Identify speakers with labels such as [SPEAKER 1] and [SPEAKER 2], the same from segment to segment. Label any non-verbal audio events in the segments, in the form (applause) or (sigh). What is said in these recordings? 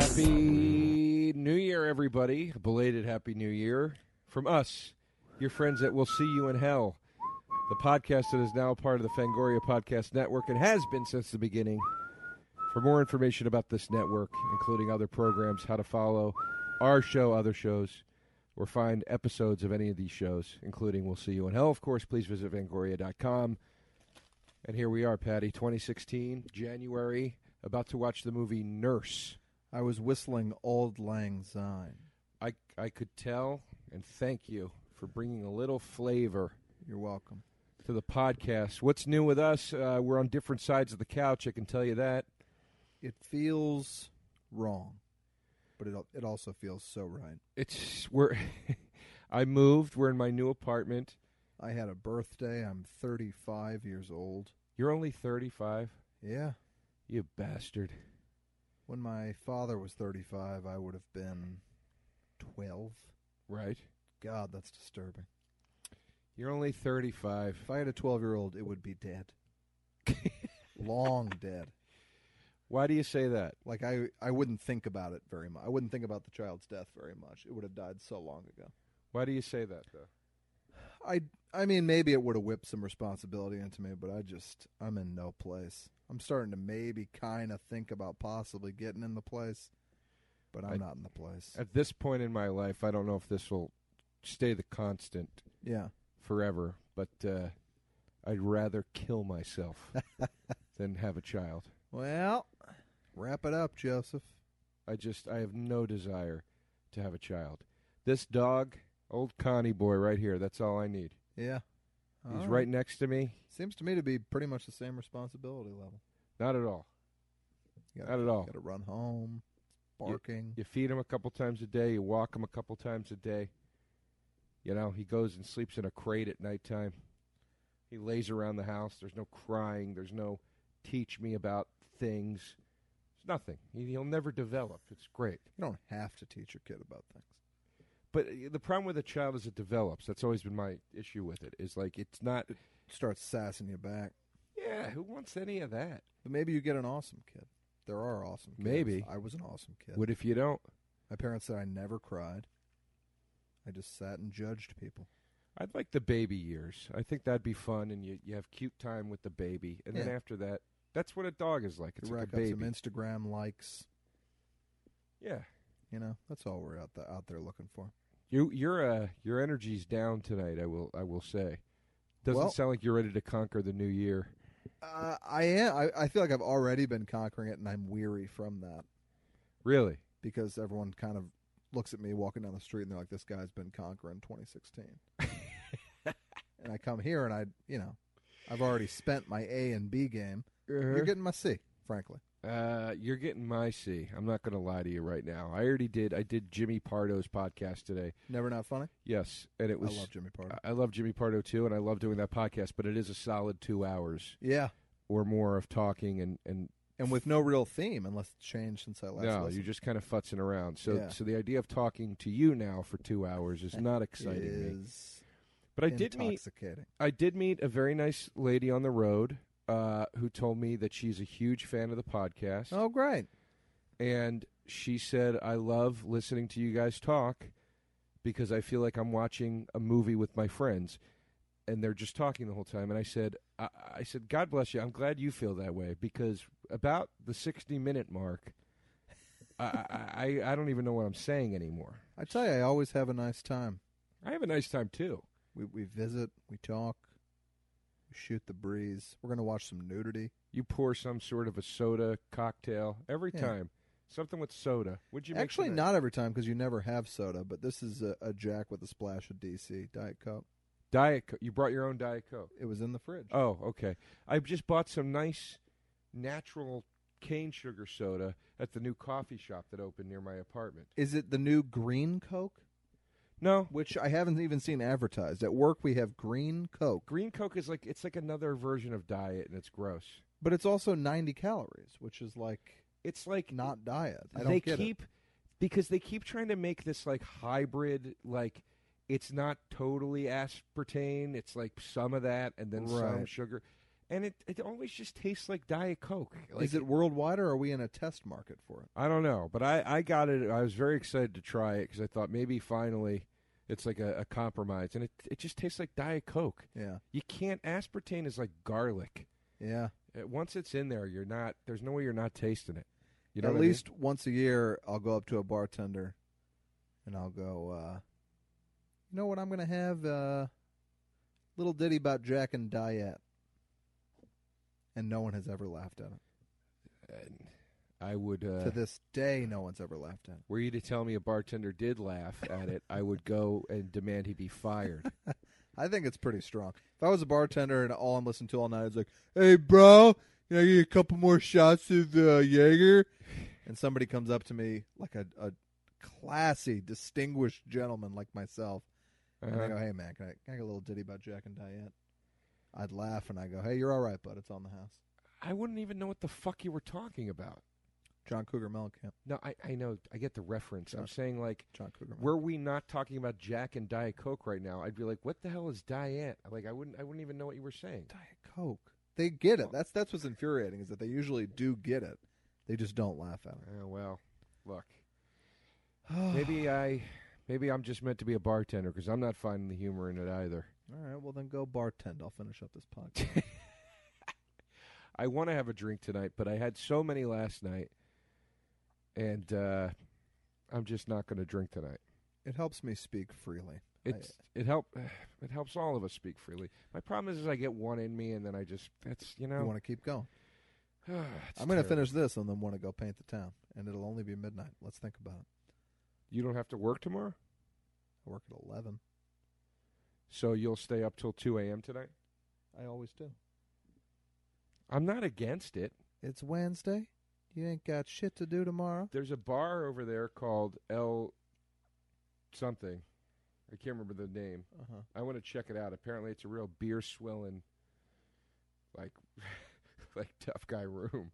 [SPEAKER 1] Happy New Year, everybody. Belated Happy New Year from us, your friends that will see you in hell. The podcast that is now part of the Fangoria Podcast Network and has been since the beginning. For more information about this network, including other programs, how to follow our show, other shows, or find episodes of any of these shows, including We'll See You in Hell, of course, please visit vangoria.com. And here we are, Patty, 2016, January, about to watch the movie Nurse.
[SPEAKER 2] I was whistling Old Lang Syne.
[SPEAKER 1] I I could tell, and thank you for bringing a little flavor
[SPEAKER 2] You're welcome.
[SPEAKER 1] to the podcast. What's new with us? Uh, we're on different sides of the couch. I can tell you that.
[SPEAKER 2] It feels wrong, but it al- it also feels so right.
[SPEAKER 1] It's we're. (laughs) I moved. We're in my new apartment.
[SPEAKER 2] I had a birthday. I'm 35 years old.
[SPEAKER 1] You're only thirty five.
[SPEAKER 2] Yeah.
[SPEAKER 1] You bastard.
[SPEAKER 2] When my father was 35, I would have been 12.
[SPEAKER 1] Right.
[SPEAKER 2] God, that's disturbing.
[SPEAKER 1] You're only thirty five.
[SPEAKER 2] If I had a 12 year old, it would be dead. (laughs) Long dead.
[SPEAKER 1] Why do you say that?
[SPEAKER 2] Like, I, I wouldn't think about it very much. I wouldn't think about the child's death very much. It would have died so long ago.
[SPEAKER 1] Why do you say that though?
[SPEAKER 2] I I mean maybe it would have whipped some responsibility into me, but I just I'm in no place. I'm starting to maybe kind of think about possibly getting in the place, but I'm
[SPEAKER 1] I-
[SPEAKER 2] not in the place.
[SPEAKER 1] At this point in my life, I don't know if this will stay the constant
[SPEAKER 2] yeah,
[SPEAKER 1] forever, but uh, I'd rather kill myself than have a child.
[SPEAKER 2] well, wrap it up, Joseph.
[SPEAKER 1] I just I have no desire to have a child. This dog, old Connie boy right here, that's all I need.
[SPEAKER 2] Yeah,
[SPEAKER 1] He's
[SPEAKER 2] All
[SPEAKER 1] right next to me.
[SPEAKER 2] Seems to me to be pretty much the same responsibility level.
[SPEAKER 1] Not at all.
[SPEAKER 2] You
[SPEAKER 1] Not at all.
[SPEAKER 2] Got to run home, barking.
[SPEAKER 1] You feed him a couple times a day, you walk him a couple times a day. You know, he goes and sleeps in a crate at nighttime. He lays around the house. There's no crying, there's no teach me about things. It's nothing. He, he'll never develop. It's great.
[SPEAKER 2] You don't have to teach your kid about things.
[SPEAKER 1] But uh, the problem with a child is it develops. That's always been my issue with it. Is like it's not.
[SPEAKER 2] Start sassing you back.
[SPEAKER 1] Yeah, who wants any of that?
[SPEAKER 2] But maybe you get an awesome kid. There are awesome kids.
[SPEAKER 1] Maybe.
[SPEAKER 2] I was an awesome kid.
[SPEAKER 1] What if you don't?
[SPEAKER 2] My parents said I never cried. I just sat and judged people.
[SPEAKER 1] I'd like the baby years. I think that'd be fun, and you you have cute time with the baby, and then
[SPEAKER 2] Yeah.
[SPEAKER 1] after that, that's what a dog is like. It's
[SPEAKER 2] You
[SPEAKER 1] like a
[SPEAKER 2] rack up
[SPEAKER 1] baby.
[SPEAKER 2] some Instagram likes.
[SPEAKER 1] yeah,
[SPEAKER 2] You know, that's all we're out, the, out there looking for.
[SPEAKER 1] you your uh your energy's down tonight. I will I will say, doesn't
[SPEAKER 2] Well-
[SPEAKER 1] sound like you're ready to conquer the new year.
[SPEAKER 2] Uh, I am. I, I feel like I've already been conquering it, and I'm weary from that
[SPEAKER 1] Really?
[SPEAKER 2] because everyone kind of looks at me walking down the street, and they're like, "This guy's been conquering 2016."
[SPEAKER 1] (laughs)
[SPEAKER 2] and I come here, and I, you know, I've already spent my A and B game.
[SPEAKER 1] Uh-huh.
[SPEAKER 2] You're getting my C, frankly.
[SPEAKER 1] Uh, you're getting my C. I'm not going to lie to you right now. I already did. I did Jimmy Pardo's podcast today.
[SPEAKER 2] Never not funny.
[SPEAKER 1] Yes, and it was.
[SPEAKER 2] I love Jimmy Pardo.
[SPEAKER 1] I- I love Jimmy Pardo too, and I love doing that podcast. But it is a solid two hours
[SPEAKER 2] yeah,
[SPEAKER 1] or more of talking, and and
[SPEAKER 2] and with no real theme, unless it's changed since I last.
[SPEAKER 1] no,
[SPEAKER 2] listened.
[SPEAKER 1] you're just kind of futzing around. So
[SPEAKER 2] Yeah.
[SPEAKER 1] so the idea of talking to you now for two hours is not exciting me.
[SPEAKER 2] is
[SPEAKER 1] But I did meet
[SPEAKER 2] intoxicating.
[SPEAKER 1] I did meet a very nice lady on the road uh, who told me that she's a huge fan of the podcast,
[SPEAKER 2] Oh, great!
[SPEAKER 1] and she said I love listening to you guys talk because I feel like I'm watching a movie with my friends. And they're just talking the whole time. And I said, I, I said, God bless you. I'm glad you feel that way because about the 60 minute mark, I, I, I I don't even know what I'm saying anymore.
[SPEAKER 2] I tell you, I always have a nice time.
[SPEAKER 1] I have a nice time too.
[SPEAKER 2] We we visit, we talk, we shoot the breeze. We're gonna watch some nudity.
[SPEAKER 1] You pour some sort of a soda cocktail every
[SPEAKER 2] Yeah.
[SPEAKER 1] time. Something with soda. Would you make uh,
[SPEAKER 2] Actually,
[SPEAKER 1] tonight?
[SPEAKER 2] not every time because you never have soda. But this is a, a Jack with a splash of DC Diet Coke.
[SPEAKER 1] Diet Coke. You brought your own Diet Coke.
[SPEAKER 2] It was in the fridge.
[SPEAKER 1] Oh, okay. I just bought some nice natural cane sugar soda at the new coffee shop that opened near my apartment.
[SPEAKER 2] Is it the new green Coke,
[SPEAKER 1] No,
[SPEAKER 2] which I haven't even seen advertised at work? We have green Coke,
[SPEAKER 1] green Coke is like it's like another version of diet, and it's gross.
[SPEAKER 2] but it's also ninety calories, which is like
[SPEAKER 1] It's like
[SPEAKER 2] not diet. I don't
[SPEAKER 1] they
[SPEAKER 2] get
[SPEAKER 1] keep because they keep trying to make this like hybrid like it's not totally aspartame it's like some of that and then some
[SPEAKER 2] Right.
[SPEAKER 1] sugar and it it always just tastes like Diet Coke. Like,
[SPEAKER 2] Is it worldwide or are we in a test market for it?
[SPEAKER 1] I don't know, but I I got it. I was very excited to try it because I thought maybe finally it's like a, a compromise, and it it just tastes like Diet Coke.
[SPEAKER 2] Yeah.
[SPEAKER 1] You can't aspartame is like garlic.
[SPEAKER 2] Yeah.
[SPEAKER 1] Uh, Once it's in there, you're not. There's no way you're not tasting it. You know
[SPEAKER 2] At
[SPEAKER 1] what I mean?
[SPEAKER 2] least once a year, I'll go up to a bartender, and I'll go, uh, you know what? I'm gonna have a little ditty about Jack and Diet, and no one has ever laughed at it.
[SPEAKER 1] And Uh, I would. Uh,
[SPEAKER 2] to this day, no one's ever laughed at it.
[SPEAKER 1] were you to tell me a bartender did laugh at it, I would go and demand he be fired.
[SPEAKER 2] I think it's pretty strong. If I was a bartender and all I'm listening to all night is like, "Hey, bro, can I get a couple more shots of uh, Jaeger?" and somebody comes up to me like a, a classy, distinguished gentleman like myself, And (laughs) I
[SPEAKER 1] Uh,
[SPEAKER 2] go, hey man, can I, can I get a little ditty about Jack and Diane? I'd laugh and I go, hey, you're all right, bud. It's on the house.
[SPEAKER 1] I wouldn't even know what the fuck you were talking about.
[SPEAKER 2] John Cougar Mellencamp.
[SPEAKER 1] No, I, I know. I get the reference. I'm
[SPEAKER 2] Sure.
[SPEAKER 1] saying like.
[SPEAKER 2] John Cougar. Mellencamp.
[SPEAKER 1] Were we not talking about Jack and Diet Coke right now? I'd be like, "What the hell is diet?" Like, I wouldn't, I wouldn't even know what you were saying.
[SPEAKER 2] Diet Coke. They get it. That's that's what's infuriating is that they usually do get it. They just don't laugh (sighs) at
[SPEAKER 1] Oh well,
[SPEAKER 2] (sighs)
[SPEAKER 1] look,
[SPEAKER 2] it.
[SPEAKER 1] maybe I, maybe I'm just meant to be a bartender because I'm not finding the humor in it either.
[SPEAKER 2] All right. Well, then go bartend. I'll finish up this podcast.
[SPEAKER 1] I want to have a drink tonight, but I had so many last night, and uh, I'm just not going to drink tonight.
[SPEAKER 2] it helps me speak freely. I-
[SPEAKER 1] It's it help (sighs) it helps all of us speak freely. My problem is, is I get one in me, and then I just that's you know.
[SPEAKER 2] You want to keep going.
[SPEAKER 1] (sighs) it's
[SPEAKER 2] I'm going to
[SPEAKER 1] terrible.
[SPEAKER 2] finish this and then want to go paint the town. And it'll only be midnight. Let's think about it.
[SPEAKER 1] You don't have to work tomorrow,
[SPEAKER 2] I work at 11.
[SPEAKER 1] so you'll stay up till two a.m. tonight.
[SPEAKER 2] I always do.
[SPEAKER 1] I'm not against it.
[SPEAKER 2] It's Wednesday. You ain't got shit to do tomorrow.
[SPEAKER 1] There's a bar over there called El something. I can't remember the name.
[SPEAKER 2] Uh-huh.
[SPEAKER 1] I want to check it out. Apparently, it's a real beer swilling, like, (laughs) like tough guy room.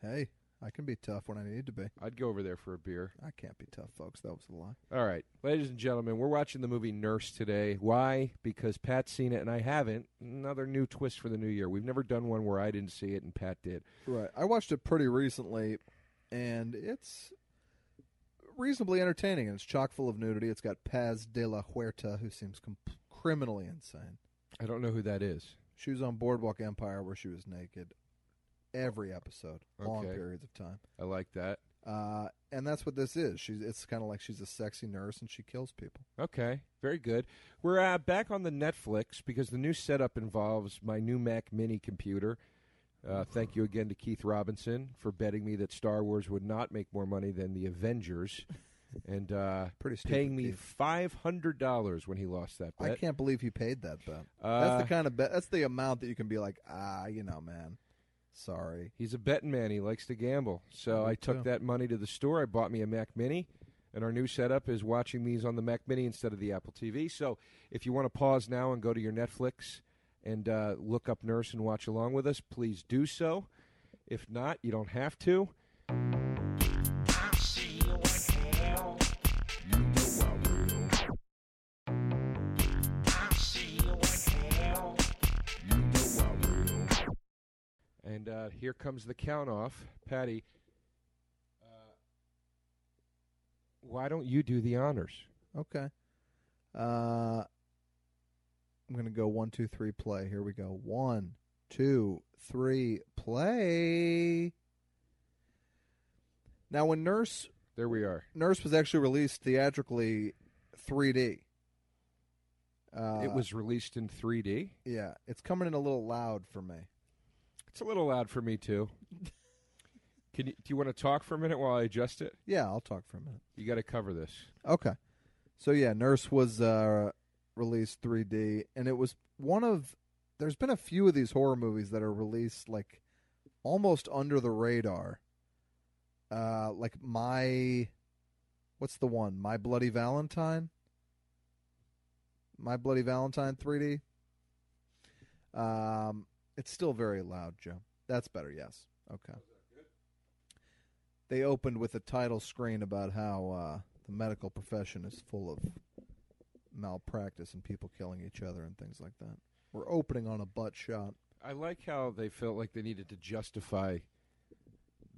[SPEAKER 2] Hey, I can be tough when I need to be.
[SPEAKER 1] I'd go over there for a beer.
[SPEAKER 2] I can't be tough, folks. That was a lie.
[SPEAKER 1] All right, ladies and gentlemen, we're watching the movie Nurse today. Why? Because Pat's seen it and I haven't. Another new twist for the new year. We've never done one where I didn't see it and Pat did.
[SPEAKER 2] Right. I watched it pretty recently, and it's reasonably entertaining. And it's chock full of nudity. It's got Paz de la Huerta, who seems com- criminally insane.
[SPEAKER 1] I don't know who that is.
[SPEAKER 2] She was on Boardwalk Empire, where she was naked every episode, long
[SPEAKER 1] Okay.
[SPEAKER 2] periods of time.
[SPEAKER 1] I like that.
[SPEAKER 2] Uh, and that's what this is. She's. It's kind of like she's a sexy nurse, and she kills people.
[SPEAKER 1] Okay, very good. We're uh, back on the Netflix because the new setup involves my new Mac Mini computer. Uh, thank you again to Keith Robinson for betting me that Star Wars would not make more money than the Avengers, and uh,
[SPEAKER 2] Pretty stupid.
[SPEAKER 1] paying me
[SPEAKER 2] Keith.
[SPEAKER 1] five hundred dollars when he lost that
[SPEAKER 2] I
[SPEAKER 1] bet.
[SPEAKER 2] can't believe he paid that bet.
[SPEAKER 1] Uh,
[SPEAKER 2] That's the kind of bet. That's the amount that you can be like, ah, you know, man, sorry.
[SPEAKER 1] He's a betting man. He likes to gamble. So
[SPEAKER 2] Me
[SPEAKER 1] I took
[SPEAKER 2] too.
[SPEAKER 1] that money to the store. I bought me a Mac Mini, and our new setup is watching these on the Mac Mini instead of the Apple TV. So if you want to pause now and go to your Netflix and uh, look up Nurse and watch along with us, please do so. If not, you don't have to. And uh, here comes the count off. Patty, uh, why don't you do the honors?
[SPEAKER 2] Okay. Uh, I'm gonna go one, two, three, play. Here we go. One, two, three, play. Now, when Nurse
[SPEAKER 1] There we are.
[SPEAKER 2] Nurse was actually released theatrically, 3D. Uh,
[SPEAKER 1] it was released in 3D.
[SPEAKER 2] yeah. It's coming in a little loud for me.
[SPEAKER 1] It's a little loud for me too. Can you, do you want to talk for a minute while I adjust it?
[SPEAKER 2] Yeah, I'll talk for a minute.
[SPEAKER 1] You got to cover this.
[SPEAKER 2] Okay. So yeah, Nurse was uh, released 3D, and it was one of. There's been a few of these horror movies that are released like almost under the radar. Uh, like my, what's the one? My Bloody Valentine. My Bloody Valentine 3D. Um, it's still very loud, Joe. That's better. Yes. Okay. They opened with a title screen about how uh, the medical profession is full of malpractice and people killing each other and things like that. We're opening on a butt shot.
[SPEAKER 1] I like how they felt like they needed to justify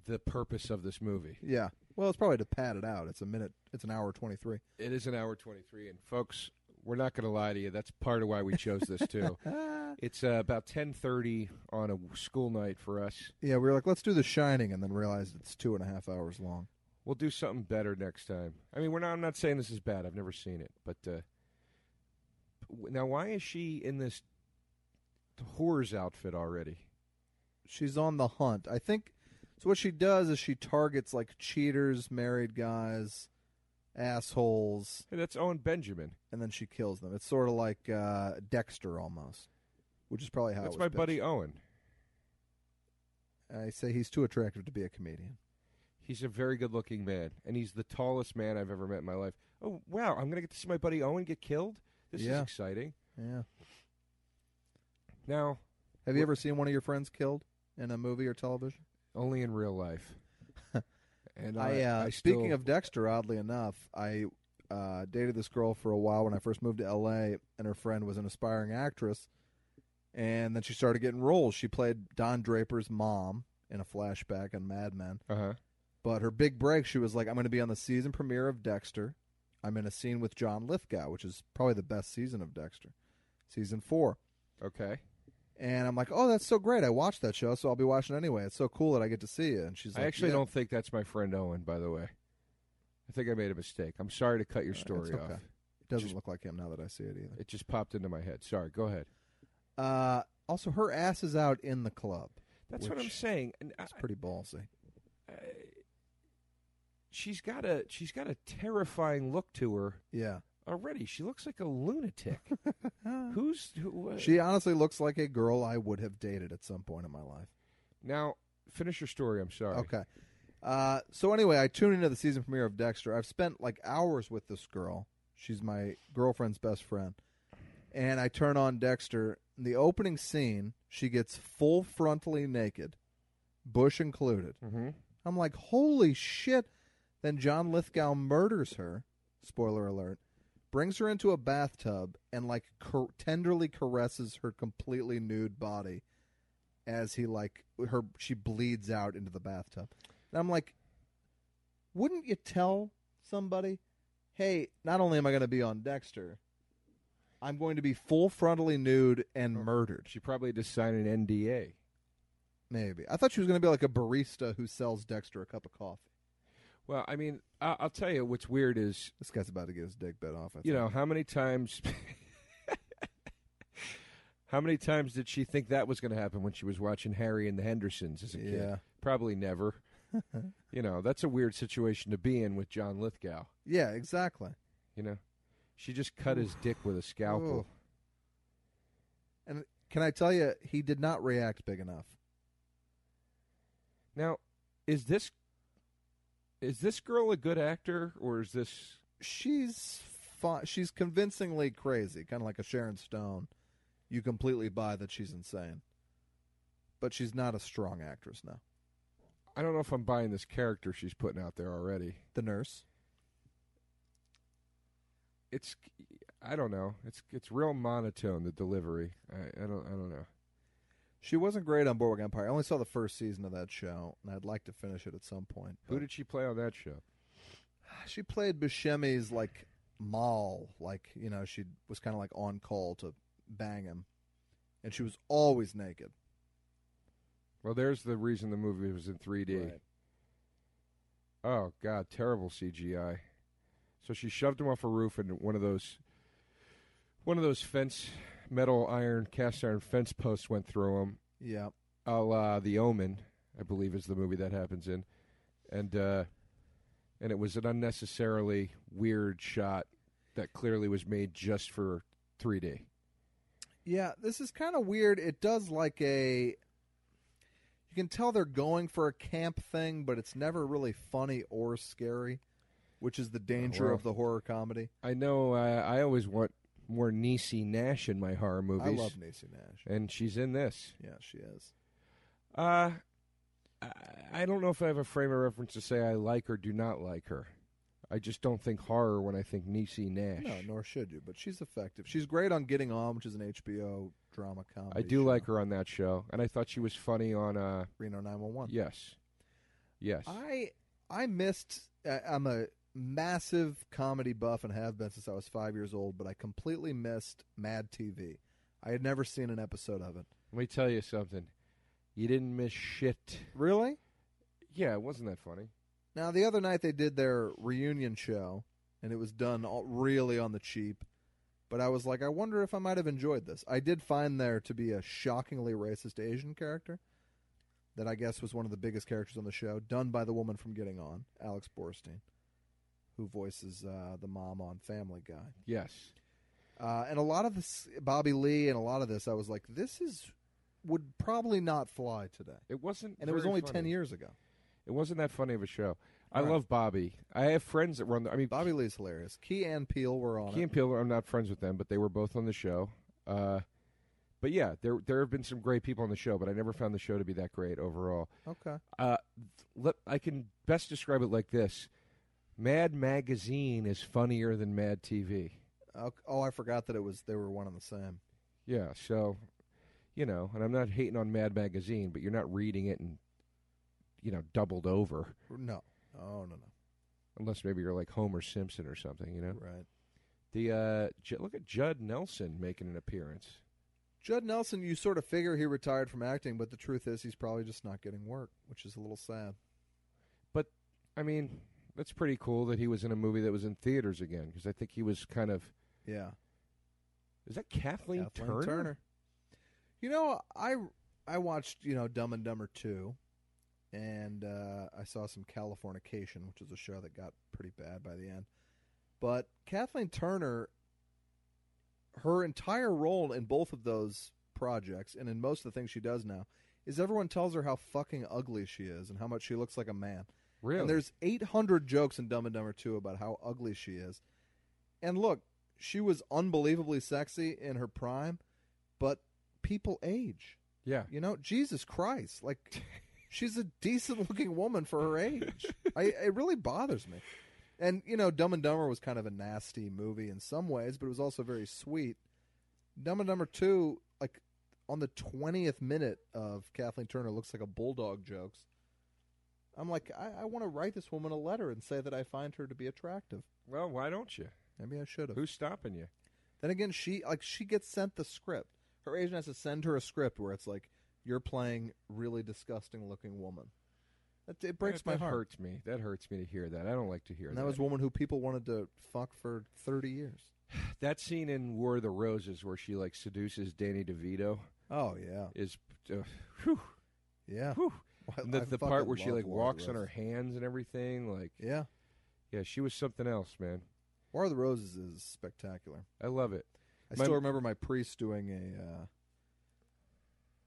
[SPEAKER 1] the purpose of this movie.
[SPEAKER 2] Yeah. Well, it's probably to pad it out. It's a minute. It's an hour twenty three.
[SPEAKER 1] It is an hour 23, and folks, we're not going to lie to you. That's part of why we chose this, (laughs) too.
[SPEAKER 2] Ah.
[SPEAKER 1] it's uh, about 10.30 on a school night for us.
[SPEAKER 2] (laughs) Yeah, we were like, let's do The Shining, and then realized it's two and a half hours long.
[SPEAKER 1] We'll do something better next time. I mean, we're not, I'm not saying this is bad. I've never seen it. But uh, w- now, why is she in this whore's outfit already?
[SPEAKER 2] She's on the hunt. I think. So what she does is she targets like cheaters, married guys, assholes,
[SPEAKER 1] Hey, that's Owen Benjamin.
[SPEAKER 2] and then she kills them. It's sort of like uh, Dexter almost, which is probably how. it
[SPEAKER 1] That's
[SPEAKER 2] was
[SPEAKER 1] my
[SPEAKER 2] pitched.
[SPEAKER 1] buddy Owen.
[SPEAKER 2] I say he's too attractive to be a comedian.
[SPEAKER 1] He's a very good looking man, and he's the tallest man I've ever met in my life. Oh, wow. I'm going to get to see my buddy Owen get killed? This is
[SPEAKER 2] Yeah.
[SPEAKER 1] exciting.
[SPEAKER 2] Yeah.
[SPEAKER 1] Now,
[SPEAKER 2] Have you
[SPEAKER 1] Wh-
[SPEAKER 2] ever seen one of your friends killed in a movie or television?
[SPEAKER 1] only in real (laughs) life. and
[SPEAKER 2] I,
[SPEAKER 1] I,
[SPEAKER 2] uh,
[SPEAKER 1] I
[SPEAKER 2] speaking
[SPEAKER 1] still-
[SPEAKER 2] of Dexter, oddly enough, I uh, dated this girl for a while when I first moved to L.A. and her friend was an aspiring actress, and then she started getting roles. She played Don Draper's mom in a flashback on Mad Men,
[SPEAKER 1] uh-huh.
[SPEAKER 2] but her big break, she was like, "I'm going to be on the season premiere of Dexter. I'm in a scene with John Lithgow, which is probably the best season of Dexter, season four.
[SPEAKER 1] Okay.
[SPEAKER 2] And I'm like, "Oh, that's so great! I watched that show, so I'll be watching anyway. It's so cool that I get to see you." And she's
[SPEAKER 1] I
[SPEAKER 2] like,
[SPEAKER 1] actually
[SPEAKER 2] "Yeah."
[SPEAKER 1] don't think that's my friend Owen, by the way. I think I made a mistake. I'm sorry to cut your
[SPEAKER 2] Uh, it's
[SPEAKER 1] story
[SPEAKER 2] okay.
[SPEAKER 1] off.
[SPEAKER 2] It doesn't
[SPEAKER 1] just-
[SPEAKER 2] look like him now that I see it either.
[SPEAKER 1] It just popped into my head. Sorry. Go ahead.
[SPEAKER 2] Uh, also, her ass is out in the club.
[SPEAKER 1] That's what
[SPEAKER 2] Which-
[SPEAKER 1] I'm saying. And I,
[SPEAKER 2] It's pretty ballsy.
[SPEAKER 1] I- she's got a she's got a terrifying look to her
[SPEAKER 2] Yeah.
[SPEAKER 1] already. She looks like a (laughs) lunatic. Who's who? uh,
[SPEAKER 2] she honestly looks like a girl I would have dated at some point in my life.
[SPEAKER 1] now? Finish your story. I'm sorry.
[SPEAKER 2] Okay. Uh, so anyway, I tuned into the season premiere of Dexter. I've spent like hours with this girl. She's my girlfriend's best friend. And I turn on Dexter. In the opening scene, she gets full frontally naked, bush included.
[SPEAKER 1] Mm-hmm.
[SPEAKER 2] I'm like, holy shit. Then John Lithgow murders her. Spoiler alert. Brings her into a bathtub and like ca- tenderly caresses her completely nude body as he like her she bleeds out into the bathtub. And I'm like, wouldn't you tell somebody, hey, not only am I going to be on Dexter, I'm going to be full frontally nude and murdered.
[SPEAKER 1] She probably just signed an NDA.
[SPEAKER 2] Maybe I thought she was going to be like a barista who sells Dexter a cup of coffee.
[SPEAKER 1] Well, I mean, I- I'll tell you what's weird is
[SPEAKER 2] This guy's about to get his dick bit off. I
[SPEAKER 1] you
[SPEAKER 2] think.
[SPEAKER 1] know how many times (laughs) how many times did she think that was going to happen when she was watching harry and the hendersons as a kid
[SPEAKER 2] Yeah.
[SPEAKER 1] probably (laughs) never you know that's a weird situation to be in with john lithgow
[SPEAKER 2] Yeah, exactly.
[SPEAKER 1] you know she just cut his dick with a scalpel
[SPEAKER 2] And can I tell you, he did not react big enough.
[SPEAKER 1] now is this is this girl a good actor or is this
[SPEAKER 2] She's fi- she's convincingly crazy, kind of like a Sharon Stone. You completely buy that she's insane, but she's not a strong actress now.
[SPEAKER 1] i don't know if i'm buying this character she's putting out there already
[SPEAKER 2] The nurse.
[SPEAKER 1] it's i don't know it's it's real monotone the delivery i, I don't i don't know
[SPEAKER 2] She wasn't great on Boardwalk Empire. I only saw the first season of that show, and I'd like to finish it at some point.
[SPEAKER 1] who
[SPEAKER 2] but-
[SPEAKER 1] did she play on that show
[SPEAKER 2] She played Buscemi's like moll, like you know, she was kind of like on call to bang him, and she was always naked.
[SPEAKER 1] Well, there's the reason the movie was in 3D.
[SPEAKER 2] Right.
[SPEAKER 1] Oh God, terrible CGI. So she shoved him off a roof into one of those, one of those fence, metal iron, cast iron fence posts went through him.
[SPEAKER 2] Yeah,
[SPEAKER 1] A la The Omen, I believe is the movie that happens in, and uh, and it was an unnecessarily weird shot that clearly was made just for 3D.
[SPEAKER 2] yeah. This is kind of weird. It does like a. You can tell they're going for a camp thing, but it's never really funny or scary, which is the danger
[SPEAKER 1] well.
[SPEAKER 2] of the horror comedy.
[SPEAKER 1] I know. Uh, I always want more Niecy Nash in my horror movies.
[SPEAKER 2] I love Niecy Nash.
[SPEAKER 1] and she's in this.
[SPEAKER 2] Yeah, she is.
[SPEAKER 1] Uh, I- I don't know if I have a frame of reference to say I like or do not like her. I just don't think horror when I think Niecy Nash.
[SPEAKER 2] No, nor should you. But she's effective. She's great on Getting On, which is an HBO drama comedy.
[SPEAKER 1] I do
[SPEAKER 2] show.
[SPEAKER 1] like her on that show, and I thought she was funny on. Uh,
[SPEAKER 2] Reno 911.
[SPEAKER 1] yes, yes.
[SPEAKER 2] I I missed. I- I'm a massive comedy buff and have been since I was five years old, but I completely missed Mad TV. I had never seen an episode of it.
[SPEAKER 1] Let me tell you something. You didn't miss shit.
[SPEAKER 2] Really?
[SPEAKER 1] Yeah, it wasn't that funny.
[SPEAKER 2] Now the other night they did their reunion show, and it was done all, really on the cheap. But I was like, I wonder if I might have enjoyed this. I did find there to be a shockingly racist Asian character that I guess was one of the biggest characters on the show, done by the woman from Getting On, Alex Borstein, who voices uh, the mom on Family Guy.
[SPEAKER 1] Yes.
[SPEAKER 2] Uh, and a lot of this, Bobby Lee, and a lot of this, I was like, this is would probably not fly today.
[SPEAKER 1] It wasn't.
[SPEAKER 2] And it was
[SPEAKER 1] very
[SPEAKER 2] only
[SPEAKER 1] funny.
[SPEAKER 2] ten years ago.
[SPEAKER 1] It wasn't that funny of a show. I
[SPEAKER 2] Right.
[SPEAKER 1] love Bobby. I have friends that run. The, I mean,
[SPEAKER 2] Bobby Lee's hilarious. Key and Peele were on
[SPEAKER 1] Key
[SPEAKER 2] it.
[SPEAKER 1] and Peele. I'm not friends with them, but they were both on the show. Uh, but yeah, there there have been some great people on the show, but I never found the show to be that great overall.
[SPEAKER 2] Okay.
[SPEAKER 1] Uh, let, I can best describe it like this: Mad Magazine is funnier than Mad TV.
[SPEAKER 2] Oh, oh, I forgot that it was they were one and the same.
[SPEAKER 1] Yeah, so you know, and I'm not hating on Mad Magazine, but you're not reading it and you know doubled over,
[SPEAKER 2] No. Oh no no.
[SPEAKER 1] unless maybe you're like Homer Simpson or something. You know,
[SPEAKER 2] Right.
[SPEAKER 1] the uh, J- look at Judd Nelson making an appearance.
[SPEAKER 2] Judd Nelson, you sort of figure he retired from acting, but the truth is he's probably just not getting work, which is a little sad.
[SPEAKER 1] I mean, that's pretty cool that he was in a movie that was in theaters again because I think he was kind of
[SPEAKER 2] Yeah.
[SPEAKER 1] is that Kathleen,
[SPEAKER 2] Kathleen You know, I I watched, you know, Dumb and Dumber 2 and uh, I saw some Californication, which is a show that got pretty bad by the end. But Kathleen Turner her entire role in both of those projects and in most of the things she does now is everyone tells her how fucking ugly she is and how much she looks like a man.
[SPEAKER 1] Really?
[SPEAKER 2] And there's 800 jokes in Dumb and Dumber 2 about how ugly she is. And look, she was unbelievably sexy in her prime, but people age.
[SPEAKER 1] yeah.
[SPEAKER 2] You know, Jesus Christ. Like, she's a decent looking woman for her age. I, it really bothers me. And, you know, Dumb and Dumber was kind of a nasty movie in some ways, but it was also very sweet. Dumb and Dumber 2, like, on the 20th minute of Kathleen Turner looks like a bulldog jokes. I'm like, I, I want to write this woman a letter and say that I find her to be attractive.
[SPEAKER 1] Well, why don't you?
[SPEAKER 2] Maybe I should have.
[SPEAKER 1] Who's stopping you?
[SPEAKER 2] Then again, she like she gets sent the script. Her agent has to send her a script where it's like you're playing really disgusting looking woman. That, it breaks
[SPEAKER 1] That-
[SPEAKER 2] my
[SPEAKER 1] that
[SPEAKER 2] heart.
[SPEAKER 1] Hurts me. That hurts me to hear that. I don't like to hear
[SPEAKER 2] And that was a woman who people wanted to fuck for thirty years.
[SPEAKER 1] That scene in War of the Roses where she like seduces Danny DeVito
[SPEAKER 2] Oh yeah,
[SPEAKER 1] is, uh, whew, (laughs)
[SPEAKER 2] yeah. (laughs)
[SPEAKER 1] whew.
[SPEAKER 2] Well,
[SPEAKER 1] And the,
[SPEAKER 2] I
[SPEAKER 1] the
[SPEAKER 2] fucking
[SPEAKER 1] part where she
[SPEAKER 2] love
[SPEAKER 1] like
[SPEAKER 2] War of the
[SPEAKER 1] walks on her
[SPEAKER 2] Roses.
[SPEAKER 1] hands and everything, like
[SPEAKER 2] Yeah,
[SPEAKER 1] yeah, she was something else, man.
[SPEAKER 2] War of the Roses is spectacular.
[SPEAKER 1] I love it.
[SPEAKER 2] I
[SPEAKER 1] My-
[SPEAKER 2] still remember my priest doing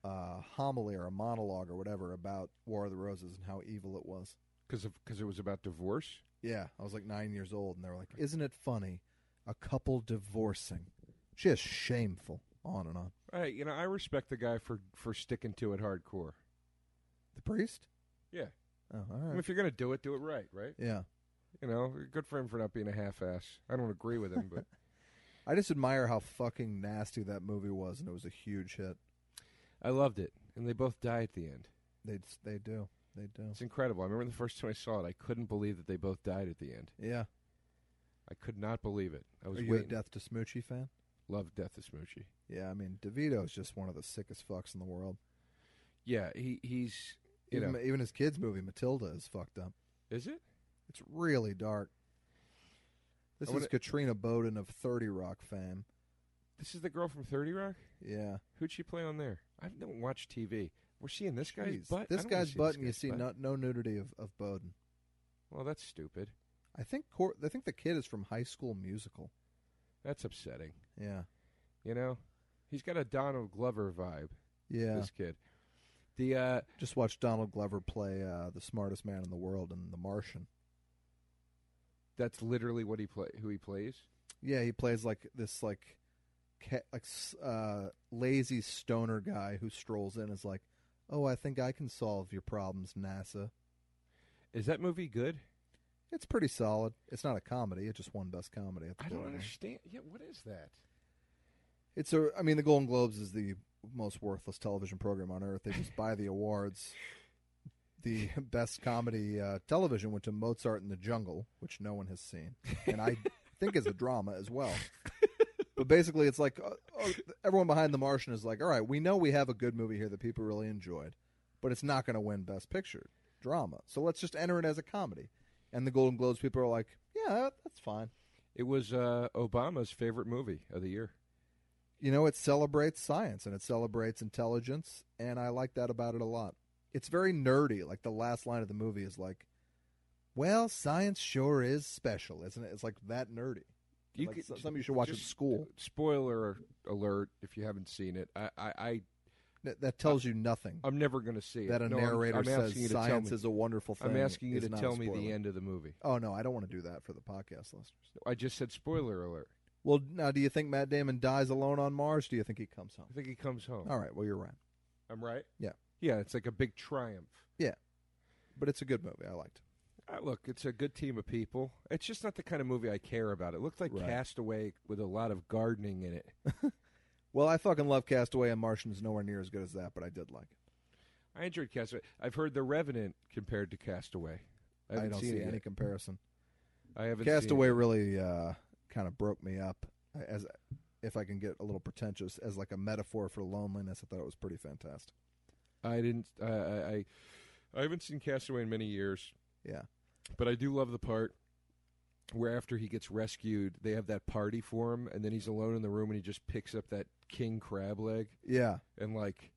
[SPEAKER 2] a uh, uh, homily or a monologue or whatever about War of the Roses and how evil it was.
[SPEAKER 1] Because because it was about divorce.
[SPEAKER 2] Yeah, I was like nine years old, and they were like, "Isn't it funny, a couple divorcing? Just shameful." On and on.
[SPEAKER 1] Hey, you know I respect the guy for for sticking to it hardcore.
[SPEAKER 2] The priest.
[SPEAKER 1] Yeah.
[SPEAKER 2] Oh, all
[SPEAKER 1] I
[SPEAKER 2] right.
[SPEAKER 1] mean, if you're gonna do it, do it right, right?
[SPEAKER 2] yeah,
[SPEAKER 1] You know, good for him for not being a half ass. I don't agree with him,
[SPEAKER 2] (laughs)
[SPEAKER 1] but
[SPEAKER 2] I just admire how fucking nasty that movie was, and it was a huge hit.
[SPEAKER 1] I loved it. And they both die at the end.
[SPEAKER 2] They they do they do.
[SPEAKER 1] It's incredible. I remember the first time I saw it, I couldn't believe that they both died at the end.
[SPEAKER 2] Yeah.
[SPEAKER 1] I could not believe it. I was
[SPEAKER 2] Are you
[SPEAKER 1] waiting.
[SPEAKER 2] a Death to Smoochie fan?
[SPEAKER 1] Love Death is Smoochie.
[SPEAKER 2] Yeah, I mean DeVito's just one of the sickest fucks in the world.
[SPEAKER 1] Yeah, he he's you
[SPEAKER 2] Even,
[SPEAKER 1] know
[SPEAKER 2] even his kids' movie Matilda is fucked up.
[SPEAKER 1] is it?
[SPEAKER 2] It's really dark. This
[SPEAKER 1] I
[SPEAKER 2] is
[SPEAKER 1] wanna-
[SPEAKER 2] Katrina Bowden of Thirty Rock fame.
[SPEAKER 1] This is the girl from Thirty Rock.
[SPEAKER 2] Yeah.
[SPEAKER 1] Who'd she play on there? I don't watch TV. We're seeing this guy's
[SPEAKER 2] Jeez,
[SPEAKER 1] butt. I
[SPEAKER 2] This
[SPEAKER 1] don't wanna
[SPEAKER 2] guy's
[SPEAKER 1] see
[SPEAKER 2] butt, and you see
[SPEAKER 1] butt.
[SPEAKER 2] no, no nudity of, of Bowden.
[SPEAKER 1] Well, that's stupid.
[SPEAKER 2] I think Cor- I think the kid is from High School Musical.
[SPEAKER 1] That's upsetting.
[SPEAKER 2] Yeah,
[SPEAKER 1] You know, he's got a Donald Glover vibe.
[SPEAKER 2] yeah.
[SPEAKER 1] This kid. The uh,
[SPEAKER 2] Just watched Donald Glover play uh, the smartest man in the world in The Martian.
[SPEAKER 1] that's literally what he play. Who he plays?
[SPEAKER 2] Yeah, he plays like this like ca- like s- uh, lazy stoner guy who strolls in and is like, "Oh, I think I can solve your problems, NASA."
[SPEAKER 1] Is that movie good?
[SPEAKER 2] It's pretty solid. It's not a comedy. It just won best comedy. At the
[SPEAKER 1] I don't
[SPEAKER 2] Golden Globes.
[SPEAKER 1] understand. Yeah, what is that?
[SPEAKER 2] It's a. I mean, the Golden Globes is the most worthless television program on earth. They just buy the awards. The best comedy uh, television went to Mozart in the Jungle, which no one has seen, and I think is a drama as well. But basically, it's like uh, uh, everyone behind The Martian is like, all right, we know we have a good movie here that people really enjoyed, but it's not going to win Best Picture drama. So let's just enter it as a comedy. And the Golden Globes people are like, yeah, that- that's fine.
[SPEAKER 1] It was uh, Obama's favorite movie of the year.
[SPEAKER 2] you know, it celebrates science and it celebrates intelligence, and I like that about it a lot. It's very nerdy. Like the last line of the movie is like, "Well, science sure is special, isn't it?" It's like that nerdy. Like, so- something you should watch at
[SPEAKER 1] just- uh,
[SPEAKER 2] school.
[SPEAKER 1] Spoiler alert! If you haven't seen it, I, I, I
[SPEAKER 2] That, that tells you nothing.
[SPEAKER 1] I'm never going to see it.
[SPEAKER 2] that a
[SPEAKER 1] Oh, No, I'm-
[SPEAKER 2] narrator
[SPEAKER 1] I'm asking you
[SPEAKER 2] says
[SPEAKER 1] to tell
[SPEAKER 2] science
[SPEAKER 1] me.
[SPEAKER 2] is a wonderful thing.
[SPEAKER 1] I'm asking you
[SPEAKER 2] is
[SPEAKER 1] to
[SPEAKER 2] not a
[SPEAKER 1] tell me the
[SPEAKER 2] spoiler.
[SPEAKER 1] end of the movie.
[SPEAKER 2] Oh no, I don't want to do that for the podcast listeners.
[SPEAKER 1] I just said spoiler alert.
[SPEAKER 2] Well, now, do you think Matt Damon dies alone on Mars? Do you think he comes home?
[SPEAKER 1] I think he comes home.
[SPEAKER 2] All right. Well, you're right.
[SPEAKER 1] I'm right.
[SPEAKER 2] Yeah.
[SPEAKER 1] yeah. It's like a big triumph.
[SPEAKER 2] But it's a good movie. I liked. it.
[SPEAKER 1] Uh, look, it's a good team of people. It's just not the kind of movie I care about. It looked like
[SPEAKER 2] Right.
[SPEAKER 1] Castaway with a lot of gardening in it.
[SPEAKER 2] Well, I fucking love Castaway, and Martian's nowhere near as good as that, but I did like it.
[SPEAKER 1] I enjoyed Castaway. I've heard The Revenant compared to Castaway. I,
[SPEAKER 2] I,
[SPEAKER 1] haven't
[SPEAKER 2] don't
[SPEAKER 1] seen
[SPEAKER 2] see
[SPEAKER 1] it yet.
[SPEAKER 2] any comparison.
[SPEAKER 1] I haven't seen
[SPEAKER 2] Castaway
[SPEAKER 1] it.
[SPEAKER 2] really uh, kind of broke me up uh, as if I can get a little pretentious as like a metaphor for loneliness. I thought it was pretty fantastic.
[SPEAKER 1] I didn't. I I, I I haven't seen Castaway in many years.
[SPEAKER 2] Yeah.
[SPEAKER 1] but I do love the part where after he gets rescued, they have that party for him, and then he's alone in the room, and he just picks up that king crab leg
[SPEAKER 2] Yeah,
[SPEAKER 1] and like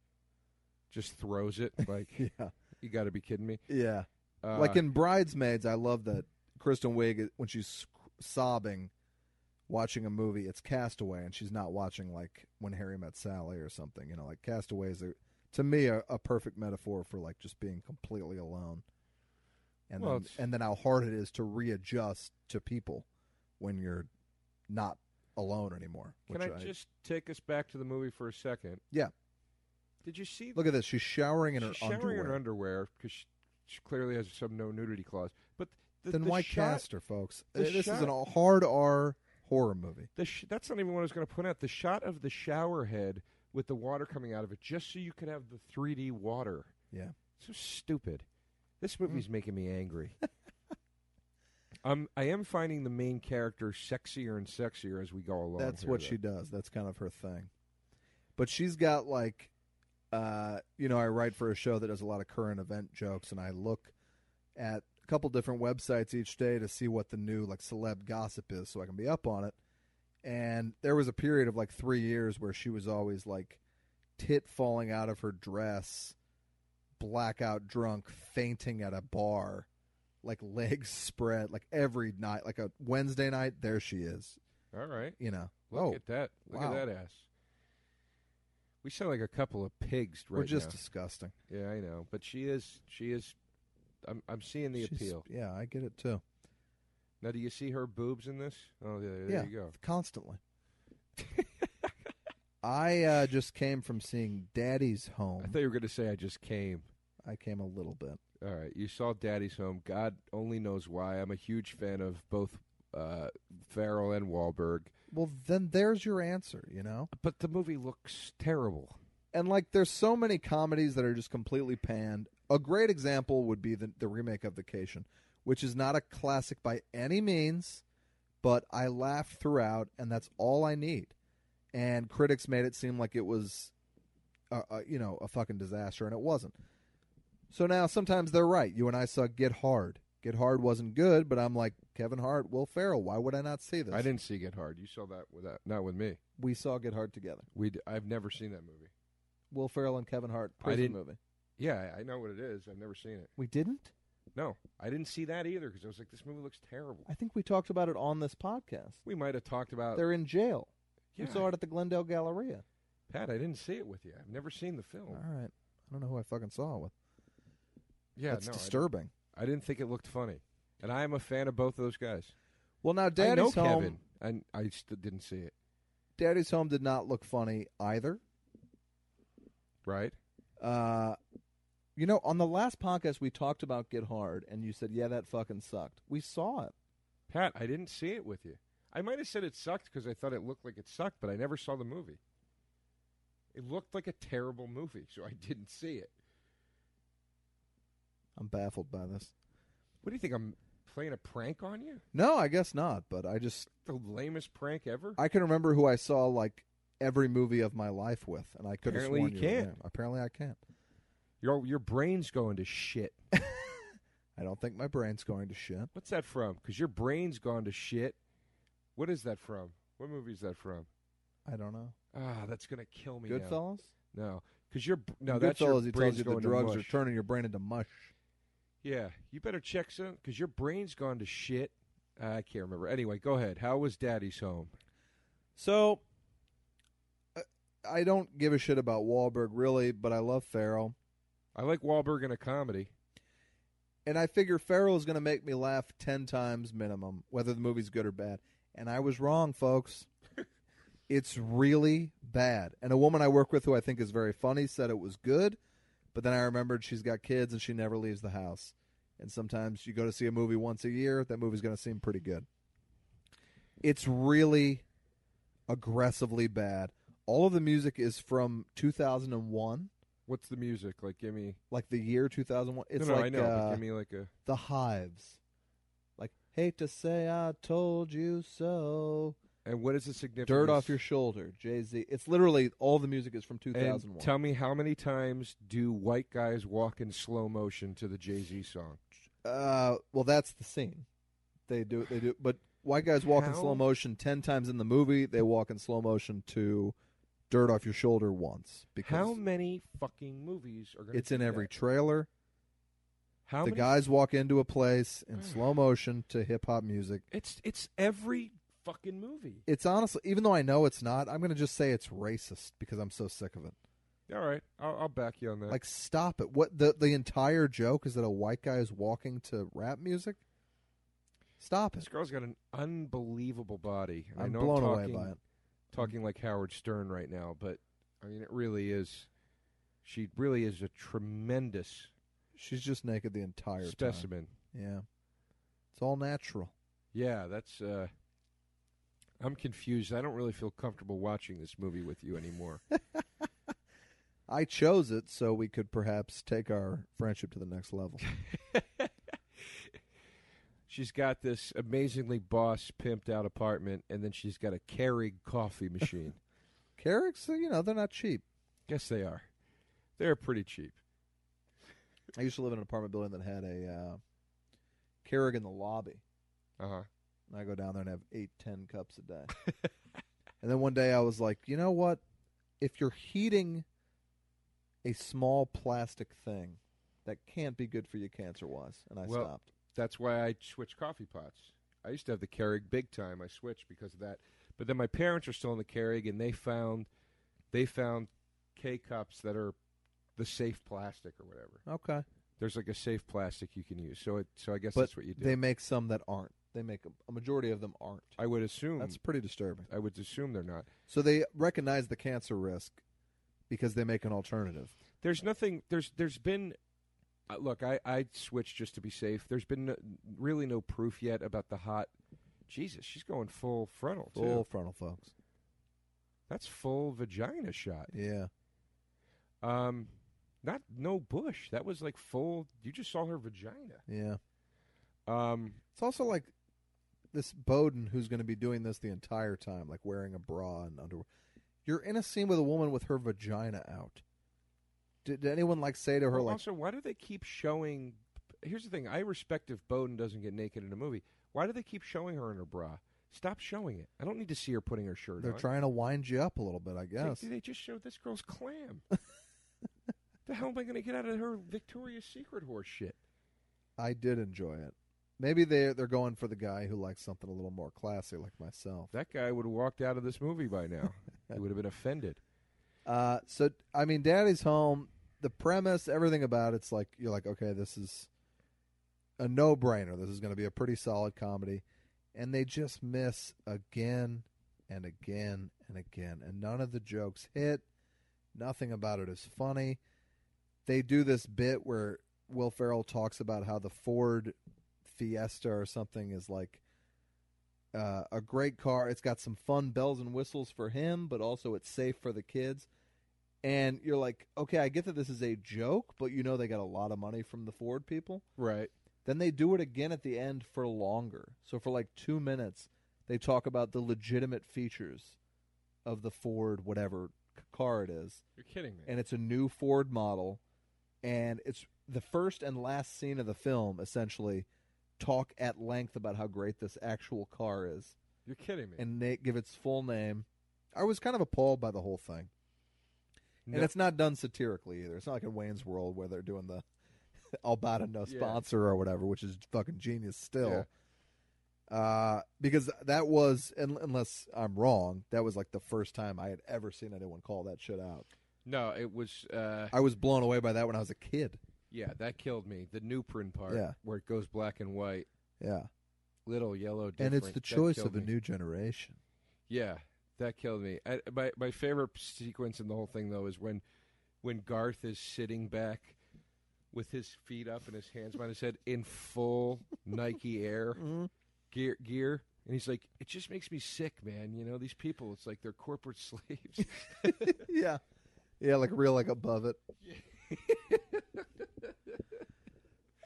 [SPEAKER 1] just throws it. Like
[SPEAKER 2] (laughs) yeah,
[SPEAKER 1] you got to be kidding me.
[SPEAKER 2] yeah.
[SPEAKER 1] Uh,
[SPEAKER 2] like in Bridesmaids, I love that Kristen Wiig when she's sc- sobbing watching a movie. It's Castaway, and she's not watching like When Harry Met Sally or something. You know, like Castaway is a, to me a, a perfect metaphor for like just being completely alone, and
[SPEAKER 1] Well,
[SPEAKER 2] then,
[SPEAKER 1] it's-
[SPEAKER 2] and then how hard it is to readjust to people when you're not alone anymore.
[SPEAKER 1] can
[SPEAKER 2] which
[SPEAKER 1] I just take us back to the movie for a second?
[SPEAKER 2] Yeah.
[SPEAKER 1] Did you see
[SPEAKER 2] look at this? She's showering in her
[SPEAKER 1] She's showering
[SPEAKER 2] underwear.
[SPEAKER 1] in her underwear because she, she clearly has some no nudity clause. But the,
[SPEAKER 2] then
[SPEAKER 1] the
[SPEAKER 2] why
[SPEAKER 1] shot,
[SPEAKER 2] cast her, folks?
[SPEAKER 1] the
[SPEAKER 2] this
[SPEAKER 1] shot-
[SPEAKER 2] is an- a hard R horror movie.
[SPEAKER 1] The sh- that's not even what I was going to point out. The shot of the shower head with the water coming out of it, just so you could have the 3D water.
[SPEAKER 2] Yeah. Mm.
[SPEAKER 1] So stupid. This movie's making me angry.
[SPEAKER 2] (laughs)
[SPEAKER 1] I'm, I am finding the main character sexier and sexier as we go along.
[SPEAKER 2] That's
[SPEAKER 1] here,
[SPEAKER 2] what
[SPEAKER 1] though.
[SPEAKER 2] she does. That's kind of her thing. But she's got like, uh, you know, I write for a show that does a lot of current event jokes, and I look at a couple different websites each day to see what the new like celeb gossip is, so I can be up on it. And there was a period of like three years where she was always like tit falling out of her dress, blackout drunk, fainting at a bar, like (laughs) legs spread, like every night, like a Wednesday night. There she is,
[SPEAKER 1] All right.
[SPEAKER 2] you know.
[SPEAKER 1] Look
[SPEAKER 2] oh,
[SPEAKER 1] at that. Look
[SPEAKER 2] wow.
[SPEAKER 1] at that ass. We sound like a couple of pigs right
[SPEAKER 2] We're just
[SPEAKER 1] now.
[SPEAKER 2] disgusting.
[SPEAKER 1] Yeah, I know, but she is she is. I'm I'm seeing the
[SPEAKER 2] She's-
[SPEAKER 1] appeal
[SPEAKER 2] Yeah, I get it too.
[SPEAKER 1] now. Do you see her boobs in this? Oh, yeah, there
[SPEAKER 2] yeah,
[SPEAKER 1] you go.
[SPEAKER 2] constantly. I uh, just came from seeing Daddy's Home.
[SPEAKER 1] I thought you were going to say I just came.
[SPEAKER 2] I came a little bit.
[SPEAKER 1] All right, you saw Daddy's Home. God only knows why. I'm a huge fan of both uh, Farrell and Wahlberg,
[SPEAKER 2] Well, then there's your answer, you know?
[SPEAKER 1] but the movie looks terrible.
[SPEAKER 2] And like there's so many comedies that are just completely panned. A great example would be the, the remake of Vacation, which is not a classic by any means, but I laughed throughout and that's all I need. And critics made it seem like it was a, a, you know, a fucking disaster and it wasn't. So now sometimes they're right. You and I saw Get Hard. Get Hard wasn't good, but I'm like Kevin Hart, Will Ferrell, why would I not see this?
[SPEAKER 1] I didn't see Get Hard. You saw that without not with me.
[SPEAKER 2] We saw Get Hard together.
[SPEAKER 1] We d- I've never seen that movie.
[SPEAKER 2] Will Ferrell and Kevin Hart
[SPEAKER 1] I
[SPEAKER 2] prison
[SPEAKER 1] didn't-
[SPEAKER 2] movie.
[SPEAKER 1] Yeah, I I know what it is. I've never seen it.
[SPEAKER 2] We didn't?
[SPEAKER 1] No, I didn't see that either because I was like, this movie looks terrible.
[SPEAKER 2] I think we talked about it on this podcast.
[SPEAKER 1] We might have talked about.
[SPEAKER 2] They're in jail.
[SPEAKER 1] Uh, yeah,
[SPEAKER 2] We saw it at the Glendale Galleria.
[SPEAKER 1] Pat, I didn't see it with you. I've never seen the film.
[SPEAKER 2] All right. I don't know who I fucking saw it with.
[SPEAKER 1] Yeah,
[SPEAKER 2] That's
[SPEAKER 1] no, I-
[SPEAKER 2] disturbing.
[SPEAKER 1] I, didn't think it looked funny, and I am a fan of both of those guys.
[SPEAKER 2] Well, now Daddy's
[SPEAKER 1] I know
[SPEAKER 2] Home.
[SPEAKER 1] Kevin, and I st- didn't see it.
[SPEAKER 2] Daddy's Home did not look funny either.
[SPEAKER 1] Right?
[SPEAKER 2] Uh, You know, on the last podcast we talked about Get Hard, and you said, "Yeah, that fucking sucked." We saw it.
[SPEAKER 1] Pat, I didn't see it with you. I might have said it sucked because I thought it looked like it sucked, but I never saw the movie. It looked like a terrible movie, so I didn't see it.
[SPEAKER 2] I'm baffled by this.
[SPEAKER 1] What do you think? I'm playing a prank on you?
[SPEAKER 2] No, I guess not. But I just
[SPEAKER 1] The lamest prank ever?
[SPEAKER 2] I can remember who I saw like every movie of my life with, and I could have
[SPEAKER 1] Apparently
[SPEAKER 2] sworn
[SPEAKER 1] you
[SPEAKER 2] your
[SPEAKER 1] can't.
[SPEAKER 2] name. Apparently, I can't. (laughs)
[SPEAKER 1] Your your brain's going to shit.
[SPEAKER 2] I don't think my brain's going to shit.
[SPEAKER 1] What's that from? Because your brain's gone to shit. What is that from? What movie is that from?
[SPEAKER 2] I don't know.
[SPEAKER 1] Ah, that's gonna kill me. now.
[SPEAKER 2] Goodfellas.
[SPEAKER 1] No, because your br- no. That's your
[SPEAKER 2] Goodfellas. He
[SPEAKER 1] brain's
[SPEAKER 2] tells you the
[SPEAKER 1] going to
[SPEAKER 2] drugs are
[SPEAKER 1] mush.
[SPEAKER 2] turning your brain into mush.
[SPEAKER 1] Yeah, you better check some because your brain's gone to shit. I can't remember. Anyway, go ahead. How was Daddy's home?
[SPEAKER 2] So, I- I don't give a shit about Wahlberg really, but I love Farrell,
[SPEAKER 1] I like Wahlberg in a comedy.
[SPEAKER 2] and I figure Farrell is going to make me laugh ten times minimum, whether the movie's good or bad. And I was
[SPEAKER 1] (laughs)
[SPEAKER 2] wrong, folks. it's really bad. And a woman I work with, who I think is very funny, said it was good, but then I remembered she's got kids and she never leaves the house. And sometimes you go to see a movie once a year, that movie's going to seem pretty good. It's really aggressively bad. All of the music is from 2001,
[SPEAKER 1] What's the music like? Give me.
[SPEAKER 2] like the year 2001. It's
[SPEAKER 1] no, no,
[SPEAKER 2] like
[SPEAKER 1] I know.
[SPEAKER 2] uh,
[SPEAKER 1] but give me like a.
[SPEAKER 2] the hives. Like, hate to say I told you so.
[SPEAKER 1] And what is the significance?
[SPEAKER 2] Dirt off your shoulder, Jay Z. It's literally all the music is from
[SPEAKER 1] And
[SPEAKER 2] 2001.
[SPEAKER 1] tell me how many times do white guys walk in slow motion to the Jay Z song?
[SPEAKER 2] uh, well, that's the scene. They do it. They do. it. But white guys walk in
[SPEAKER 1] How?
[SPEAKER 2] slow motion ten times in the movie. They walk in slow motion to "Dirt Off Your Shoulder" once
[SPEAKER 1] How
[SPEAKER 2] because
[SPEAKER 1] many fucking movies are going to
[SPEAKER 2] it's in every trailer.
[SPEAKER 1] How
[SPEAKER 2] the
[SPEAKER 1] many? Mm.
[SPEAKER 2] guys walk into a place in slow motion to hip hop music.
[SPEAKER 1] It's it's every fucking movie.
[SPEAKER 2] It's honestly, even though I know it's not, I'm gonna just say it's racist because I'm so sick of it.
[SPEAKER 1] All right, I'll, I'll back you on that.
[SPEAKER 2] Like, stop it! What the the entire joke is that a white guy is walking to rap music. Stop
[SPEAKER 1] this
[SPEAKER 2] it!
[SPEAKER 1] girl's got an unbelievable body. and I
[SPEAKER 2] I'm
[SPEAKER 1] know
[SPEAKER 2] blown
[SPEAKER 1] I'm
[SPEAKER 2] away
[SPEAKER 1] talking,
[SPEAKER 2] by it.
[SPEAKER 1] Talking like Howard Stern right now, but I mean, it really is. She really is a tremendous
[SPEAKER 2] She's just naked the entire time.
[SPEAKER 1] specimen.
[SPEAKER 2] Yeah. It's all natural.
[SPEAKER 1] Yeah, that's. uh I'm confused. I don't really feel comfortable watching this movie with you
[SPEAKER 2] (laughs)
[SPEAKER 1] anymore.
[SPEAKER 2] I chose it so we could perhaps take our friendship to the next level.
[SPEAKER 1] she's got this amazingly boss pimped out apartment, and then she's got a Keurig coffee
[SPEAKER 2] (laughs)
[SPEAKER 1] machine.
[SPEAKER 2] Carrick's, you know, they're not cheap.
[SPEAKER 1] Yes, they are. They're pretty cheap.
[SPEAKER 2] I used to live in an apartment building that had a uh, Keurig in the lobby.
[SPEAKER 1] Uh huh.
[SPEAKER 2] And I go down there and have eight, ten cups a day. (laughs) and then one day I was like, you know what? If you're heating a small plastic thing, that can't be good for you cancer wise. And I
[SPEAKER 1] Well,
[SPEAKER 2] stopped.
[SPEAKER 1] That's why I switched coffee pots. I used to have the Keurig big time. I switched because of that. But then my parents are still in the Keurig, and they found they found K cups that are the safe plastic or whatever.
[SPEAKER 2] Okay.
[SPEAKER 1] There's like a safe plastic you can use. So it, so I guess
[SPEAKER 2] But
[SPEAKER 1] that's what you do.
[SPEAKER 2] They make some that aren't. They make a, a majority of them aren't.
[SPEAKER 1] I would assume.
[SPEAKER 2] That's pretty disturbing.
[SPEAKER 1] I would assume they're not.
[SPEAKER 2] So they recognize the cancer risk because they make an alternative.
[SPEAKER 1] there's nothing there's there's been uh, look i i switched just to be safe there's been no, really no proof yet about the hot jesus she's going full frontal too
[SPEAKER 2] Full frontal, folks.
[SPEAKER 1] that's full vagina shot
[SPEAKER 2] Yeah.
[SPEAKER 1] um not no bush that was like full you just saw her vagina
[SPEAKER 2] Yeah.
[SPEAKER 1] um
[SPEAKER 2] It's also like this Bowden who's going to be doing this the entire time, like wearing a bra and underwear. You're in a scene with a woman with her vagina out. Did, did anyone like say to her,
[SPEAKER 1] well,
[SPEAKER 2] like,
[SPEAKER 1] also why do they keep showing here's the thing i respect if bowden doesn't get naked in a movie why do they keep showing her in her bra stop showing it i don't need to see her putting her shirt
[SPEAKER 2] they're
[SPEAKER 1] on
[SPEAKER 2] trying to wind you up a little bit, I
[SPEAKER 1] It's like,
[SPEAKER 2] guess?
[SPEAKER 1] dude, they just showed this girl's
[SPEAKER 2] (laughs)
[SPEAKER 1] clam. the hell am I going to get out of her Victoria's Secret horse shit?
[SPEAKER 2] I did enjoy it. Maybe they're, they're going for the guy who likes something a little more classy, like myself.
[SPEAKER 1] That guy would have walked out of this movie by now. he would have been
[SPEAKER 2] (laughs)
[SPEAKER 1] offended.
[SPEAKER 2] Uh, so I mean, Daddy's Home. The premise, everything about it's like you're like, okay, this is a no-brainer. This is going to be a pretty solid comedy, and they just miss again and again and again, and none of the jokes hit. Nothing about it is funny. they do this bit where Will Ferrell talks about how the Ford Fiesta or something is like uh, a great car. It's got some fun bells and whistles for him, but also it's safe for the kids. And you're like, okay, I get that this is a joke, but you know they got a lot of money from the Ford people.
[SPEAKER 1] Right.
[SPEAKER 2] Then they do it again at the end for longer. So for like two minutes, they talk about the legitimate features of the Ford, whatever c- car it is
[SPEAKER 1] You're kidding me.
[SPEAKER 2] and it's a new Ford model, and it's the first and last scene of the film. Essentially, talk at length about how great this actual car is,
[SPEAKER 1] You're kidding me.
[SPEAKER 2] and they give its full name. I was kind of appalled by the whole thing,
[SPEAKER 1] No-
[SPEAKER 2] and it's not done satirically either. It's not like in Wayne's World where they're doing the (laughs) Albata no
[SPEAKER 1] Yeah.
[SPEAKER 2] sponsor or whatever, which is fucking genius still.
[SPEAKER 1] Yeah.
[SPEAKER 2] Uh, because that was, un- unless I'm wrong, that was like the first time I had ever seen anyone call that shit out.
[SPEAKER 1] no, it was. Uh,
[SPEAKER 2] I was blown away by that when I was a kid.
[SPEAKER 1] yeah, that killed me. The new print part,
[SPEAKER 2] Yeah.
[SPEAKER 1] where it goes black and white,
[SPEAKER 2] Yeah.
[SPEAKER 1] little yellow. Different.
[SPEAKER 2] and it's the
[SPEAKER 1] That
[SPEAKER 2] choice
[SPEAKER 1] killed
[SPEAKER 2] of a
[SPEAKER 1] me.
[SPEAKER 2] new generation.
[SPEAKER 1] Yeah, that killed me. I, my my favorite sequence in the whole thing though is when when Garth is sitting back with his feet up and his hands behind his head in
[SPEAKER 2] (laughs)
[SPEAKER 1] full Nike Air gear gear. And he's like, it just makes me sick, man. You know, these people, it's like they're corporate (laughs) slaves.
[SPEAKER 2] (laughs) yeah, yeah, like real, like above it.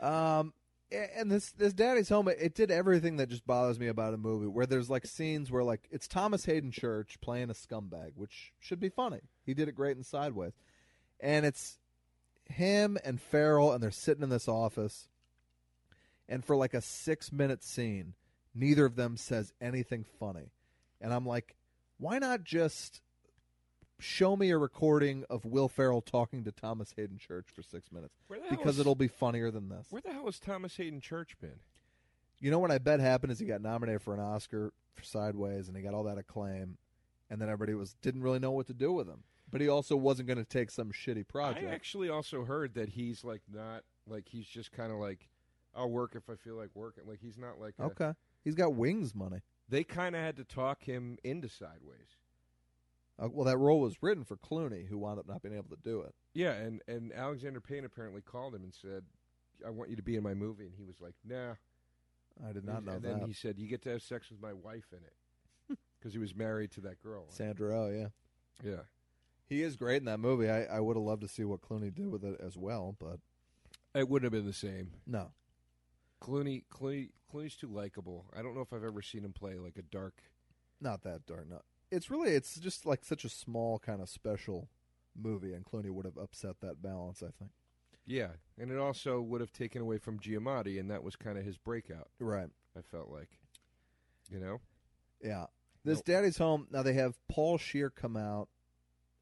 [SPEAKER 2] um, a- and this this Daddy's Home, it- it did everything that just bothers me about a movie where there's like scenes where like it's Thomas Hayden Church playing a scumbag, which should be funny. He did it great in Sideways, and it's him and Farrell, and they're sitting in this office, and for like a six minute scene, neither of them says anything funny, and I'm like, why not just show me a recording of Will Ferrell talking to Thomas Hayden Church for six minutes
[SPEAKER 1] where the hell
[SPEAKER 2] because
[SPEAKER 1] is-
[SPEAKER 2] it'll be funnier than this.
[SPEAKER 1] Where the hell has Thomas Hayden Church been?
[SPEAKER 2] You know what I bet happened is he got nominated for an Oscar for Sideways and he got all that acclaim, and then everybody was didn't really know what to do with him. But he also wasn't going to take some shitty project.
[SPEAKER 1] I actually also heard that he's like not like he's just kind of like I'll work if I feel like working. Like he's not like a-
[SPEAKER 2] okay, he's got wings money.
[SPEAKER 1] they kind of had to talk him into sideways.
[SPEAKER 2] Uh, well, that role was written for Clooney, who wound up not being able to do it.
[SPEAKER 1] Yeah, and and Alexander Payne apparently called him and said, "I want you to be in my movie," and he was like, "Nah."
[SPEAKER 2] I did not know
[SPEAKER 1] and
[SPEAKER 2] that.
[SPEAKER 1] then he said, "You get to have sex with my wife in it,"
[SPEAKER 2] (laughs)
[SPEAKER 1] because he was married to that girl.
[SPEAKER 2] Sandra Oh, yeah,
[SPEAKER 1] Yeah,
[SPEAKER 2] he is great in that movie. I, I would have loved to see what Clooney did with it as well, but
[SPEAKER 1] it wouldn't have been the same.
[SPEAKER 2] no,
[SPEAKER 1] Clooney, Clooney, Clooney's too likable. I don't know if I've ever seen him play like a dark.
[SPEAKER 2] not that dark. No, it's really it's just like such a small kind of special movie, and Clooney would have upset that balance. I think.
[SPEAKER 1] Yeah, and it also would have taken away from Giamatti, and that was kind of his breakout.
[SPEAKER 2] Right.
[SPEAKER 1] I felt like, you know,
[SPEAKER 2] Yeah. This
[SPEAKER 1] Nope.
[SPEAKER 2] Daddy's Home. Now they have Paul Shear come out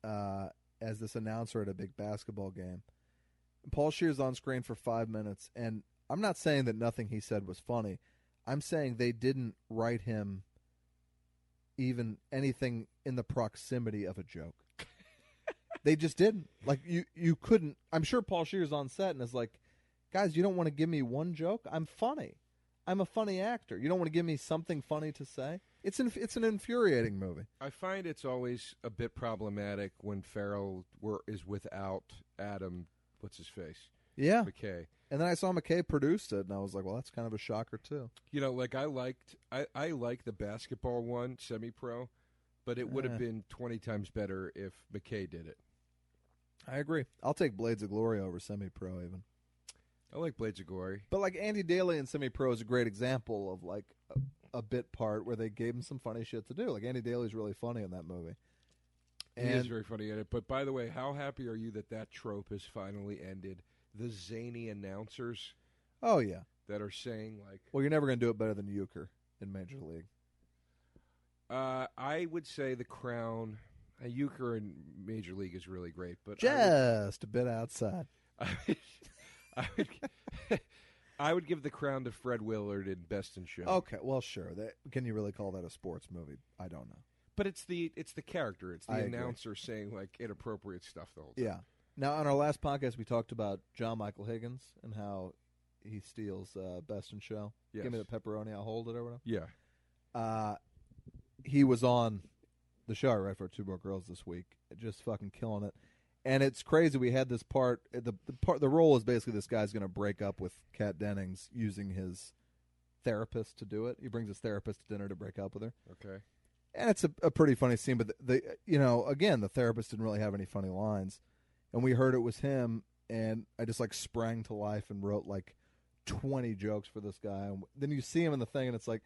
[SPEAKER 2] uh, as this announcer at a big basketball game. Paul Shear's on screen for five minutes, and I'm not saying that nothing he said was funny. I'm saying they didn't write him even anything in the proximity of a joke. they just didn't. Like you, you couldn't. I'm sure Paul Shear's on set and is like, guys, you don't want to give me one joke. I'm funny. I'm a funny actor. You don't want to give me something funny to say. It's an it's an infuriating movie.
[SPEAKER 1] I find it's always a bit problematic when Farrell were, is without Adam. What's his face?
[SPEAKER 2] Yeah.
[SPEAKER 1] McKay.
[SPEAKER 2] And then I saw McKay produced it, and I was like, well, that's kind of a shocker too.
[SPEAKER 1] You know, like I liked, I I liked the basketball one, semi-pro, but it would have
[SPEAKER 2] Uh.
[SPEAKER 1] been twenty times better if McKay did it.
[SPEAKER 2] I agree. I'll take Blades of Glory over Semi Pro even.
[SPEAKER 1] I like Blades of Glory.
[SPEAKER 2] But like Andy Daly in Semi Pro is a great example of like a, a bit part where they gave him some funny shit to do. Like Andy Daly's really funny in that movie.
[SPEAKER 1] he is
[SPEAKER 2] And
[SPEAKER 1] very funny in it. But by the way, how happy are you that that trope has finally ended? The zany announcers
[SPEAKER 2] oh yeah,
[SPEAKER 1] that are saying like,
[SPEAKER 2] well you're never gonna do it better than Euchre in Major League.
[SPEAKER 1] uh, I would say the crown. Uh, Euchre in Major League is really great, but I would-
[SPEAKER 2] Just a bit outside.
[SPEAKER 1] I would, (laughs) I would, I would give the crown to Fred Willard in Best in Show.
[SPEAKER 2] Okay, well sure. That, can you really call that a sports movie? I don't know.
[SPEAKER 1] but it's the it's the character. It's the
[SPEAKER 2] I agree.
[SPEAKER 1] announcer saying like inappropriate stuff the whole time.
[SPEAKER 2] Yeah. Now, on our last podcast, we talked about John Michael Higgins and how he steals uh, Best in Show.
[SPEAKER 1] Yes.
[SPEAKER 2] Give me the pepperoni, I'll hold it or whatever.
[SPEAKER 1] yeah.
[SPEAKER 2] Uh, he was on the show I read for Two Broke Girls this week, just fucking killing it. and it's crazy. We had this part. uh, The, the part. The role is basically this guy's going to break up with Kat Dennings using his therapist to do it. He brings his therapist to dinner to break up with her,
[SPEAKER 1] Okay.
[SPEAKER 2] and it's a, a pretty funny scene. But the, the you know again the therapist didn't really have any funny lines, and we heard it was him, and I just like sprang to life and wrote like twenty jokes for this guy. And then you see him in the thing, and it's like,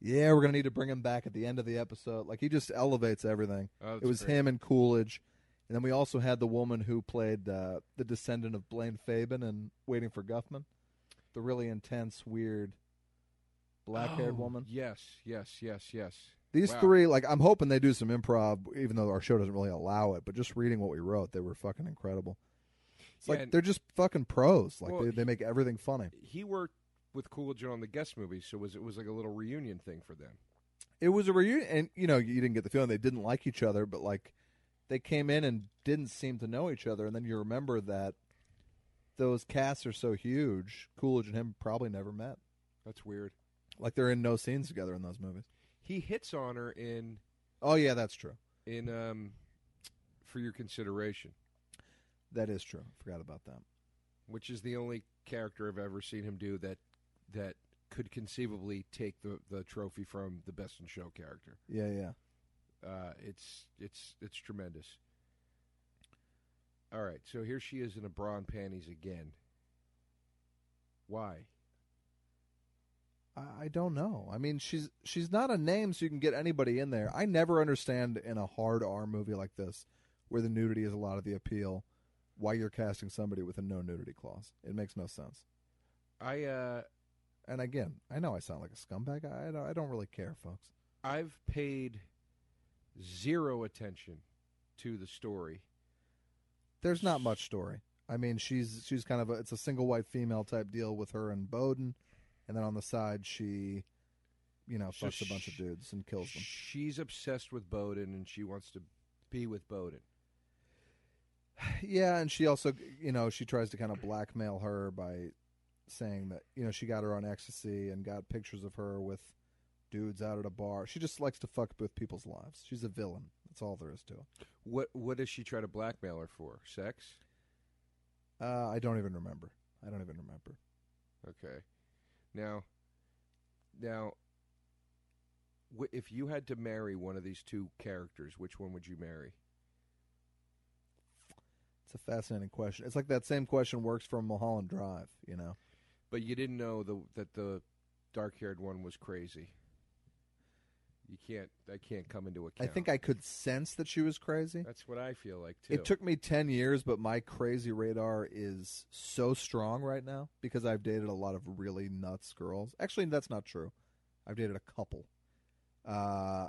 [SPEAKER 2] yeah, we're going to need to bring him back at the end of the episode. Like he just elevates everything
[SPEAKER 1] Oh, that's
[SPEAKER 2] it was
[SPEAKER 1] great.
[SPEAKER 2] him and Coolidge, and then we also had the woman who played uh, the descendant of Blaine Fabin and Waiting for Guffman, the really intense, weird, black-haired
[SPEAKER 1] Oh,
[SPEAKER 2] woman.
[SPEAKER 1] Yes, yes, yes, yes.
[SPEAKER 2] These
[SPEAKER 1] wow.
[SPEAKER 2] three, like, I'm hoping they do some improv, even though our show doesn't really allow it. But just reading what we wrote, they were fucking incredible. It's
[SPEAKER 1] Yeah,
[SPEAKER 2] like
[SPEAKER 1] and-
[SPEAKER 2] they're just fucking pros. Like
[SPEAKER 1] Well,
[SPEAKER 2] they, they make everything funny.
[SPEAKER 1] He worked with Coolidge on the guest movie, so was it was like a little reunion thing for them.
[SPEAKER 2] It was a reunion, and you know, you didn't get the feeling they didn't like each other, but like they came in and didn't seem to know each other. And then you remember that those casts are so huge. Coolidge and him probably never met.
[SPEAKER 1] That's weird.
[SPEAKER 2] Like they're in no scenes together in those movies.
[SPEAKER 1] He hits on her in
[SPEAKER 2] Oh yeah, that's true.
[SPEAKER 1] in um for your consideration,
[SPEAKER 2] That is true. Forgot about that.
[SPEAKER 1] which is the only character I've ever seen him do that that could conceivably take the the trophy from the best in show character.
[SPEAKER 2] Yeah, yeah.
[SPEAKER 1] Uh, it's it's it's tremendous. All right, so here she is in a bra and panties again. Why?
[SPEAKER 2] I, I don't know. I mean, she's she's not a name, so you can get anybody in there. I never understand in a hard R movie like this, where the nudity is a lot of the appeal, why you're casting somebody with a no nudity clause. It makes no sense.
[SPEAKER 1] I uh
[SPEAKER 2] And again, I know I sound like a scumbag. I, I, don't, I don't really care, folks.
[SPEAKER 1] I've paid zero attention to the story.
[SPEAKER 2] There's not much story. I mean, she's she's kind of a, it's a single white female type deal with her and Bowden, and then on the side she, you know,
[SPEAKER 1] So
[SPEAKER 2] fucks a bunch of
[SPEAKER 1] sh-
[SPEAKER 2] dudes and kills them.
[SPEAKER 1] She's obsessed with Bowden and she wants to be with Bowden.
[SPEAKER 2] yeah, and she also you know she tries to kind of blackmail her by saying that you know she got her on ecstasy and got pictures of her with dudes out at a bar. She just likes to fuck with people's lives. She's a villain. That's all there is to it.
[SPEAKER 1] What what does she try to blackmail her for? Sex?
[SPEAKER 2] Uh, I don't even remember. I don't even remember.
[SPEAKER 1] Okay. Now now wh- if you had to marry one of these two characters, which one would you marry?
[SPEAKER 2] It's a fascinating question. It's like that same question works for Mulholland Drive, you know.
[SPEAKER 1] But you didn't know the, that the dark-haired one was crazy. You can't that can't come into account.
[SPEAKER 2] I think I could sense that she was crazy.
[SPEAKER 1] That's what I feel like too.
[SPEAKER 2] It took me 10 years, but my crazy radar is so strong right now because I've dated a lot of really nuts girls. Actually, that's not true. I've dated a couple. Uh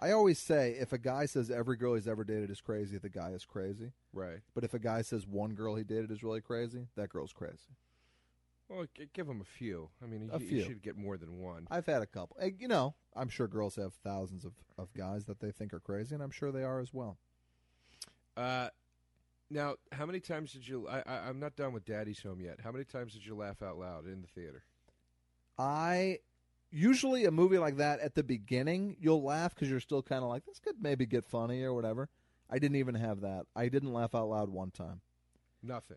[SPEAKER 2] I always say if a guy says every girl he's ever dated is crazy, the guy is crazy.
[SPEAKER 1] right.
[SPEAKER 2] But if a guy says one girl he dated is really crazy, that girl's crazy.
[SPEAKER 1] Well, g- give them a few. I mean,
[SPEAKER 2] A
[SPEAKER 1] you, you
[SPEAKER 2] few.
[SPEAKER 1] should get more than one.
[SPEAKER 2] I've had a couple. Eh, You know, I'm sure girls have thousands of, of guys that they think are crazy, and I'm sure they are as well.
[SPEAKER 1] Uh, now, how many times did you? I, I, I'm not done with Daddy's Home yet. How many times did you laugh out loud in the theater?
[SPEAKER 2] I usually a movie like that at the beginning, you'll laugh because you're still kind of like, this could maybe get funny or whatever. I didn't even have that. I didn't laugh out loud one time.
[SPEAKER 1] Nothing.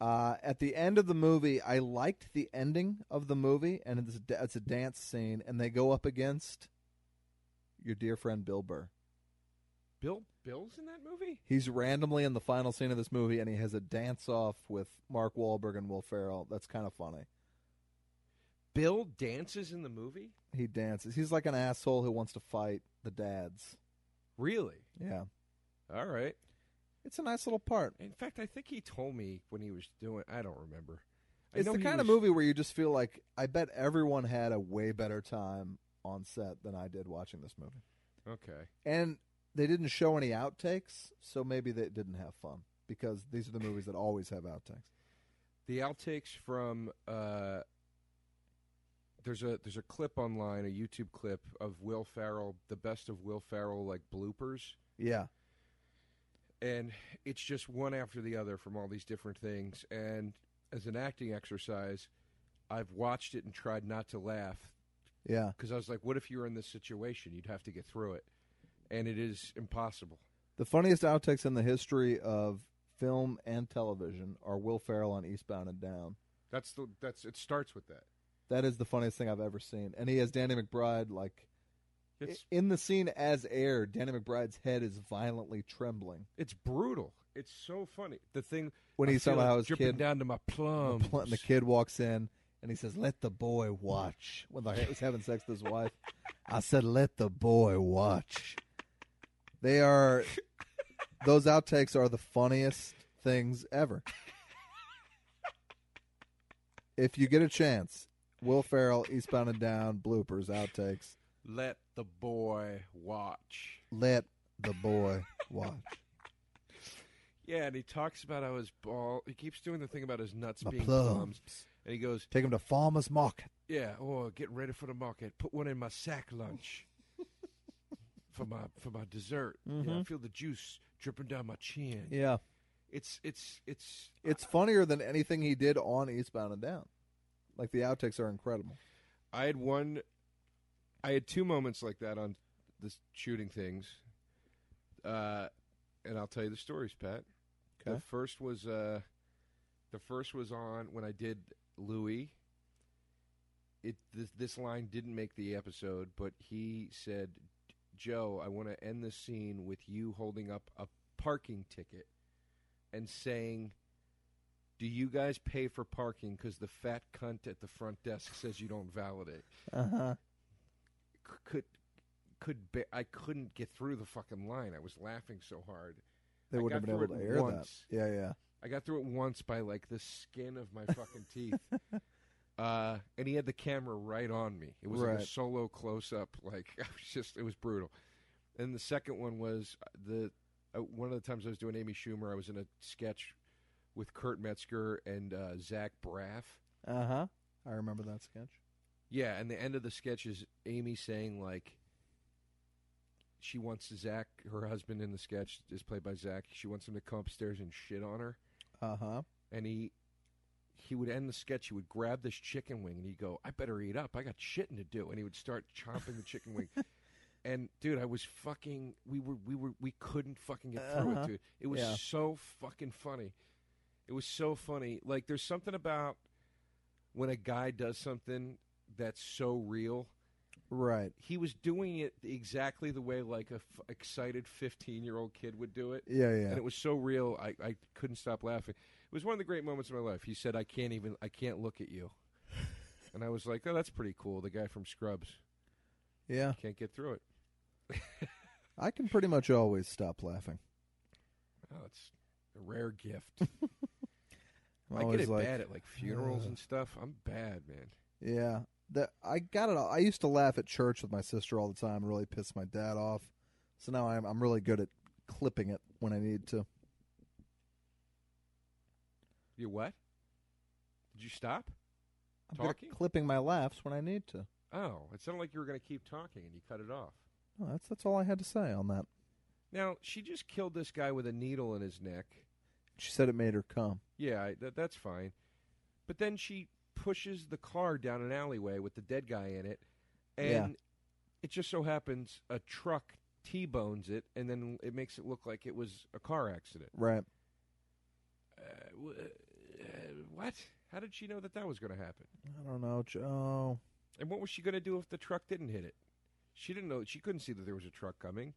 [SPEAKER 2] Uh, at the end of the movie, I liked the ending of the movie, and it's a, da- it's a dance scene, and they go up against your dear friend Bill Burr.
[SPEAKER 1] Bill Bill's in that movie.
[SPEAKER 2] He's randomly in the final scene of this movie, and he has a dance off with Mark Wahlberg and Will Ferrell. That's kind of funny.
[SPEAKER 1] Bill dances in the movie.
[SPEAKER 2] He dances. He's like an asshole who wants to fight the dads.
[SPEAKER 1] Really?
[SPEAKER 2] Yeah,
[SPEAKER 1] All right.
[SPEAKER 2] it's a nice little part.
[SPEAKER 1] In fact, I think he told me when he was doing. I don't remember. I
[SPEAKER 2] It's
[SPEAKER 1] know
[SPEAKER 2] the
[SPEAKER 1] he
[SPEAKER 2] kind of
[SPEAKER 1] was-
[SPEAKER 2] movie where you just feel like I bet everyone had a way better time on set than I did watching this movie.
[SPEAKER 1] Okay.
[SPEAKER 2] And they didn't show any outtakes, so maybe they didn't have fun because these are the movies that always have outtakes.
[SPEAKER 1] the outtakes from uh, there's a there's a clip online, a YouTube clip of Will Farrell, the best of Will Farrell like bloopers,
[SPEAKER 2] Yeah.
[SPEAKER 1] and it's just one after the other from all these different things. And as an acting exercise, I've watched it and tried not to laugh
[SPEAKER 2] Yeah.
[SPEAKER 1] because I was like, what if you were in this situation? You'd have to get through it, and it is impossible.
[SPEAKER 2] The funniest outtakes in the history of film and television are Will Ferrell on Eastbound and Down.
[SPEAKER 1] That's the that's it starts with that.
[SPEAKER 2] That is the funniest thing I've ever seen. And he has Danny McBride like i-
[SPEAKER 1] It's
[SPEAKER 2] in the scene as air. Danny McBride's head is violently trembling
[SPEAKER 1] it's brutal. It's so funny. The thing
[SPEAKER 2] when
[SPEAKER 1] I
[SPEAKER 2] he
[SPEAKER 1] feel it
[SPEAKER 2] somehow his
[SPEAKER 1] dripping
[SPEAKER 2] kid
[SPEAKER 1] down to my plums.
[SPEAKER 2] the, pl- the kid walks in and he says, "Let the boy watch." When the was having sex with his wife, I said, "Let the boy watch." They are those outtakes are the funniest things ever. If you get a chance, Will Ferrell, Eastbound and Down, bloopers, outtakes.
[SPEAKER 1] Let the boy watch.
[SPEAKER 2] Let the boy watch.
[SPEAKER 1] Yeah, and he talks about how his ball. He keeps doing the thing about his nuts
[SPEAKER 2] My
[SPEAKER 1] being
[SPEAKER 2] plums.
[SPEAKER 1] plums, and he goes,
[SPEAKER 2] Take him to farmer's market.
[SPEAKER 1] "Yeah, oh, get ready for the market. Put one in my sack
[SPEAKER 2] (laughs)
[SPEAKER 1] lunch for my for my dessert. Yeah, I
[SPEAKER 2] Mhm.
[SPEAKER 1] feel the juice dripping down my chin.
[SPEAKER 2] Yeah,
[SPEAKER 1] It's it's it's
[SPEAKER 2] it's funnier than anything he did on Eastbound and Down. Like the outtakes are incredible.
[SPEAKER 1] I had one, I had two moments like that on the shooting things, uh, and I'll tell you the stories, Pat. The
[SPEAKER 2] Okay.
[SPEAKER 1] first was uh, the first was on when I did Louis. It this, this line didn't make the episode, but he said, "Joe, I want to end this scene with you holding up a parking ticket and saying." Do you guys pay for parking because the fat cunt at the front desk says you don't validate?
[SPEAKER 2] Uh huh.
[SPEAKER 1] c- could could be, I couldn't get through the fucking line. I was laughing so hard.
[SPEAKER 2] They
[SPEAKER 1] I
[SPEAKER 2] wouldn't
[SPEAKER 1] got
[SPEAKER 2] have been able
[SPEAKER 1] through
[SPEAKER 2] to
[SPEAKER 1] it
[SPEAKER 2] air
[SPEAKER 1] once.
[SPEAKER 2] that. Yeah, yeah.
[SPEAKER 1] I got through it once by like the skin of my fucking teeth. Uh, and he had the camera right on me. It was like a
[SPEAKER 2] Right.
[SPEAKER 1] solo close up. Like (laughs) I was just, it was brutal. And the second one was the uh, one of the times I was doing Amy Schumer. I was in a sketch with Kurt Metzger and uh, Zach Braff.
[SPEAKER 2] Uh huh. I remember that sketch.
[SPEAKER 1] Yeah, and the end of the sketch is Amy saying like she wants Zach, her husband in the sketch is played by Zach. She wants him to come upstairs and shit on her,
[SPEAKER 2] Uh huh.
[SPEAKER 1] and he he would end the sketch. He would grab this chicken wing and he'd go, "I better eat up. I got shitting to do," and he would start chomping the chicken
[SPEAKER 2] (laughs)
[SPEAKER 1] wing. And dude, I was fucking. We were we were we couldn't fucking get through
[SPEAKER 2] Uh-huh.
[SPEAKER 1] it, dude. It was
[SPEAKER 2] Yeah.
[SPEAKER 1] so fucking funny. It was so funny. Like there's something about when a guy does something that's so real
[SPEAKER 2] Right.
[SPEAKER 1] he was doing it exactly the way like a f- excited 15 year old kid would do it
[SPEAKER 2] Yeah, yeah.
[SPEAKER 1] and it was so real I, I couldn't stop laughing it was one of the great moments of my life he said i can't even i can't look at
[SPEAKER 2] (laughs)
[SPEAKER 1] you and i was like oh that's pretty cool the guy from scrubs
[SPEAKER 2] yeah.
[SPEAKER 1] can't get through it
[SPEAKER 2] I can pretty much always stop laughing.
[SPEAKER 1] oh it's a rare gift
[SPEAKER 2] I'm
[SPEAKER 1] i get it
[SPEAKER 2] always like,
[SPEAKER 1] bad at like funerals
[SPEAKER 2] "Ugh."
[SPEAKER 1] and stuff i'm bad man
[SPEAKER 2] Yeah. That I got it. All. I used to laugh at church with my sister all the time and really piss my dad off. So now I'm I'm really good at clipping it when I need to.
[SPEAKER 1] you what did you stop
[SPEAKER 2] I'm good at
[SPEAKER 1] Talking?
[SPEAKER 2] clipping my laughs when I need to.
[SPEAKER 1] oh it sounded like you were going to keep talking and you cut it off
[SPEAKER 2] No, Oh, that's that's all I had to say on that.
[SPEAKER 1] now she just killed this guy with a needle in his neck
[SPEAKER 2] She said it made her come.
[SPEAKER 1] Yeah, I, that, that's fine. But then she pushes the car down an alleyway with the dead guy in it, and
[SPEAKER 2] Yeah.
[SPEAKER 1] it just so happens a truck T-bones it, and then it makes it look like it was a car accident.
[SPEAKER 2] Right.
[SPEAKER 1] Uh, w- uh, what? How did she know that that was going to happen?
[SPEAKER 2] I don't know, oh. Joe.
[SPEAKER 1] And what was she going to do if the truck didn't hit it? She didn't know. She couldn't see that there was a truck coming.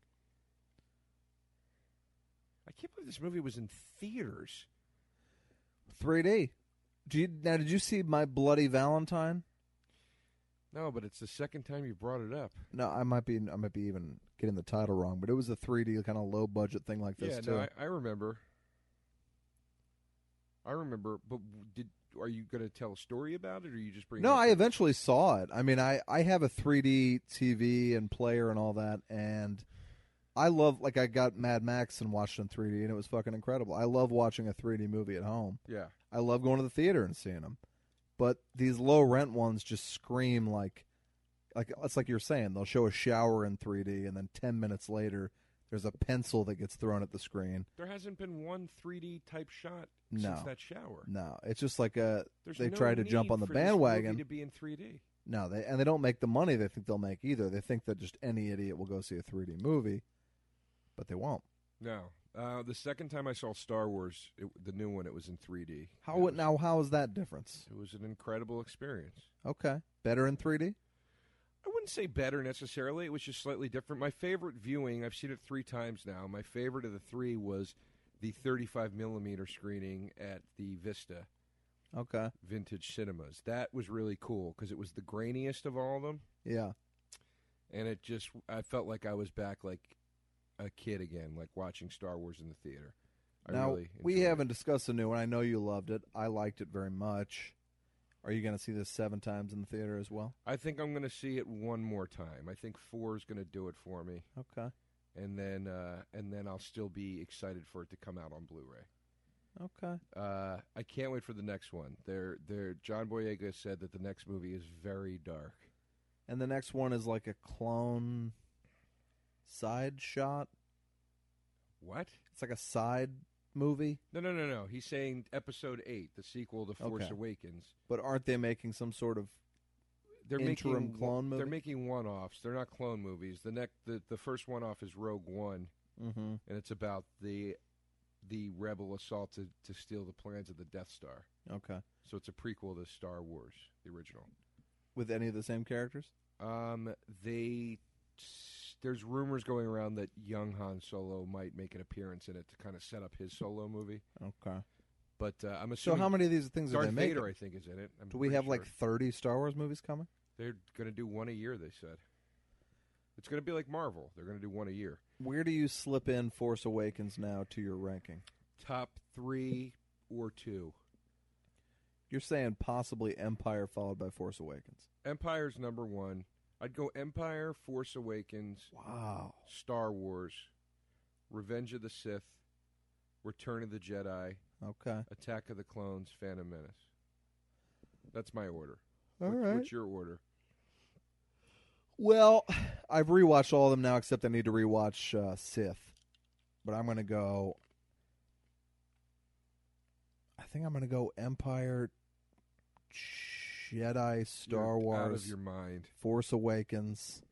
[SPEAKER 1] I can't believe this movie was in theaters.
[SPEAKER 2] 3D. Do you, now, did you see My Bloody Valentine?
[SPEAKER 1] No, but it's the second time you brought it up.
[SPEAKER 2] No, I might be I might be even getting the title wrong, but it was a 3D kind of low budget thing like this
[SPEAKER 1] yeah,
[SPEAKER 2] too.
[SPEAKER 1] no, I, I remember. I remember, but w- did are you going to tell a story about it, or you just bring?
[SPEAKER 2] no,
[SPEAKER 1] it up
[SPEAKER 2] I
[SPEAKER 1] as-
[SPEAKER 2] eventually saw it. I mean, I I have a 3D TV and player and all that, and I love like I got Mad Max and watched it in 3D, and it was fucking incredible. I love watching a 3D movie at home.
[SPEAKER 1] Yeah,
[SPEAKER 2] I love going to the theater and seeing them, but these low rent ones just scream like, like it's like you're saying they'll show a shower in 3D, and then 10 minutes later there's a pencil that gets thrown at the screen.
[SPEAKER 1] there hasn't been one 3D type shot since
[SPEAKER 2] No.
[SPEAKER 1] that shower.
[SPEAKER 2] No, it's just like a
[SPEAKER 1] There's
[SPEAKER 2] They
[SPEAKER 1] no
[SPEAKER 2] tried to jump
[SPEAKER 1] need
[SPEAKER 2] on the
[SPEAKER 1] for this
[SPEAKER 2] bandwagon.
[SPEAKER 1] movie to be in 3D.
[SPEAKER 2] No, they and they don't make the money they think they'll make either. They think that just any idiot will go see a 3D movie, but they won't.
[SPEAKER 1] No. Uh, the second time I saw Star Wars, it, the new one, it was in 3D.
[SPEAKER 2] How
[SPEAKER 1] It
[SPEAKER 2] would
[SPEAKER 1] was-
[SPEAKER 2] now? How is that difference?
[SPEAKER 1] It was an incredible experience.
[SPEAKER 2] Okay, better in 3D.
[SPEAKER 1] I wouldn't say better necessarily. It was just slightly different. My favorite viewing, I've seen it three times now. My favorite of the three was the 35 millimeter screening at the Vista
[SPEAKER 2] Okay,
[SPEAKER 1] Vintage Cinemas. That was really cool because it was the grainiest of all of them,
[SPEAKER 2] yeah,
[SPEAKER 1] and it just I felt like I was back like a kid again, like watching Star Wars in the theater. I
[SPEAKER 2] now,
[SPEAKER 1] really
[SPEAKER 2] we
[SPEAKER 1] enjoyed it.
[SPEAKER 2] haven't discussed the new one. I know you loved it. I liked it very much. Are you going to see this seven times in the theater as well?
[SPEAKER 1] I think I'm going to see it one more time. I think four is going to do it for me,
[SPEAKER 2] Okay.
[SPEAKER 1] and then uh, and then I'll still be excited for it to come out on Blu-ray.
[SPEAKER 2] Okay.
[SPEAKER 1] Uh, I can't wait for the next one. There, there. John Boyega said that the next movie is very dark.
[SPEAKER 2] And the next one is like a clone side shot.
[SPEAKER 1] What?
[SPEAKER 2] It's like a side movie.
[SPEAKER 1] No, no, no, no. He's saying Episode Eight, the sequel to Force
[SPEAKER 2] Okay.
[SPEAKER 1] Awakens.
[SPEAKER 2] But aren't they making some sort of
[SPEAKER 1] They're
[SPEAKER 2] Interim
[SPEAKER 1] making
[SPEAKER 2] clone
[SPEAKER 1] They're
[SPEAKER 2] movie?
[SPEAKER 1] making one-offs. They're not clone movies. The next, the, the first one-off is Rogue One,
[SPEAKER 2] mm-hmm.
[SPEAKER 1] and it's about the the rebel assault to, to steal the plans of the Death Star.
[SPEAKER 2] okay
[SPEAKER 1] So it's a prequel to Star Wars, the original.
[SPEAKER 2] with any of the same characters?
[SPEAKER 1] Um, they there's rumors going around that young Han Solo might make an appearance in it to kind of set up his solo movie.
[SPEAKER 2] Okay.
[SPEAKER 1] But uh, I'm
[SPEAKER 2] So
[SPEAKER 1] assuming
[SPEAKER 2] how many of these things are
[SPEAKER 1] Darth
[SPEAKER 2] they making?
[SPEAKER 1] Vader, I think, is in it. I'm
[SPEAKER 2] Do we
[SPEAKER 1] pretty
[SPEAKER 2] have
[SPEAKER 1] sure.
[SPEAKER 2] like thirty Star Wars movies coming?
[SPEAKER 1] they're going to do one a year? They said it's going to be like Marvel. They're going to do one a year.
[SPEAKER 2] Where do you slip in Force Awakens now to your ranking?
[SPEAKER 1] Top three or two.
[SPEAKER 2] You're saying possibly Empire followed by Force Awakens.
[SPEAKER 1] Empire's number one. I'd go Empire, Force Awakens,
[SPEAKER 2] Wow.
[SPEAKER 1] Star Wars, Revenge of the Sith, Return of the Jedi,
[SPEAKER 2] Okay.
[SPEAKER 1] Attack of the Clones, Phantom Menace. That's my order.
[SPEAKER 2] All
[SPEAKER 1] What-
[SPEAKER 2] right.
[SPEAKER 1] What's your order?
[SPEAKER 2] Well, (sighs) I've rewatched all of them now, except I need to rewatch uh, Sith. But I'm gonna go. I think I'm gonna go Empire, Jedi,
[SPEAKER 1] You're
[SPEAKER 2] Star
[SPEAKER 1] Out
[SPEAKER 2] Wars,
[SPEAKER 1] of your mind.
[SPEAKER 2] Force Awakens.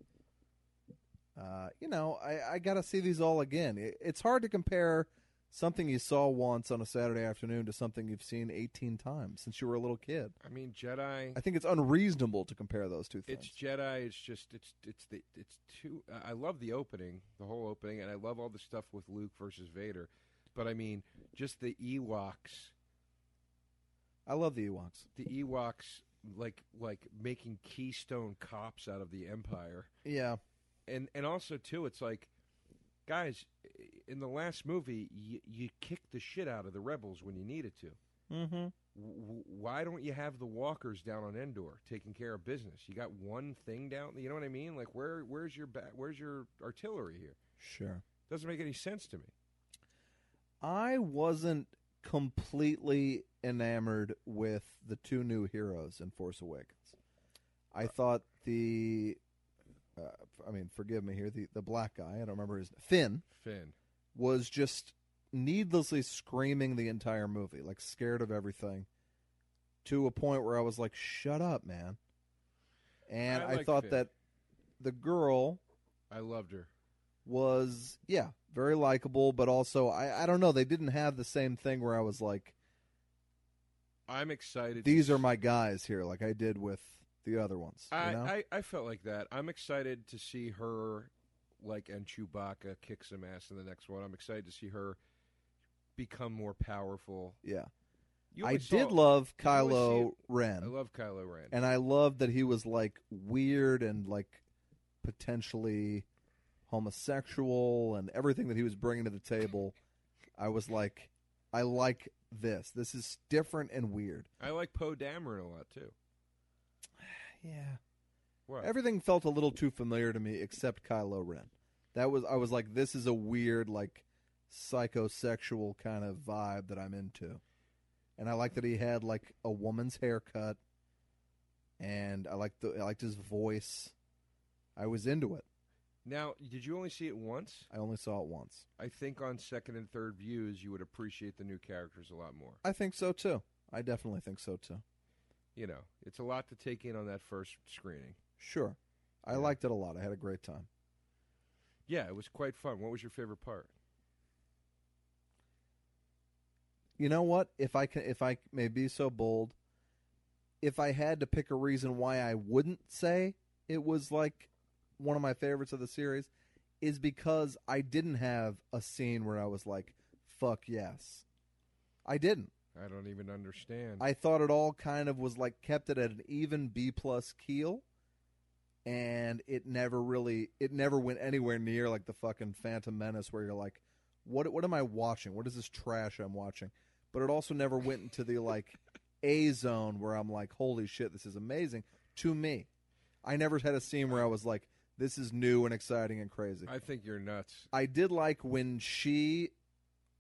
[SPEAKER 2] Uh, you know, I, I gotta see these all again. It, it's hard to compare something you saw once on a Saturday afternoon to something you've seen 18 times since you were a little kid.
[SPEAKER 1] I mean, Jedi.
[SPEAKER 2] I think it's unreasonable to compare those two things.
[SPEAKER 1] It's Jedi. It's just it's it's the it's too. I- I love the opening, the whole opening, and I love all the stuff with Luke versus Vader. But I mean, just the Ewoks,
[SPEAKER 2] I love the Ewoks.
[SPEAKER 1] the Ewoks, like like making Keystone cops out of the Empire.
[SPEAKER 2] Yeah.
[SPEAKER 1] and and also too, it's like, guys, in the last movie, you, you kicked the shit out of the rebels when you needed to.
[SPEAKER 2] Mm-hmm.
[SPEAKER 1] W- w- why don't you have the walkers down on Endor taking care of business? You got one thing down. You know what I mean? Like where where's your ba- where's your artillery here?
[SPEAKER 2] Sure.
[SPEAKER 1] Doesn't make any sense to me.
[SPEAKER 2] I wasn't completely enamored with the two new heroes in Force Awakens. I thought the, uh, I mean, forgive me here, the, the black guy, I don't remember his Finn,
[SPEAKER 1] Finn,
[SPEAKER 2] was just needlessly screaming the entire movie, like scared of everything, to a point where I was like, shut up, man. And
[SPEAKER 1] I
[SPEAKER 2] I,
[SPEAKER 1] like
[SPEAKER 2] thought
[SPEAKER 1] Finn.
[SPEAKER 2] that the girl
[SPEAKER 1] I loved her.
[SPEAKER 2] was yeah very likable but also I, I don't know they didn't have the same thing where i was like
[SPEAKER 1] I'm excited. to
[SPEAKER 2] these
[SPEAKER 1] s-
[SPEAKER 2] are my guys here like i did with the other ones you
[SPEAKER 1] I,
[SPEAKER 2] know?
[SPEAKER 1] I I felt like that. I'm excited to see her, like, and Chewbacca kick some ass in the next one. I'm excited to see her become more powerful.
[SPEAKER 2] yeah
[SPEAKER 1] You
[SPEAKER 2] i
[SPEAKER 1] always saw-
[SPEAKER 2] did love
[SPEAKER 1] you always see
[SPEAKER 2] kylo
[SPEAKER 1] it-
[SPEAKER 2] ren
[SPEAKER 1] I love Kylo Ren.
[SPEAKER 2] and i loved that he was like weird and like potentially homosexual and everything that he was bringing to the table i was like i like this this is different and weird
[SPEAKER 1] I like Poe Dameron a lot too.
[SPEAKER 2] yeah
[SPEAKER 1] What?
[SPEAKER 2] Everything felt a little too familiar to me, except Kylo Ren. That was I was like, this is a weird, like, psychosexual kind of vibe that I'm into, and I like that he had like a woman's haircut, and I liked the I liked his voice. I was into it.
[SPEAKER 1] now, did you only see it once?
[SPEAKER 2] I only saw it once.
[SPEAKER 1] I think on second and third views, you would appreciate the new characters a lot more.
[SPEAKER 2] I think so too. I definitely think so too.
[SPEAKER 1] You know, it's a lot to take in on that first screening.
[SPEAKER 2] Sure, I
[SPEAKER 1] Yeah.
[SPEAKER 2] liked it a lot. I had a great time.
[SPEAKER 1] Yeah, it was quite fun. What was your favorite part?
[SPEAKER 2] You know what? If I can, if I may be so bold, if I had to pick a reason why I wouldn't say it was like one of my favorites of the series, is because I didn't have a scene where I was like, "Fuck yes," I didn't.
[SPEAKER 1] I don't even understand.
[SPEAKER 2] I thought it all kind of was like kept it at an even B plus keel, and it never really it never went anywhere near like the fucking Phantom Menace where you're like, what what am I watching? What is this trash I'm watching? But it also never went into the like A zone where I'm like, holy shit, this is amazing. To me, I never had a scene where I was like, this is new and exciting and crazy.
[SPEAKER 1] I think you're nuts.
[SPEAKER 2] I did like when she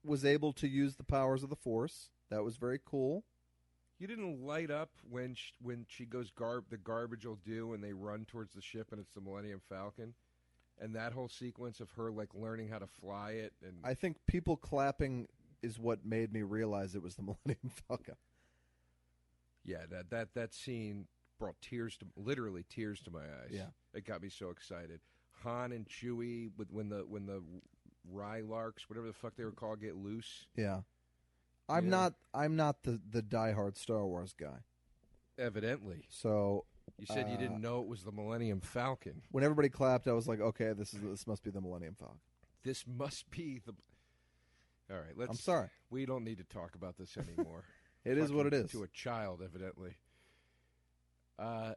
[SPEAKER 2] was able to use the powers of the Force. That was very cool.
[SPEAKER 1] You didn't light up when she, when she goes garb the garbage will do and they run towards the ship and it's the Millennium Falcon, and that whole sequence of her like learning how to fly it and
[SPEAKER 2] I think people clapping is what made me realize it was the (laughs) Millennium Falcon.
[SPEAKER 1] yeah that that that scene brought tears to literally tears to my eyes.
[SPEAKER 2] Yeah.
[SPEAKER 1] it got me so excited. Han and Chewie with when the when the Rylarks whatever the fuck they were called get loose.
[SPEAKER 2] Yeah. I'm
[SPEAKER 1] Yeah.
[SPEAKER 2] not I'm not the the diehard Star Wars guy.
[SPEAKER 1] Evidently,
[SPEAKER 2] So
[SPEAKER 1] you said you
[SPEAKER 2] Uh,
[SPEAKER 1] didn't know it was the Millennium Falcon.
[SPEAKER 2] when everybody clapped, I was like, okay, this is this must be the Millennium Falcon.
[SPEAKER 1] This must be the. All right, let's.
[SPEAKER 2] I'm sorry.
[SPEAKER 1] We don't need to talk about this anymore.
[SPEAKER 2] (laughs) It is what it
[SPEAKER 1] Fucking
[SPEAKER 2] is.
[SPEAKER 1] To a child, evidently. Uh,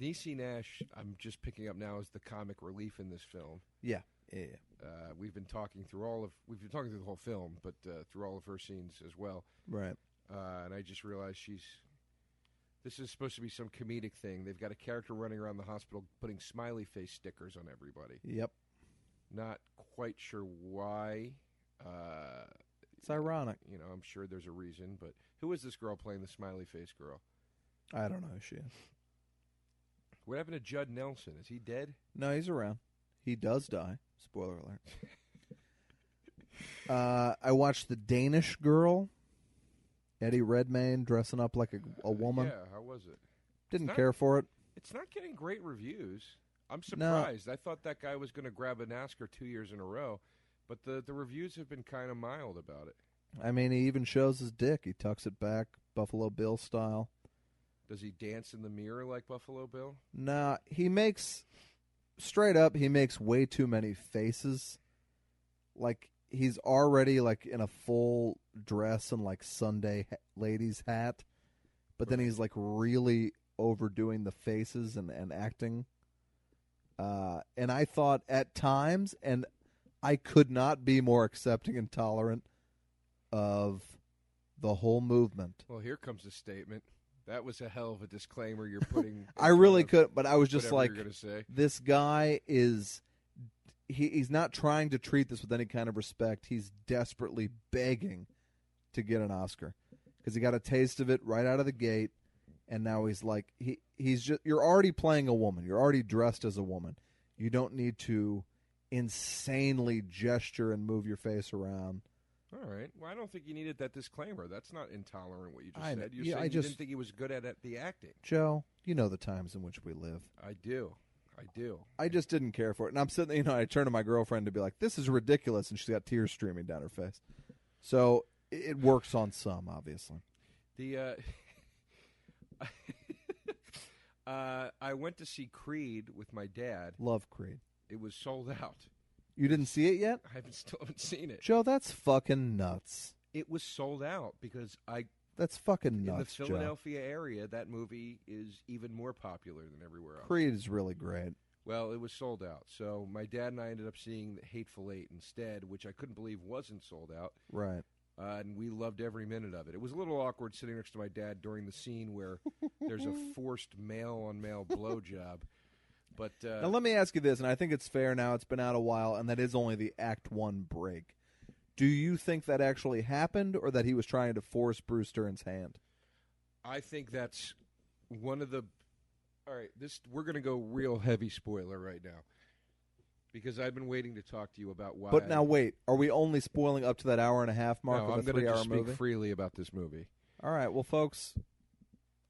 [SPEAKER 1] Niecy Nash, I'm just picking up now as the comic relief in this film.
[SPEAKER 2] Yeah.
[SPEAKER 1] Uh, we've been talking through all of we've been talking through the whole film, but uh, through all of her scenes as well.
[SPEAKER 2] Right.
[SPEAKER 1] Uh, and I just realized she's. This is supposed to be some comedic thing. They've got a character running around the hospital putting smiley face stickers on everybody.
[SPEAKER 2] Yep.
[SPEAKER 1] Not quite sure why. Uh,
[SPEAKER 2] It's ironic.
[SPEAKER 1] you know, I'm sure there's a reason, but who is this girl playing the smiley face girl?
[SPEAKER 2] I don't know who she is.
[SPEAKER 1] What happened to Judd Nelson? Is he dead?
[SPEAKER 2] No, he's around. He does die. Spoiler
[SPEAKER 1] (laughs)
[SPEAKER 2] alert. uh, I watched the Danish girl, Eddie Redmayne dressing up like a, a woman.
[SPEAKER 1] Yeah, how was it?
[SPEAKER 2] Didn't
[SPEAKER 1] not-
[SPEAKER 2] care for it.
[SPEAKER 1] It's not getting great reviews. I'm
[SPEAKER 2] No.
[SPEAKER 1] surprised. I thought that guy was going to grab an Oscar two years in a row, but the, the reviews have been kind of mild about it.
[SPEAKER 2] I mean, he even shows his dick. He tucks it back, Buffalo Bill style.
[SPEAKER 1] Does he dance in the mirror like Buffalo Bill?
[SPEAKER 2] Nah, he makes straight up. He makes way too many faces. Like he's already like in a full dress and like Sunday ha- ladies hat, but then he's like really overdoing the faces and and acting. Uh, and I thought at times, and I could not be more accepting and tolerant of the whole movement.
[SPEAKER 1] Well, here comes the statement. That was a hell of a disclaimer you're
[SPEAKER 2] (laughs)
[SPEAKER 1] putting.
[SPEAKER 2] I
[SPEAKER 1] in
[SPEAKER 2] really
[SPEAKER 1] front of
[SPEAKER 2] could, but I was just
[SPEAKER 1] whatever
[SPEAKER 2] like,
[SPEAKER 1] you're going to say.
[SPEAKER 2] this guy is he, he's not trying to treat this with any kind of respect he's desperately begging to get an oscar because he got a taste of it right out of the gate and now he's like he he's just you're already playing a woman you're already dressed as a woman you don't need to insanely gesture and move your face around
[SPEAKER 1] All right. Well, I don't think you needed that disclaimer. That's not intolerant. What you just
[SPEAKER 2] I know.
[SPEAKER 1] said. You're
[SPEAKER 2] Yeah,
[SPEAKER 1] saying
[SPEAKER 2] I
[SPEAKER 1] you didn't
[SPEAKER 2] just-
[SPEAKER 1] think he was good at, at the acting.
[SPEAKER 2] joe you know the times in which we live
[SPEAKER 1] I do. I do.
[SPEAKER 2] i just didn't care for it and i'm sitting there you know i turn to my girlfriend to be like this is ridiculous and she's got tears streaming down her face so i- it works on some obviously
[SPEAKER 1] The uh, (laughs) uh, I went to see Creed with my dad.
[SPEAKER 2] love creed
[SPEAKER 1] It was sold out.
[SPEAKER 2] you didn't see it yet
[SPEAKER 1] I haven't still haven't seen it.
[SPEAKER 2] joe that's fucking nuts
[SPEAKER 1] It was sold out because I
[SPEAKER 2] that's fucking
[SPEAKER 1] in the
[SPEAKER 2] nuts joe
[SPEAKER 1] Philadelphia area that movie is even more popular than everywhere else.
[SPEAKER 2] creed is really great
[SPEAKER 1] Well, it was sold out. So my dad and I ended up seeing Hateful Eight instead, which I couldn't believe wasn't sold out.
[SPEAKER 2] right
[SPEAKER 1] uh, and we loved every minute of it. It was a little awkward sitting next to my dad during the scene where
[SPEAKER 2] (laughs)
[SPEAKER 1] there's a forced male on male blowjob, but uh,
[SPEAKER 2] now let me ask you this and i think it's fair now it's been out a while and that is only the act one break do you think that actually happened or that he was trying to force bruce dern's hand
[SPEAKER 1] I think that's one of the. All right, this we're going to go real heavy spoiler right now because I've been waiting to talk to you about why.
[SPEAKER 2] but now wait are we only spoiling up to that hour and a half mark
[SPEAKER 1] no,
[SPEAKER 2] of
[SPEAKER 1] I'm
[SPEAKER 2] the
[SPEAKER 1] going
[SPEAKER 2] three
[SPEAKER 1] to
[SPEAKER 2] hour
[SPEAKER 1] speak
[SPEAKER 2] movie
[SPEAKER 1] freely about this movie.
[SPEAKER 2] All right, well, folks,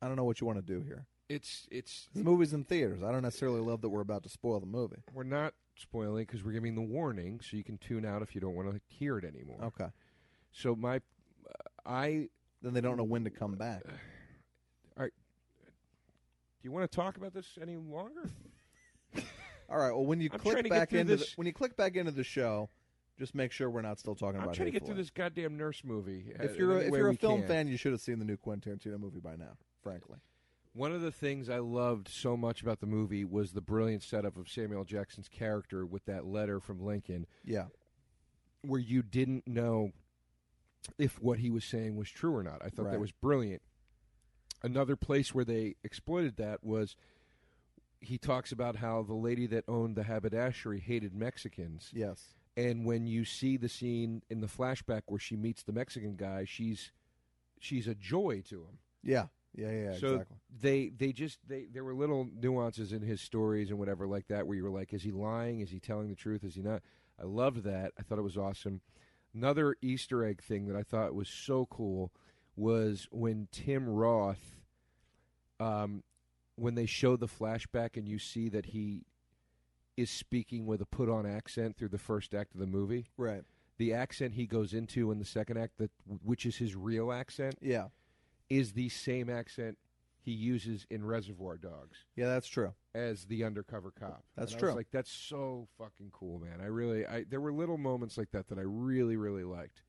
[SPEAKER 2] I don't know what you want to do here.
[SPEAKER 1] It's it's
[SPEAKER 2] The movie's in theaters. I don't necessarily love that we're about to spoil the movie.
[SPEAKER 1] we're not spoiling because we're
[SPEAKER 2] Oh.
[SPEAKER 1] giving the warning, so you can tune out if you don't want to hear it anymore.
[SPEAKER 2] Okay.
[SPEAKER 1] So my, uh, I
[SPEAKER 2] Then they don't know when to come back.
[SPEAKER 1] Uh, do you want to talk about this any longer?
[SPEAKER 2] All right. Well, when you
[SPEAKER 1] I'm trying
[SPEAKER 2] click
[SPEAKER 1] to get
[SPEAKER 2] back
[SPEAKER 1] through
[SPEAKER 2] into
[SPEAKER 1] this-
[SPEAKER 2] the, when you click back into the show, just make sure we're not still talking
[SPEAKER 1] I'm
[SPEAKER 2] about.
[SPEAKER 1] trying to get
[SPEAKER 2] Hateful
[SPEAKER 1] through this goddamn nurse movie.
[SPEAKER 2] Eight.
[SPEAKER 1] uh,
[SPEAKER 2] If you're a,
[SPEAKER 1] any
[SPEAKER 2] if
[SPEAKER 1] way
[SPEAKER 2] you're
[SPEAKER 1] we
[SPEAKER 2] a film
[SPEAKER 1] can.
[SPEAKER 2] fan, you should have seen the new Quentin Tarantino movie by now. Frankly,
[SPEAKER 1] One of the things I loved so much about the movie was the brilliant setup of Samuel Jackson's character with that letter from Lincoln,
[SPEAKER 2] yeah.
[SPEAKER 1] where you didn't know if what he was saying was true or not. I thought
[SPEAKER 2] Right.
[SPEAKER 1] that was brilliant. Another place where they exploited that was he talks about how the lady that owned the haberdashery hated Mexicans.
[SPEAKER 2] Yes.
[SPEAKER 1] and when you see the scene in the flashback where she meets the Mexican guy, she's she's a joy to him.
[SPEAKER 2] Yeah. Yeah. Yeah. yeah,
[SPEAKER 1] So-
[SPEAKER 2] exactly.
[SPEAKER 1] They they just they there were little nuances in his stories and whatever like that where you were like, is he lying? Is he telling the truth? Is he not? I loved that. I thought it was awesome. Another Easter egg thing that I thought was so cool was when Tim Roth, um, when they show the flashback and you see that he is speaking with a put on accent through the first act of the movie
[SPEAKER 2] Right.
[SPEAKER 1] the accent he goes into in the second act, that which is his real accent,
[SPEAKER 2] Yeah.
[SPEAKER 1] is the same accent he uses in Reservoir Dogs
[SPEAKER 2] Yeah. That's true.
[SPEAKER 1] as the undercover cop.
[SPEAKER 2] That's
[SPEAKER 1] And I was
[SPEAKER 2] true.
[SPEAKER 1] like that's so fucking cool, man. I really, I there were little moments like that that I really, really liked.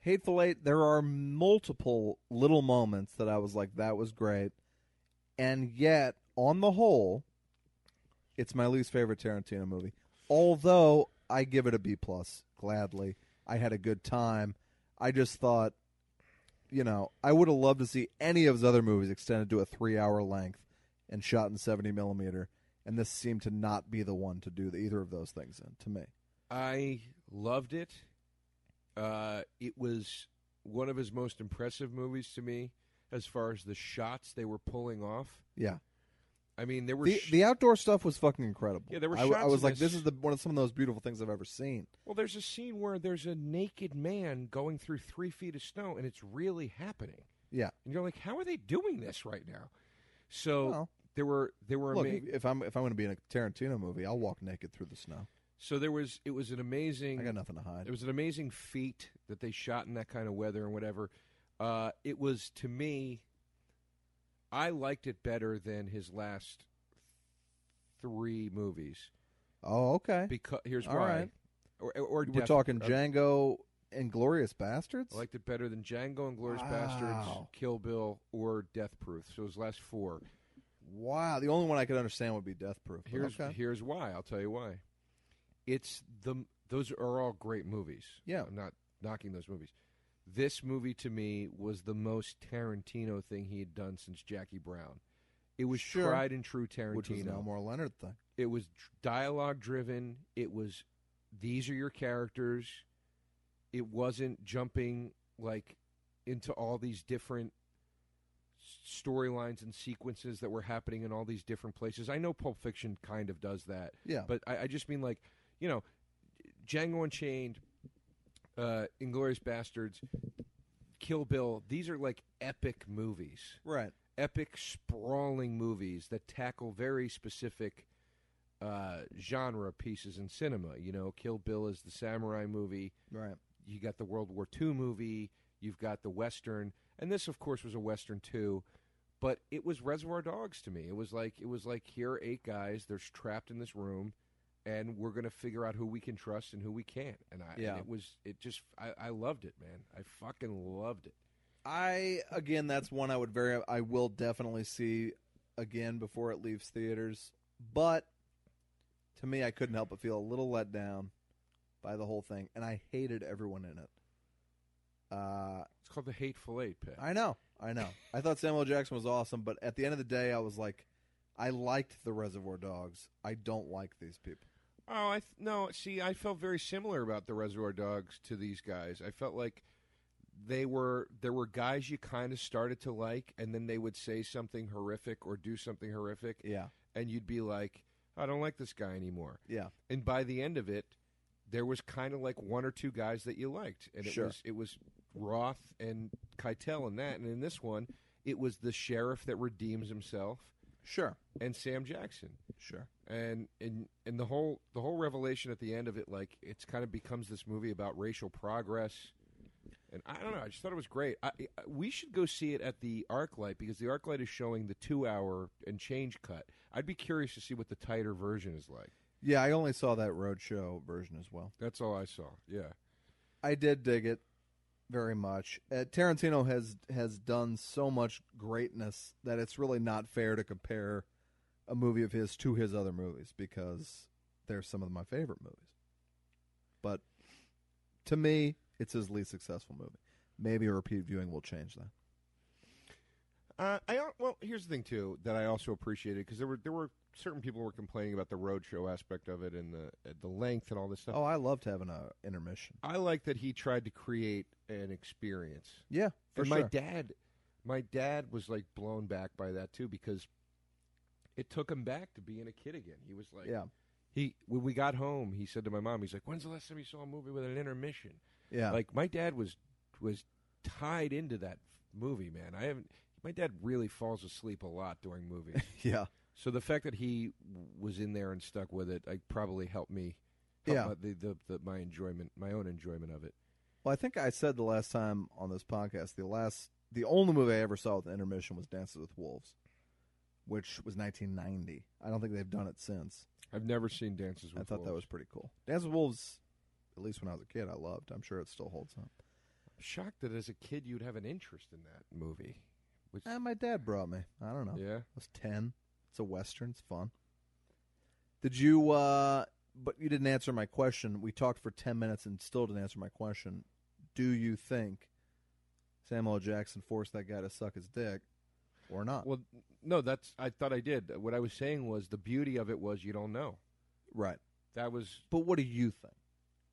[SPEAKER 2] Hateful Eight, there are multiple little moments that I was like, that was great. And yet, on the whole, it's my least favorite Tarantino movie. Although I give it a B plus, gladly. I had a good time. I just thought, you know, I would have loved to see any of his other movies extended to a three hour length and shot in seventy millimeter. And this seemed to not be the one to do the, either of those things in to me.
[SPEAKER 1] I loved it. Uh, it was one of his most impressive movies to me, as far as the shots they were pulling off.
[SPEAKER 2] Yeah.
[SPEAKER 1] I mean, there were
[SPEAKER 2] the,
[SPEAKER 1] sh-
[SPEAKER 2] the outdoor stuff was fucking incredible.
[SPEAKER 1] Yeah, there were
[SPEAKER 2] I, w-
[SPEAKER 1] shots
[SPEAKER 2] I was
[SPEAKER 1] in
[SPEAKER 2] like,
[SPEAKER 1] this-
[SPEAKER 2] this, is the one of some of those beautiful things I've ever seen.
[SPEAKER 1] Well, there's a scene where there's a naked man going through three feet of snow, and it's really happening.
[SPEAKER 2] Yeah.
[SPEAKER 1] and you're like, how are they doing this right now? So
[SPEAKER 2] Well,
[SPEAKER 1] there were there were
[SPEAKER 2] look,
[SPEAKER 1] ama-
[SPEAKER 2] if I'm if I'm going to be in a Tarantino movie, I'll walk naked through the snow.
[SPEAKER 1] so there was it was an amazing
[SPEAKER 2] I got nothing to
[SPEAKER 1] it
[SPEAKER 2] hide.
[SPEAKER 1] was an amazing feat that they shot in that kind of weather and whatever. Uh, it was to me, I liked it better than his last three movies
[SPEAKER 2] Oh, okay.
[SPEAKER 1] because here's
[SPEAKER 2] All
[SPEAKER 1] why.
[SPEAKER 2] right.
[SPEAKER 1] Or, or
[SPEAKER 2] We're
[SPEAKER 1] Death-
[SPEAKER 2] talking
[SPEAKER 1] uh,
[SPEAKER 2] Django and Glorious Bastards.
[SPEAKER 1] I liked it better than Django and Glorious Bastards,
[SPEAKER 2] Wow.
[SPEAKER 1] Kill Bill, or Death Proof. So his last four.
[SPEAKER 2] wow, the only one I could understand would be Death Proof. but
[SPEAKER 1] Here's
[SPEAKER 2] okay.
[SPEAKER 1] here's why. I'll tell you why. It's the those are all great movies.
[SPEAKER 2] Yeah.
[SPEAKER 1] I'm not knocking those movies. This movie to me was the most Tarantino thing he had done since Jackie Brown. It was
[SPEAKER 2] Sure.
[SPEAKER 1] tried and true
[SPEAKER 2] which was an
[SPEAKER 1] Tarantino.
[SPEAKER 2] Elmore Leonard thing.
[SPEAKER 1] it was dialogue driven. It was these are your characters. It wasn't jumping like into all these different s- storylines and sequences that were happening in all these different places. I know Pulp Fiction kind of does that,
[SPEAKER 2] Yeah,
[SPEAKER 1] but I, I just mean like you know, Django Unchained, uh, Inglorious Bastards, Kill Bill. These are like epic movies
[SPEAKER 2] right.
[SPEAKER 1] epic, sprawling movies that tackle very specific uh, genre pieces in cinema. You know, Kill Bill is the samurai movie.
[SPEAKER 2] Right.
[SPEAKER 1] You got the World War II movie. You've got the western, and this, of course, was a western too. But it was Reservoir Dogs to me. It was like it was like here are eight guys. They're trapped in this room, and we're gonna figure out who we can trust and who we can't. And I, and
[SPEAKER 2] Yeah.
[SPEAKER 1] it was it just I, I loved it, man. I fucking loved it.
[SPEAKER 2] I again, that's one I would very, I will definitely see again before it leaves theaters. But to me, I couldn't help but feel a little let down by the whole thing, and I hated everyone in it. Uh,
[SPEAKER 1] It's called the Hateful Eight, Pat.
[SPEAKER 2] I know, I know. I thought Samuel Jackson was awesome, but at the end of the day, I was like, I liked the Reservoir Dogs. I don't like these people.
[SPEAKER 1] Oh, I th- no. See, I felt very similar about the Reservoir Dogs to these guys. I felt like they were there were guys you kind of started to like, and then they would say something horrific or do something horrific,
[SPEAKER 2] Yeah,
[SPEAKER 1] and you'd be like, "I don't like this guy anymore."
[SPEAKER 2] yeah,
[SPEAKER 1] And by the end of it, there was kind of like one or two guys that you liked, and it
[SPEAKER 2] Sure.
[SPEAKER 1] was it was Roth and Keitel and that, and in this one, it was the sheriff that redeems himself
[SPEAKER 2] sure,
[SPEAKER 1] and Sam Jackson
[SPEAKER 2] sure.
[SPEAKER 1] and and and the whole the whole revelation at the end of it like it's kind of becomes this movie about racial progress And I don't know. I just thought it was great. I, I- we should go see it at the ArcLight because the ArcLight is showing the two-hour and change cut. I'd be curious to see what the tighter version is like.
[SPEAKER 2] Yeah, I only saw that roadshow version as well.
[SPEAKER 1] That's all I saw. Yeah.
[SPEAKER 2] I did dig it very much. Uh, Tarantino has has done so much greatness that it's really not fair to compare a movie of his to his other movies because they're some of my favorite movies. But to me, it's his least successful movie. Maybe a repeat viewing will change that.
[SPEAKER 1] Uh, I al- well, here's the thing too that I also appreciated because there were there were certain people who were complaining about the roadshow aspect of it and the uh, the length and all this stuff.
[SPEAKER 2] Oh, I loved having a intermission.
[SPEAKER 1] I like that he tried to create an experience.
[SPEAKER 2] Yeah, for
[SPEAKER 1] and
[SPEAKER 2] sure.
[SPEAKER 1] my dad, my dad was like blown back by that too because it took him back to being a kid again. He was like,
[SPEAKER 2] yeah,
[SPEAKER 1] He when we got home, he said to my mom, he's like, "When's the last time you saw a movie with an intermission?"
[SPEAKER 2] yeah.
[SPEAKER 1] Like my dad was was tied into that movie, man. I haven't. My dad really falls asleep a lot during
[SPEAKER 2] (laughs)
[SPEAKER 1] movies.
[SPEAKER 2] yeah.
[SPEAKER 1] So the fact that he w- was in there and stuck with it, I probably helped me. helped
[SPEAKER 2] Yeah.
[SPEAKER 1] my, the, the, the my enjoyment, my own enjoyment of it.
[SPEAKER 2] Well, I think I said the last time on this podcast, the last, the only movie I ever saw with an intermission was Dances with Wolves, which was 1990. I don't think they've done it since.
[SPEAKER 1] I've never seen Dances with
[SPEAKER 2] I thought that was
[SPEAKER 1] Wolves.
[SPEAKER 2] pretty cool. Dances with Wolves, at least when I was a kid, I loved. I'm sure it still holds up.
[SPEAKER 1] I'm shocked that as a kid you'd have an interest in that movie. Which,
[SPEAKER 2] And Eh, my dad brought me. I don't know.
[SPEAKER 1] yeah,
[SPEAKER 2] I was 10. It's a western. It's fun. Did you? uh But you didn't answer my question. We talked for 10 minutes and still didn't answer my question. Do you think Samuel L. Jackson forced that guy to suck his dick, or not?
[SPEAKER 1] Well, no, that's. I thought I did. What I was saying was the beauty of it was you don't know.
[SPEAKER 2] Right.
[SPEAKER 1] That was.
[SPEAKER 2] But what do you think?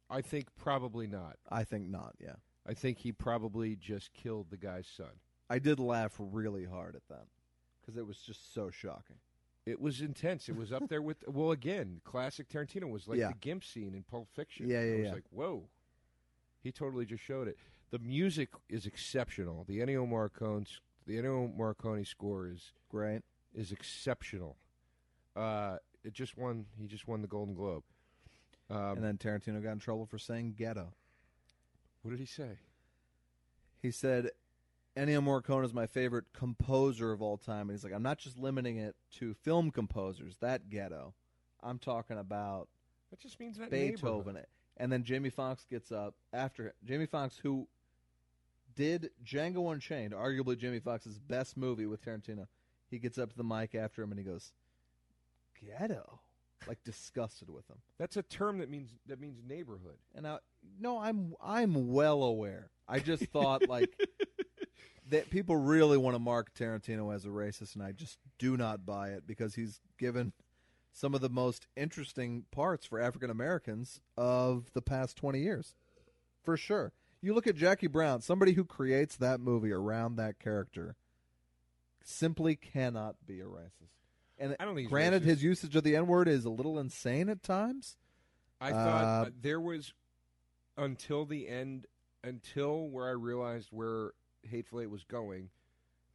[SPEAKER 1] I think probably not.
[SPEAKER 2] I think not, yeah.
[SPEAKER 1] I think he probably just killed the guy's son.
[SPEAKER 2] I did laugh really hard at that because it was just so shocking.
[SPEAKER 1] It was intense. It was up there with (laughs) well, again, classic Tarantino was like
[SPEAKER 2] Yeah.
[SPEAKER 1] the Gimp scene in Pulp Fiction.
[SPEAKER 2] Yeah, yeah,
[SPEAKER 1] It was
[SPEAKER 2] yeah.
[SPEAKER 1] like whoa. He totally just showed it. The music is exceptional. The Ennio Morricone's the Ennio Morricone score is
[SPEAKER 2] Great.
[SPEAKER 1] is exceptional. Uh, it just won. He just won the Golden Globe. Um,
[SPEAKER 2] and then Tarantino got in trouble for saying ghetto.
[SPEAKER 1] what did he say?
[SPEAKER 2] He said, Ennio Morricone is my favorite composer of all time. And he's like, I'm not just limiting it to film composers, that ghetto. I'm talking about
[SPEAKER 1] That just means that neighborhood.
[SPEAKER 2] Beethoven. And then Jamie Foxx gets up after Jamie Foxx, who did Django Unchained, arguably Jamie Foxx's best movie with Tarantino. He gets up to the mic after him and he goes, "Ghetto," like disgusted with him.
[SPEAKER 1] That's a term that means that means neighborhood.
[SPEAKER 2] And I, no, I'm I'm well aware. I just thought like that people really want to mark Tarantino as a racist, and I just do not buy it because he's given some of the most interesting parts for African Americans of the past twenty years, for sure. You look at Jackie Brown, somebody who creates that movie around that character, simply cannot be a racist. And
[SPEAKER 1] I don't think. he's
[SPEAKER 2] granted,
[SPEAKER 1] racist.
[SPEAKER 2] his usage of the N word is a little insane at times.
[SPEAKER 1] I thought
[SPEAKER 2] uh,
[SPEAKER 1] uh, there was until the end, until where I realized where Hateful Eight was going.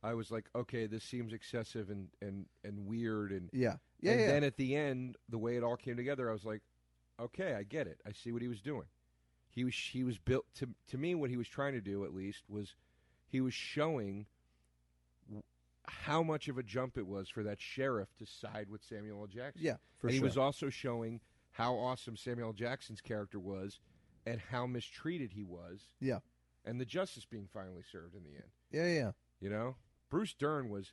[SPEAKER 1] I was like, okay, this seems excessive and and and weird and
[SPEAKER 2] Yeah, yeah,
[SPEAKER 1] and
[SPEAKER 2] yeah.
[SPEAKER 1] then at the end, the way it all came together, I was like, okay, I get it. I see what he was doing. He was he was built to to me what he was trying to do at least was he was showing w- how much of a jump it was for that sheriff to side with Samuel L. Jackson.
[SPEAKER 2] Yeah, for
[SPEAKER 1] and
[SPEAKER 2] sure.
[SPEAKER 1] he was also showing how awesome Samuel L. Jackson's character was and how mistreated he was.
[SPEAKER 2] Yeah.
[SPEAKER 1] And the justice being finally served in the end.
[SPEAKER 2] yeah, yeah.
[SPEAKER 1] You know, Bruce Dern was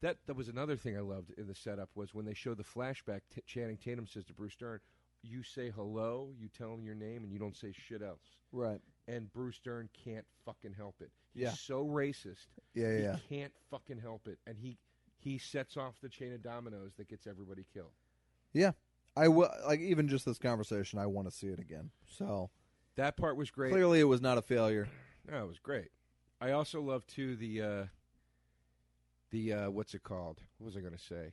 [SPEAKER 1] that. That was another thing I loved in the setup was when they showed the flashback. T- Channing Tatum says to Bruce Dern, "You say hello, you tell him your name, and you don't say shit else."
[SPEAKER 2] Right.
[SPEAKER 1] And Bruce Dern can't fucking help it. He's
[SPEAKER 2] Yeah.
[SPEAKER 1] so racist.
[SPEAKER 2] Yeah, yeah.
[SPEAKER 1] He can't fucking help it, and he he sets off the chain of dominoes that gets everybody killed.
[SPEAKER 2] I will like even just this conversation. I want to see it again. So
[SPEAKER 1] That part was great.
[SPEAKER 2] clearly, it was not a failure.
[SPEAKER 1] No, it was great. I also love too the uh, the uh, what's it called? What was I going to say?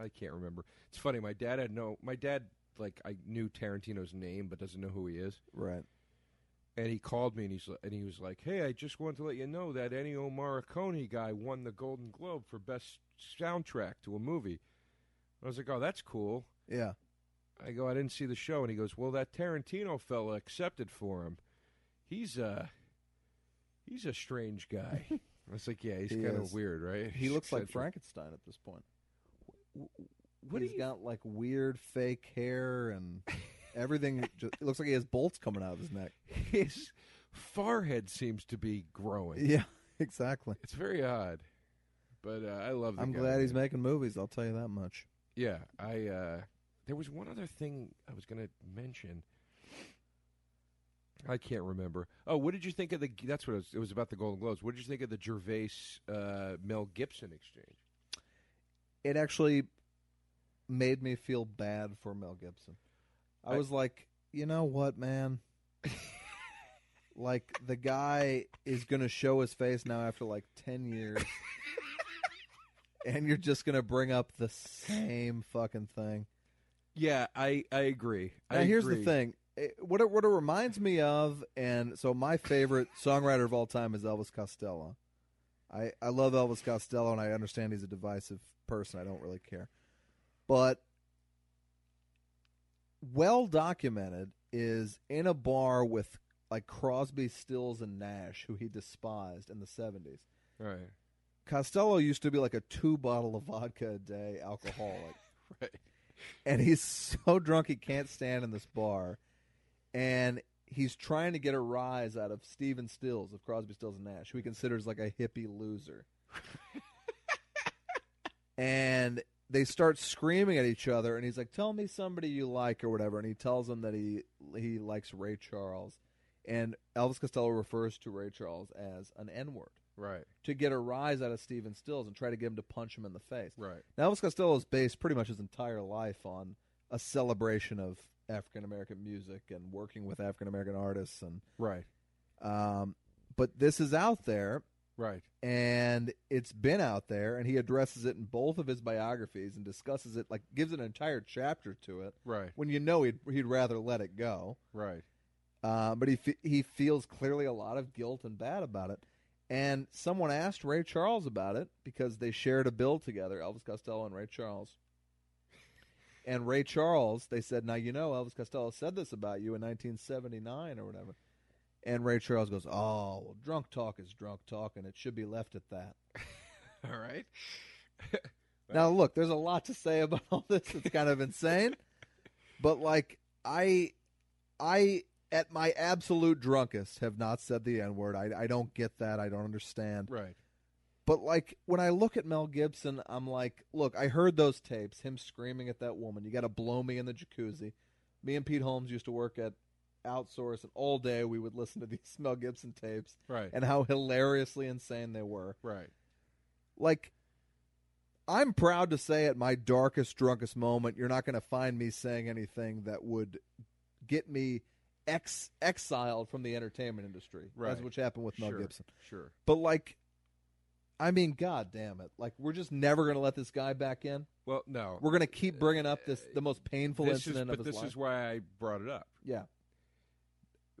[SPEAKER 1] I can't remember. It's funny. My dad had no. My dad like I knew Tarantino's name, but doesn't know who he is.
[SPEAKER 2] Right.
[SPEAKER 1] And he called me and he's li- and he was like, "Hey, I just wanted to let you know that Ennio Morricone guy won the Golden Globe for best soundtrack to a movie." I was like, "Oh, that's cool."
[SPEAKER 2] Yeah.
[SPEAKER 1] I go, I didn't see the show, and he goes, Well, that Tarantino fella accepted for him. He's uh he's a strange guy.
[SPEAKER 2] (laughs)
[SPEAKER 1] I was like, yeah, he's
[SPEAKER 2] He
[SPEAKER 1] kind of
[SPEAKER 2] is.
[SPEAKER 1] weird, right?
[SPEAKER 2] He looks like
[SPEAKER 1] Eccentric.
[SPEAKER 2] Frankenstein at this point.
[SPEAKER 1] What do
[SPEAKER 2] He's
[SPEAKER 1] you?
[SPEAKER 2] got like weird fake hair and everything. (laughs) just, it looks like he has bolts coming out of his neck.
[SPEAKER 1] (laughs) His forehead seems to be growing.
[SPEAKER 2] Yeah, (laughs) exactly.
[SPEAKER 1] It's very odd, but uh, I love. The
[SPEAKER 2] I'm
[SPEAKER 1] guy,
[SPEAKER 2] glad he's
[SPEAKER 1] man.
[SPEAKER 2] making movies. I'll tell you that much.
[SPEAKER 1] Yeah, I. Uh, there was one other thing I was going to mention. I can't remember. Oh, what did you think of the? That's what it was. It was about the Golden Globes. What did you think of the Gervais uh, Mel Gibson exchange?
[SPEAKER 2] It actually made me feel bad for Mel Gibson. I,
[SPEAKER 1] I-
[SPEAKER 2] was like, you know what, man? like the guy is gonna show his face now after like ten years. And you're just gonna bring up the same fucking thing.
[SPEAKER 1] Yeah, I I agree.
[SPEAKER 2] Now,
[SPEAKER 1] I
[SPEAKER 2] here's
[SPEAKER 1] agree.
[SPEAKER 2] the thing. It- what it, what it reminds me of, and so my favorite songwriter of all time is Elvis Costello. I, I love Elvis Costello, and I understand he's a divisive person. I don't really care. But well documented is in a bar with like Crosby, Stills, and Nash, who he despised in the 70s.
[SPEAKER 1] Right,
[SPEAKER 2] Costello used to be like a two bottle of vodka a day alcoholic
[SPEAKER 1] right.
[SPEAKER 2] and he's so drunk he can't stand in this bar, and he's trying to get a rise out of Steven Stills of Crosby, Stills and Nash, who he considers like a hippie loser. and they start screaming at each other, and he's like, "Tell me somebody you like or whatever," and he tells them that he he likes Ray Charles, and Elvis Costello refers to Ray Charles as an N word.
[SPEAKER 1] Right,
[SPEAKER 2] To get a rise out of Steven Stills and try to get him to punch him in the face.
[SPEAKER 1] right.
[SPEAKER 2] Now, Elvis Costello's based pretty much his entire life on a celebration of African American music and working with African American artists, and
[SPEAKER 1] Right,
[SPEAKER 2] um, but this is out there
[SPEAKER 1] right.
[SPEAKER 2] and it's been out there, and he addresses it in both of his biographies and discusses it like gives an entire chapter to it.
[SPEAKER 1] Right,
[SPEAKER 2] When you know he'd he'd rather let it go,
[SPEAKER 1] right.
[SPEAKER 2] uh, but he fe- he feels clearly a lot of guilt and bad about it. And someone asked Ray Charles about it because they shared a bill together, Elvis Costello and Ray Charles. And Ray Charles, they said, "Now you know Elvis Costello said this about you in 1979 or whatever." And Ray Charles goes, "Oh, well, drunk talk is drunk talk, and it should be left at that."
[SPEAKER 1] (laughs) All right.
[SPEAKER 2] Now, look, there's a lot to say about (laughs) all this. It's kind of insane, but like I, I at my absolute drunkest have not said the n word. I I don't get that. I don't understand.
[SPEAKER 1] Right.
[SPEAKER 2] But like when I look at Mel Gibson, I'm like, look, I heard those tapes. Him screaming at that woman. You got to blow me in the jacuzzi. Me and Pete Holmes used to work at outsource, and all day we would listen to these (laughs) Mel Gibson tapes
[SPEAKER 1] Right.
[SPEAKER 2] and how hilariously insane they were
[SPEAKER 1] Right.
[SPEAKER 2] like I'm proud to say at my darkest, drunkest moment, you're not going to find me saying anything that would get me ex- exiled from the entertainment industry,
[SPEAKER 1] Right.
[SPEAKER 2] as which happened with Mel
[SPEAKER 1] Sure.
[SPEAKER 2] Gibson.
[SPEAKER 1] Sure.
[SPEAKER 2] But like, I mean, god damn it! Like, we're just never going to let this guy back in.
[SPEAKER 1] Well, no.
[SPEAKER 2] We're going to keep bringing up this the most painful
[SPEAKER 1] this is,
[SPEAKER 2] incident
[SPEAKER 1] but
[SPEAKER 2] of
[SPEAKER 1] this
[SPEAKER 2] his life.
[SPEAKER 1] is why I brought it up.
[SPEAKER 2] yeah,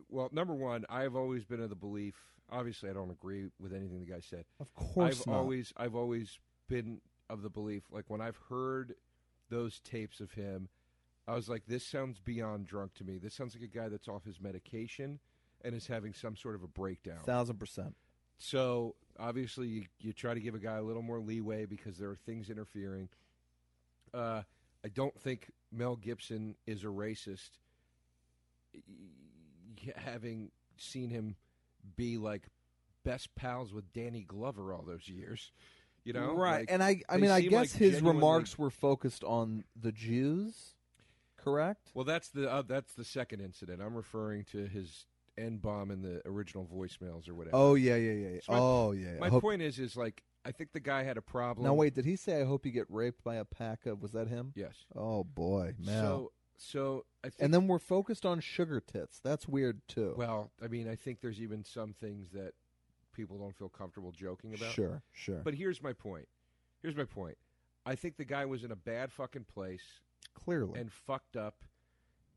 [SPEAKER 1] Well, number one, I've always been of the belief. Obviously, I don't agree with anything the guy said.
[SPEAKER 2] of course
[SPEAKER 1] I've
[SPEAKER 2] not.
[SPEAKER 1] always, I've always been of the belief. Like when I've heard those tapes of him, I was like, "This sounds beyond drunk to me. This sounds like a guy that's off his medication and is having some sort of a breakdown."
[SPEAKER 2] Thousand percent.
[SPEAKER 1] So obviously, you, you try to give a guy a little more leeway because there are things interfering. Uh, I don't think Mel Gibson is a racist, y- y- having seen him be like best pals with Danny Glover all those years. You know,
[SPEAKER 2] right?
[SPEAKER 1] Like,
[SPEAKER 2] and I, I
[SPEAKER 1] they
[SPEAKER 2] mean, I
[SPEAKER 1] seem
[SPEAKER 2] guess
[SPEAKER 1] like
[SPEAKER 2] his
[SPEAKER 1] genuinely-
[SPEAKER 2] remarks were focused on the Jews, correct?
[SPEAKER 1] well, that's the uh, that's the second incident. I'm referring to his end bomb in the original voicemails or whatever.
[SPEAKER 2] Oh yeah, yeah, yeah. yeah.
[SPEAKER 1] So my-
[SPEAKER 2] oh yeah. yeah.
[SPEAKER 1] My
[SPEAKER 2] I hope-
[SPEAKER 1] point is, is like I think the guy had a problem.
[SPEAKER 2] now wait, did he say I hope you get raped by a pack of? Was that him?
[SPEAKER 1] Yes.
[SPEAKER 2] Oh boy, man.
[SPEAKER 1] So, so I think,
[SPEAKER 2] and then we're focused on sugar tits. That's weird too.
[SPEAKER 1] well, I mean, I think there's even some things that people don't feel comfortable joking about.
[SPEAKER 2] sure, sure.
[SPEAKER 1] But here's my point. Here's my point. I think the guy was in a bad fucking place
[SPEAKER 2] Clearly,
[SPEAKER 1] and fucked up,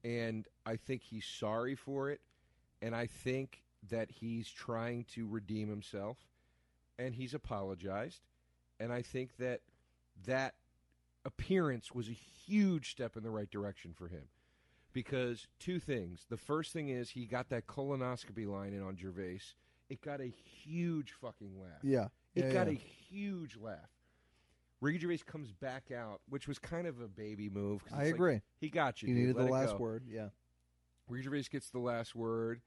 [SPEAKER 1] and I think he's sorry for it, and I think that he's trying to redeem himself, and he's apologized, and I think that that appearance was a huge step in the right direction for him. Because two things. The first thing is he got that colonoscopy line in on Gervais It got a huge fucking laugh.
[SPEAKER 2] Yeah.
[SPEAKER 1] It
[SPEAKER 2] yeah,
[SPEAKER 1] got
[SPEAKER 2] yeah.
[SPEAKER 1] a huge laugh. Ricky Gervais comes back out, which was kind of a baby move. 'cause
[SPEAKER 2] I
[SPEAKER 1] it's like,
[SPEAKER 2] agree.
[SPEAKER 1] he got you.
[SPEAKER 2] you
[SPEAKER 1] dude,
[SPEAKER 2] needed the
[SPEAKER 1] let it
[SPEAKER 2] last
[SPEAKER 1] go.
[SPEAKER 2] word. Yeah.
[SPEAKER 1] Ricky Gervais gets the last word,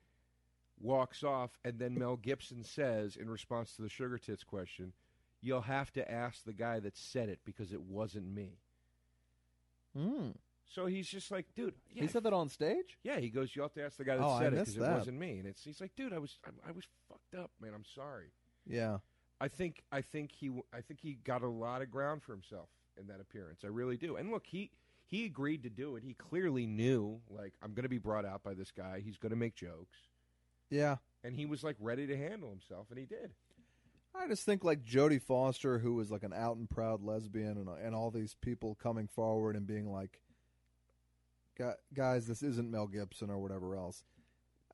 [SPEAKER 1] walks off, and then Mel Gibson says, in response to the sugar tits question, "You'll have to ask the guy that said it because it wasn't me."
[SPEAKER 2] Mm.
[SPEAKER 1] So he's just like, "Dude, yeah,
[SPEAKER 2] He said that on stage.
[SPEAKER 1] yeah." He goes, "You'll have to ask the guy that
[SPEAKER 2] Oh, I
[SPEAKER 1] said it
[SPEAKER 2] missed
[SPEAKER 1] because it
[SPEAKER 2] that.
[SPEAKER 1] wasn't me." And it's he's like, "Dude, I was I, I was fucked up, man. I'm sorry."
[SPEAKER 2] Yeah.
[SPEAKER 1] I think I think he I think he got a lot of ground for himself in that appearance. I really do. And look, he he agreed to do it. He clearly knew like I'm going to be brought out by this guy. He's going to make jokes,
[SPEAKER 2] Yeah.
[SPEAKER 1] and he was like ready to handle himself, and he did.
[SPEAKER 2] I just think like Jodie Foster, who was like an out and proud lesbian, and and all these people coming forward and being like, "Gu- "Guys, this isn't Mel Gibson or whatever else."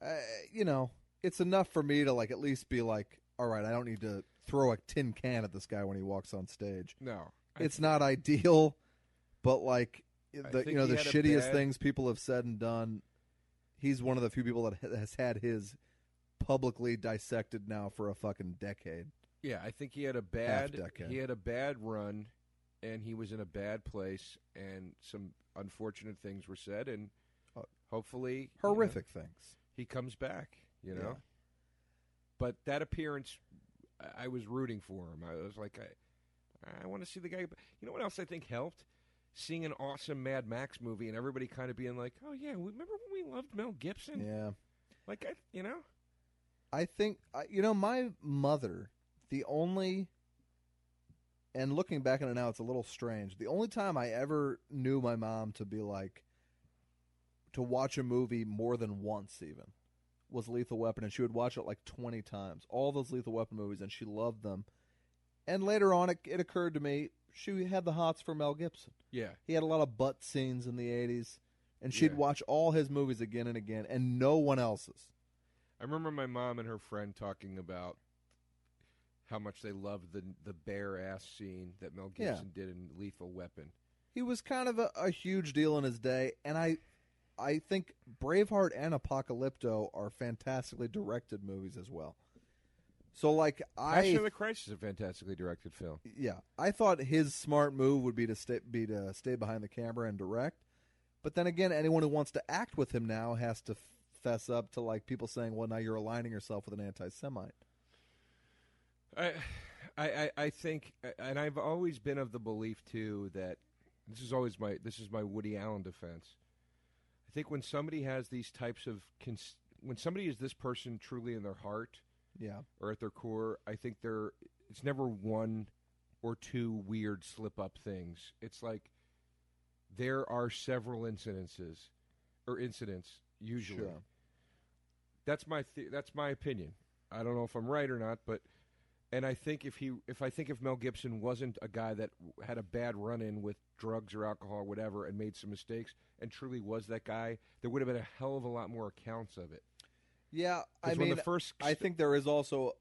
[SPEAKER 2] Uh, you know, it's enough for me to like at least be like, "All right, I don't need to throw a tin can at this guy when he walks on stage."
[SPEAKER 1] No, I-
[SPEAKER 2] It's not ideal, but like the
[SPEAKER 1] think
[SPEAKER 2] you know
[SPEAKER 1] he
[SPEAKER 2] the
[SPEAKER 1] had a
[SPEAKER 2] shittiest
[SPEAKER 1] bad-
[SPEAKER 2] things people have said and done. He's one of the few people that has had his publicly dissected now for a fucking decade.
[SPEAKER 1] yeah, I think he had a bad
[SPEAKER 2] decade.
[SPEAKER 1] he had a bad run, and he was in a bad place, and some unfortunate things were said, and
[SPEAKER 2] Oh.
[SPEAKER 1] hopefully you know,
[SPEAKER 2] horrific things.
[SPEAKER 1] he comes back, you know.
[SPEAKER 2] Yeah.
[SPEAKER 1] But that appearance, I- I was rooting for him. I was like, I, I want to see the guy. You know what else I think helped? Seeing an awesome Mad Max movie and everybody kind of being like, "Oh yeah, we remember when we loved Mel Gibson?"
[SPEAKER 2] Yeah.
[SPEAKER 1] Like, I, you know,
[SPEAKER 2] I think I- you know my mother. The only and looking back on it now, it's a little strange. The only time I ever knew my mom to be like to watch a movie more than once, even was Lethal Weapon, and she would watch it like twenty times. All those Lethal Weapon movies, and she loved them. And later on, it, it occurred to me she had the hots for Mel Gibson.
[SPEAKER 1] yeah,
[SPEAKER 2] He had a lot of butt scenes in the '80s, and she'd
[SPEAKER 1] Yeah.
[SPEAKER 2] watch all his movies again and again, and no one else's.
[SPEAKER 1] I remember my mom and her friend talking about how much they loved the the bare ass scene that Mel
[SPEAKER 2] Yeah.
[SPEAKER 1] Gibson did in Lethal Weapon.
[SPEAKER 2] he was kind of a, a huge deal in his day, and I, I think Braveheart and Apocalypto are fantastically directed movies as well. So like
[SPEAKER 1] Passion
[SPEAKER 2] I,
[SPEAKER 1] of the Christ is a fantastically directed film.
[SPEAKER 2] yeah, I thought his smart move would be to stay, be to stay behind the camera and direct, but then again, anyone who wants to act with him now has to fess up to like people saying, "Well, now you're aligning yourself with an anti-Semite."
[SPEAKER 1] I, I, I- I think, and I've always been of the belief too that this is always my this is my Woody Allen defense. I think when somebody has these types of cons- when somebody is this person truly in their heart
[SPEAKER 2] Yeah,
[SPEAKER 1] or at their core, I think they're it's never one or two weird slip up things. It's like there are several incidences or incidents usually
[SPEAKER 2] sure.
[SPEAKER 1] that's my th- that's my opinion. I don't know if I'm right or not, but and I think if he if I think if Mel Gibson wasn't a guy that w- had a bad run in with drugs or alcohol or whatever and made some mistakes and truly was that guy, there would have been a hell of a lot more accounts of it.
[SPEAKER 2] Yeah, I
[SPEAKER 1] 'Cause
[SPEAKER 2] mean,
[SPEAKER 1] when the first
[SPEAKER 2] I think there is also,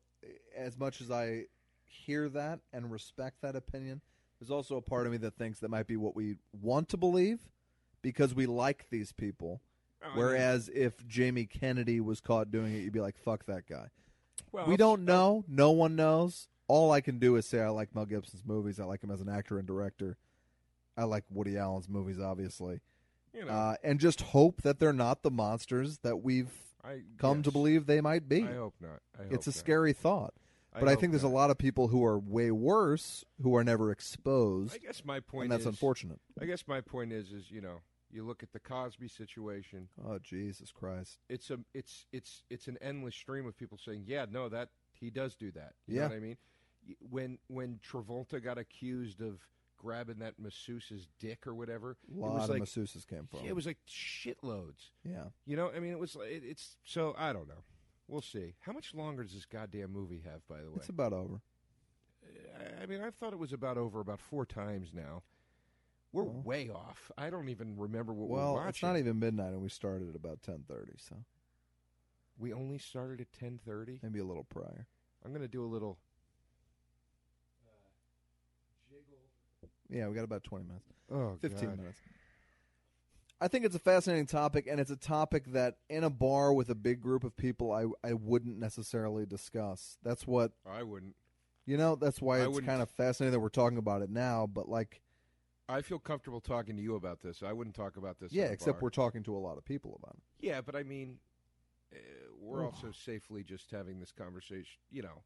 [SPEAKER 2] as much as I hear that and respect that opinion, there's also a part of me that thinks that might be what we want to believe because we like these people.
[SPEAKER 1] Oh, I mean,
[SPEAKER 2] Whereas if Jamie Kennedy was caught doing it, you'd be like, fuck that guy.
[SPEAKER 1] well,
[SPEAKER 2] We don't know. No one knows. All I can do is say I like Mel Gibson's movies. I like him as an actor and director. I like Woody Allen's movies, obviously.
[SPEAKER 1] you know,
[SPEAKER 2] Uh, and just hope that they're not the monsters that we've
[SPEAKER 1] I
[SPEAKER 2] come to
[SPEAKER 1] yes.
[SPEAKER 2] believe they might be.
[SPEAKER 1] I hope not. I hope
[SPEAKER 2] It's a
[SPEAKER 1] not.
[SPEAKER 2] scary thought. But I,
[SPEAKER 1] hope
[SPEAKER 2] think there's
[SPEAKER 1] not.
[SPEAKER 2] a lot of people who are way worse who are never exposed,
[SPEAKER 1] I guess my point
[SPEAKER 2] and that's
[SPEAKER 1] is,
[SPEAKER 2] unfortunate.
[SPEAKER 1] I guess my point is, is you know, you look at the Cosby situation.
[SPEAKER 2] Oh Jesus Christ!
[SPEAKER 1] it's a it's it's it's an endless stream of people saying, "Yeah, no, that he does do that." You
[SPEAKER 2] Yeah.
[SPEAKER 1] know what I mean? Y- When when Travolta got accused of grabbing that masseuse's dick or whatever,
[SPEAKER 2] A lot
[SPEAKER 1] was
[SPEAKER 2] of
[SPEAKER 1] like-
[SPEAKER 2] masseuses came from.
[SPEAKER 1] it was like shitloads.
[SPEAKER 2] yeah,
[SPEAKER 1] You know, I mean, it was like- it, it's so I don't know. We'll see. How much longer does this goddamn movie have? By the way,
[SPEAKER 2] it's about over.
[SPEAKER 1] I I mean, I thought it was about over about four times now. We're
[SPEAKER 2] Well.
[SPEAKER 1] way off. I don't even remember what we're
[SPEAKER 2] Well,
[SPEAKER 1] watching.
[SPEAKER 2] it's not e- even midnight, and we started at about ten thirty, so
[SPEAKER 1] we only started at ten thirty.
[SPEAKER 2] maybe a little prior.
[SPEAKER 1] I'm gonna do a little.
[SPEAKER 2] Yeah, we got about twenty minutes,
[SPEAKER 1] Oh,
[SPEAKER 2] fifteen
[SPEAKER 1] God.
[SPEAKER 2] minutes. I think it's a fascinating topic, and it's a topic that in a bar with a big group of people, I I wouldn't necessarily discuss. That's what
[SPEAKER 1] I wouldn't.
[SPEAKER 2] you know. That's why
[SPEAKER 1] I
[SPEAKER 2] it's
[SPEAKER 1] wouldn't-
[SPEAKER 2] kind of fascinating that we're talking about it now. But like,
[SPEAKER 1] I feel comfortable talking to you about this. I wouldn't talk about this.
[SPEAKER 2] yeah,
[SPEAKER 1] at a
[SPEAKER 2] except
[SPEAKER 1] bar.
[SPEAKER 2] we're talking to a lot of people about it.
[SPEAKER 1] Yeah, but I mean, uh, we're
[SPEAKER 2] Ooh.
[SPEAKER 1] also safely just having this conversation. You know,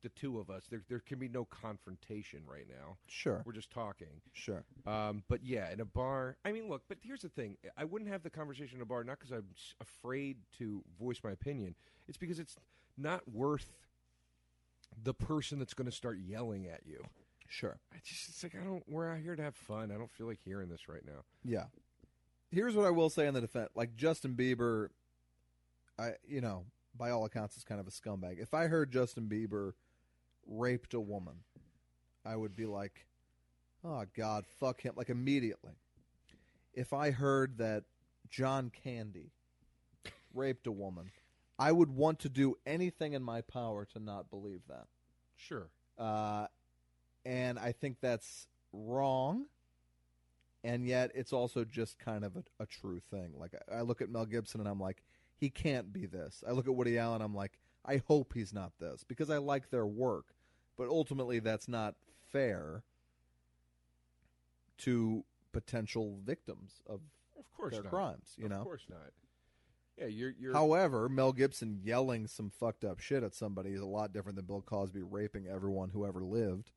[SPEAKER 1] the two of us. There, there can be no confrontation right now.
[SPEAKER 2] Sure,
[SPEAKER 1] We're just talking.
[SPEAKER 2] sure.
[SPEAKER 1] Um, but yeah, in a bar. I mean, look. But here's the thing. I wouldn't have the conversation in a bar not because I'm s- afraid to voice my opinion. It's because it's not worth the person that's going to start yelling at you.
[SPEAKER 2] Sure.
[SPEAKER 1] I just it's like I don't. We're out here to have fun. I don't feel like hearing this right now.
[SPEAKER 2] Yeah. Here's what I will say on the defense. Like Justin Bieber, I you know, by all accounts is kind of a scumbag. If I heard Justin Bieber raped a woman, I would be like, "Oh god, fuck him." Like immediately. If I heard that John Candy raped a woman, I would want to do anything in my power to not believe that.
[SPEAKER 1] Sure.
[SPEAKER 2] Uh, and I think that's wrong. And yet, it's also just kind of a, a true thing. Like I, I look at Mel Gibson and I'm like, he can't be this. I look at Woody Allen, I'm like, I hope he's not this because I like their work. But ultimately, that's not fair to potential victims of
[SPEAKER 1] Of course
[SPEAKER 2] their
[SPEAKER 1] not.
[SPEAKER 2] crimes. You
[SPEAKER 1] of
[SPEAKER 2] know.
[SPEAKER 1] course not. Yeah, you're you're
[SPEAKER 2] However, Mel Gibson yelling some fucked up shit at somebody is a lot different than Bill Cosby raping everyone who ever lived.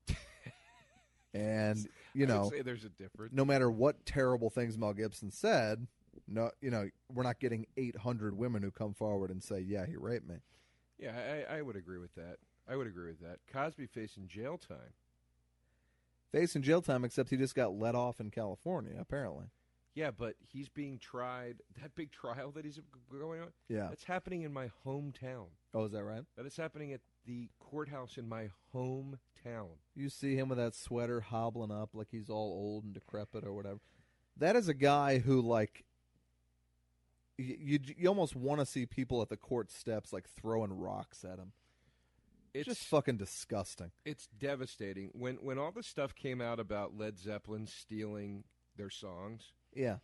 [SPEAKER 2] and you
[SPEAKER 1] I would
[SPEAKER 2] know,
[SPEAKER 1] say there's a difference.
[SPEAKER 2] no matter what terrible things Mel Gibson said, no, you know, we're not getting 800 women who come forward and say, "Yeah, he raped me."
[SPEAKER 1] Yeah, I, I would agree with that. I would agree with that. Cosby facing jail time.
[SPEAKER 2] Facing jail time, except he just got let off in California, apparently.
[SPEAKER 1] Yeah, but he's being tried. That big trial that he's going on.
[SPEAKER 2] Yeah.
[SPEAKER 1] That's happening in my hometown.
[SPEAKER 2] Oh, is that right?
[SPEAKER 1] That is happening at the courthouse in my hometown.
[SPEAKER 2] You see him with that sweater hobbling up like he's all old and decrepit or whatever. That is a guy who like you you, you almost want to see people at the court steps like throwing rocks at him.
[SPEAKER 1] It's
[SPEAKER 2] It's just fucking disgusting.
[SPEAKER 1] it's devastating. When when all the stuff came out about Led Zeppelin stealing their songs,
[SPEAKER 2] Yeah.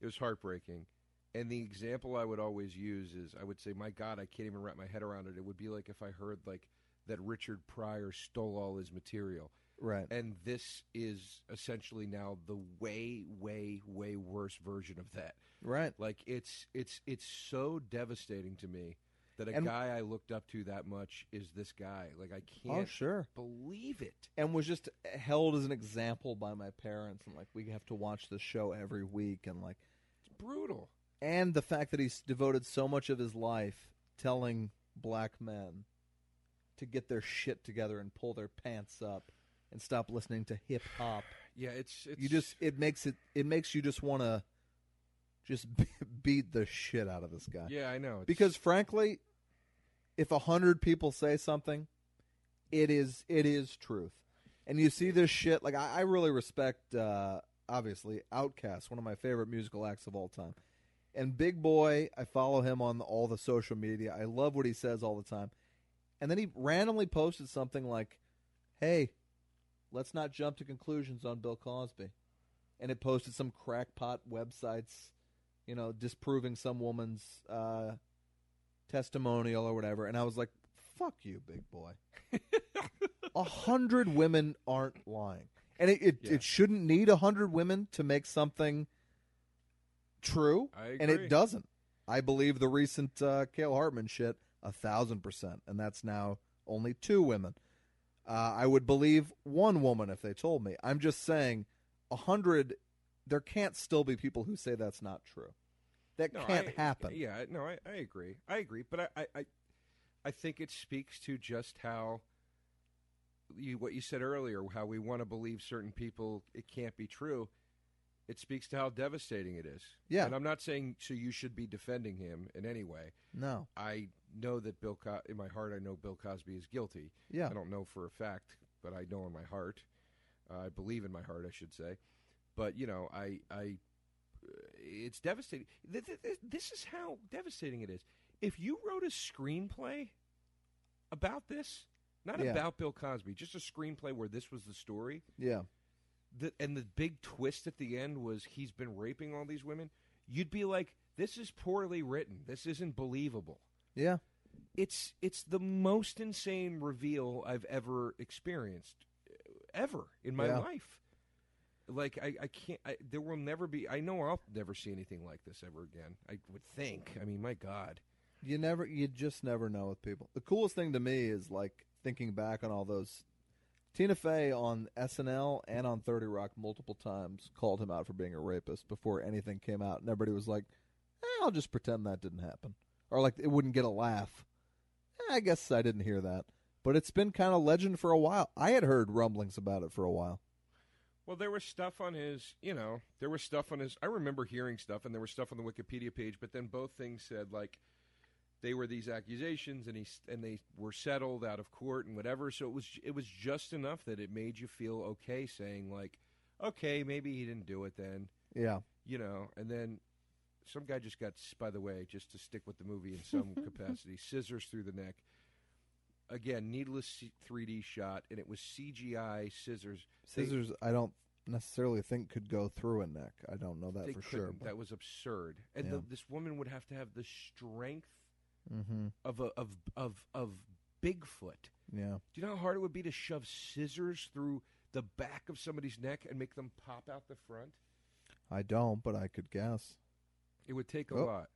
[SPEAKER 1] it was heartbreaking. And the example I would always use is I would say, "My God, I can't even wrap my head around it." It would be like if I heard like that Richard Pryor stole all his material,
[SPEAKER 2] Right.
[SPEAKER 1] and this is essentially now the way, way, way worse version of that.
[SPEAKER 2] Right.
[SPEAKER 1] Like it's it's it's so devastating to me that a
[SPEAKER 2] And-
[SPEAKER 1] guy I looked up to that much is this guy. Like I
[SPEAKER 2] Oh,
[SPEAKER 1] can't
[SPEAKER 2] sure.
[SPEAKER 1] believe it.
[SPEAKER 2] And was just held as an example by my parents and like we have to watch this show every week and like
[SPEAKER 1] It's brutal.
[SPEAKER 2] and the fact that he's devoted so much of his life telling black men to get their shit together and pull their pants up and stop listening to hip hop.
[SPEAKER 1] Yeah, it's it's
[SPEAKER 2] You just it makes it it makes you just want to just (laughs) b- beat the shit out of this guy.
[SPEAKER 1] (laughs) yeah, I know It's-
[SPEAKER 2] Because frankly, if a hundred people say something, it is it is truth. And you see this shit like I, I really respect uh, obviously Outcast, one of my favorite musical acts of all time. And Big Boy, I follow him on all the social media. I love what he says all the time. And then he randomly posted something like, "Hey, let's not jump to conclusions on Bill Cosby." And it posted some crackpot websites, you know, disproving some woman's uh, testimonial or whatever. And I was like, "Fuck you, Big Boy." a hundred women aren't lying, and it it,
[SPEAKER 1] Yeah.
[SPEAKER 2] it shouldn't need a hundred women to make something true
[SPEAKER 1] I agree.
[SPEAKER 2] and it doesn't. I believe the recent uh, Kale Hartman shit a thousand percent, and that's now only two women. Uh, I would believe one woman if they told me. I'm just saying, a hundred. There can't still be people who say that's not true. That
[SPEAKER 1] No,
[SPEAKER 2] can't
[SPEAKER 1] I-
[SPEAKER 2] happen.
[SPEAKER 1] Yeah, no, I, I agree. I agree, but I, I, I, I think it speaks to just how you what you said earlier, how we want to believe certain people it can't be true. It speaks to how devastating it is.
[SPEAKER 2] Yeah.
[SPEAKER 1] and I'm not saying so you should be defending him in any way.
[SPEAKER 2] No.
[SPEAKER 1] I know that Bill Co- in my heart, I know Bill Cosby is guilty.
[SPEAKER 2] Yeah.
[SPEAKER 1] I don't know for a fact, but I know in my heart. Uh, I believe in my heart, I should say. But you know, I, I, uh, it's devastating. Th- th- th- This is how devastating it is. If you wrote a screenplay about this, not
[SPEAKER 2] Yeah.
[SPEAKER 1] about Bill Cosby, just a screenplay where this was the story,
[SPEAKER 2] Yeah.
[SPEAKER 1] the, and the big twist at the end was he's been raping all these women, you'd be like, this is poorly written. This isn't believable.
[SPEAKER 2] Yeah.
[SPEAKER 1] It's it's the most insane reveal I've ever experienced, uh, ever in my
[SPEAKER 2] Yeah.
[SPEAKER 1] life. Like I, I can't. I, there will never be. I know I'll never see anything like this ever again. I would think. I mean, my God.
[SPEAKER 2] You never, you just never know with people. The coolest thing to me is like thinking back on all those. Tina Fey on SNL and on Thirty Rock multiple times called him out for being a rapist before anything came out, and everybody was like, eh, "I'll just pretend that didn't happen," or like it wouldn't get a laugh. Eh, I guess I didn't hear that, but it's been kind of legend for a while. I had heard rumblings about it for a while.
[SPEAKER 1] Well, there was stuff on his, you know, there was stuff on his. I remember hearing stuff, and there was stuff on the Wikipedia page. But then both things said like they were these accusations, and he s- and they were settled out of court and whatever. So it was it was just enough that it made you feel okay, saying like, okay, maybe he didn't do it then,
[SPEAKER 2] Yeah,
[SPEAKER 1] you know. And then some guy just got, s- by the way, just to stick with the movie in some capacity, scissors through the neck. Again, needless C- 3D shot, and it was CGI scissors. They-
[SPEAKER 2] scissors. I don't necessarily think could go through a neck. I don't know that
[SPEAKER 1] they
[SPEAKER 2] for sure.
[SPEAKER 1] couldn't. That was absurd. And
[SPEAKER 2] Yeah.
[SPEAKER 1] the, this woman would have to have the strength
[SPEAKER 2] mm-hmm.
[SPEAKER 1] of a, of of of Bigfoot.
[SPEAKER 2] Yeah.
[SPEAKER 1] Do you know how hard it would be to shove scissors through the back of somebody's neck and make them pop out the front?
[SPEAKER 2] I don't, but I could guess.
[SPEAKER 1] It would take a
[SPEAKER 2] Oh.
[SPEAKER 1] lot.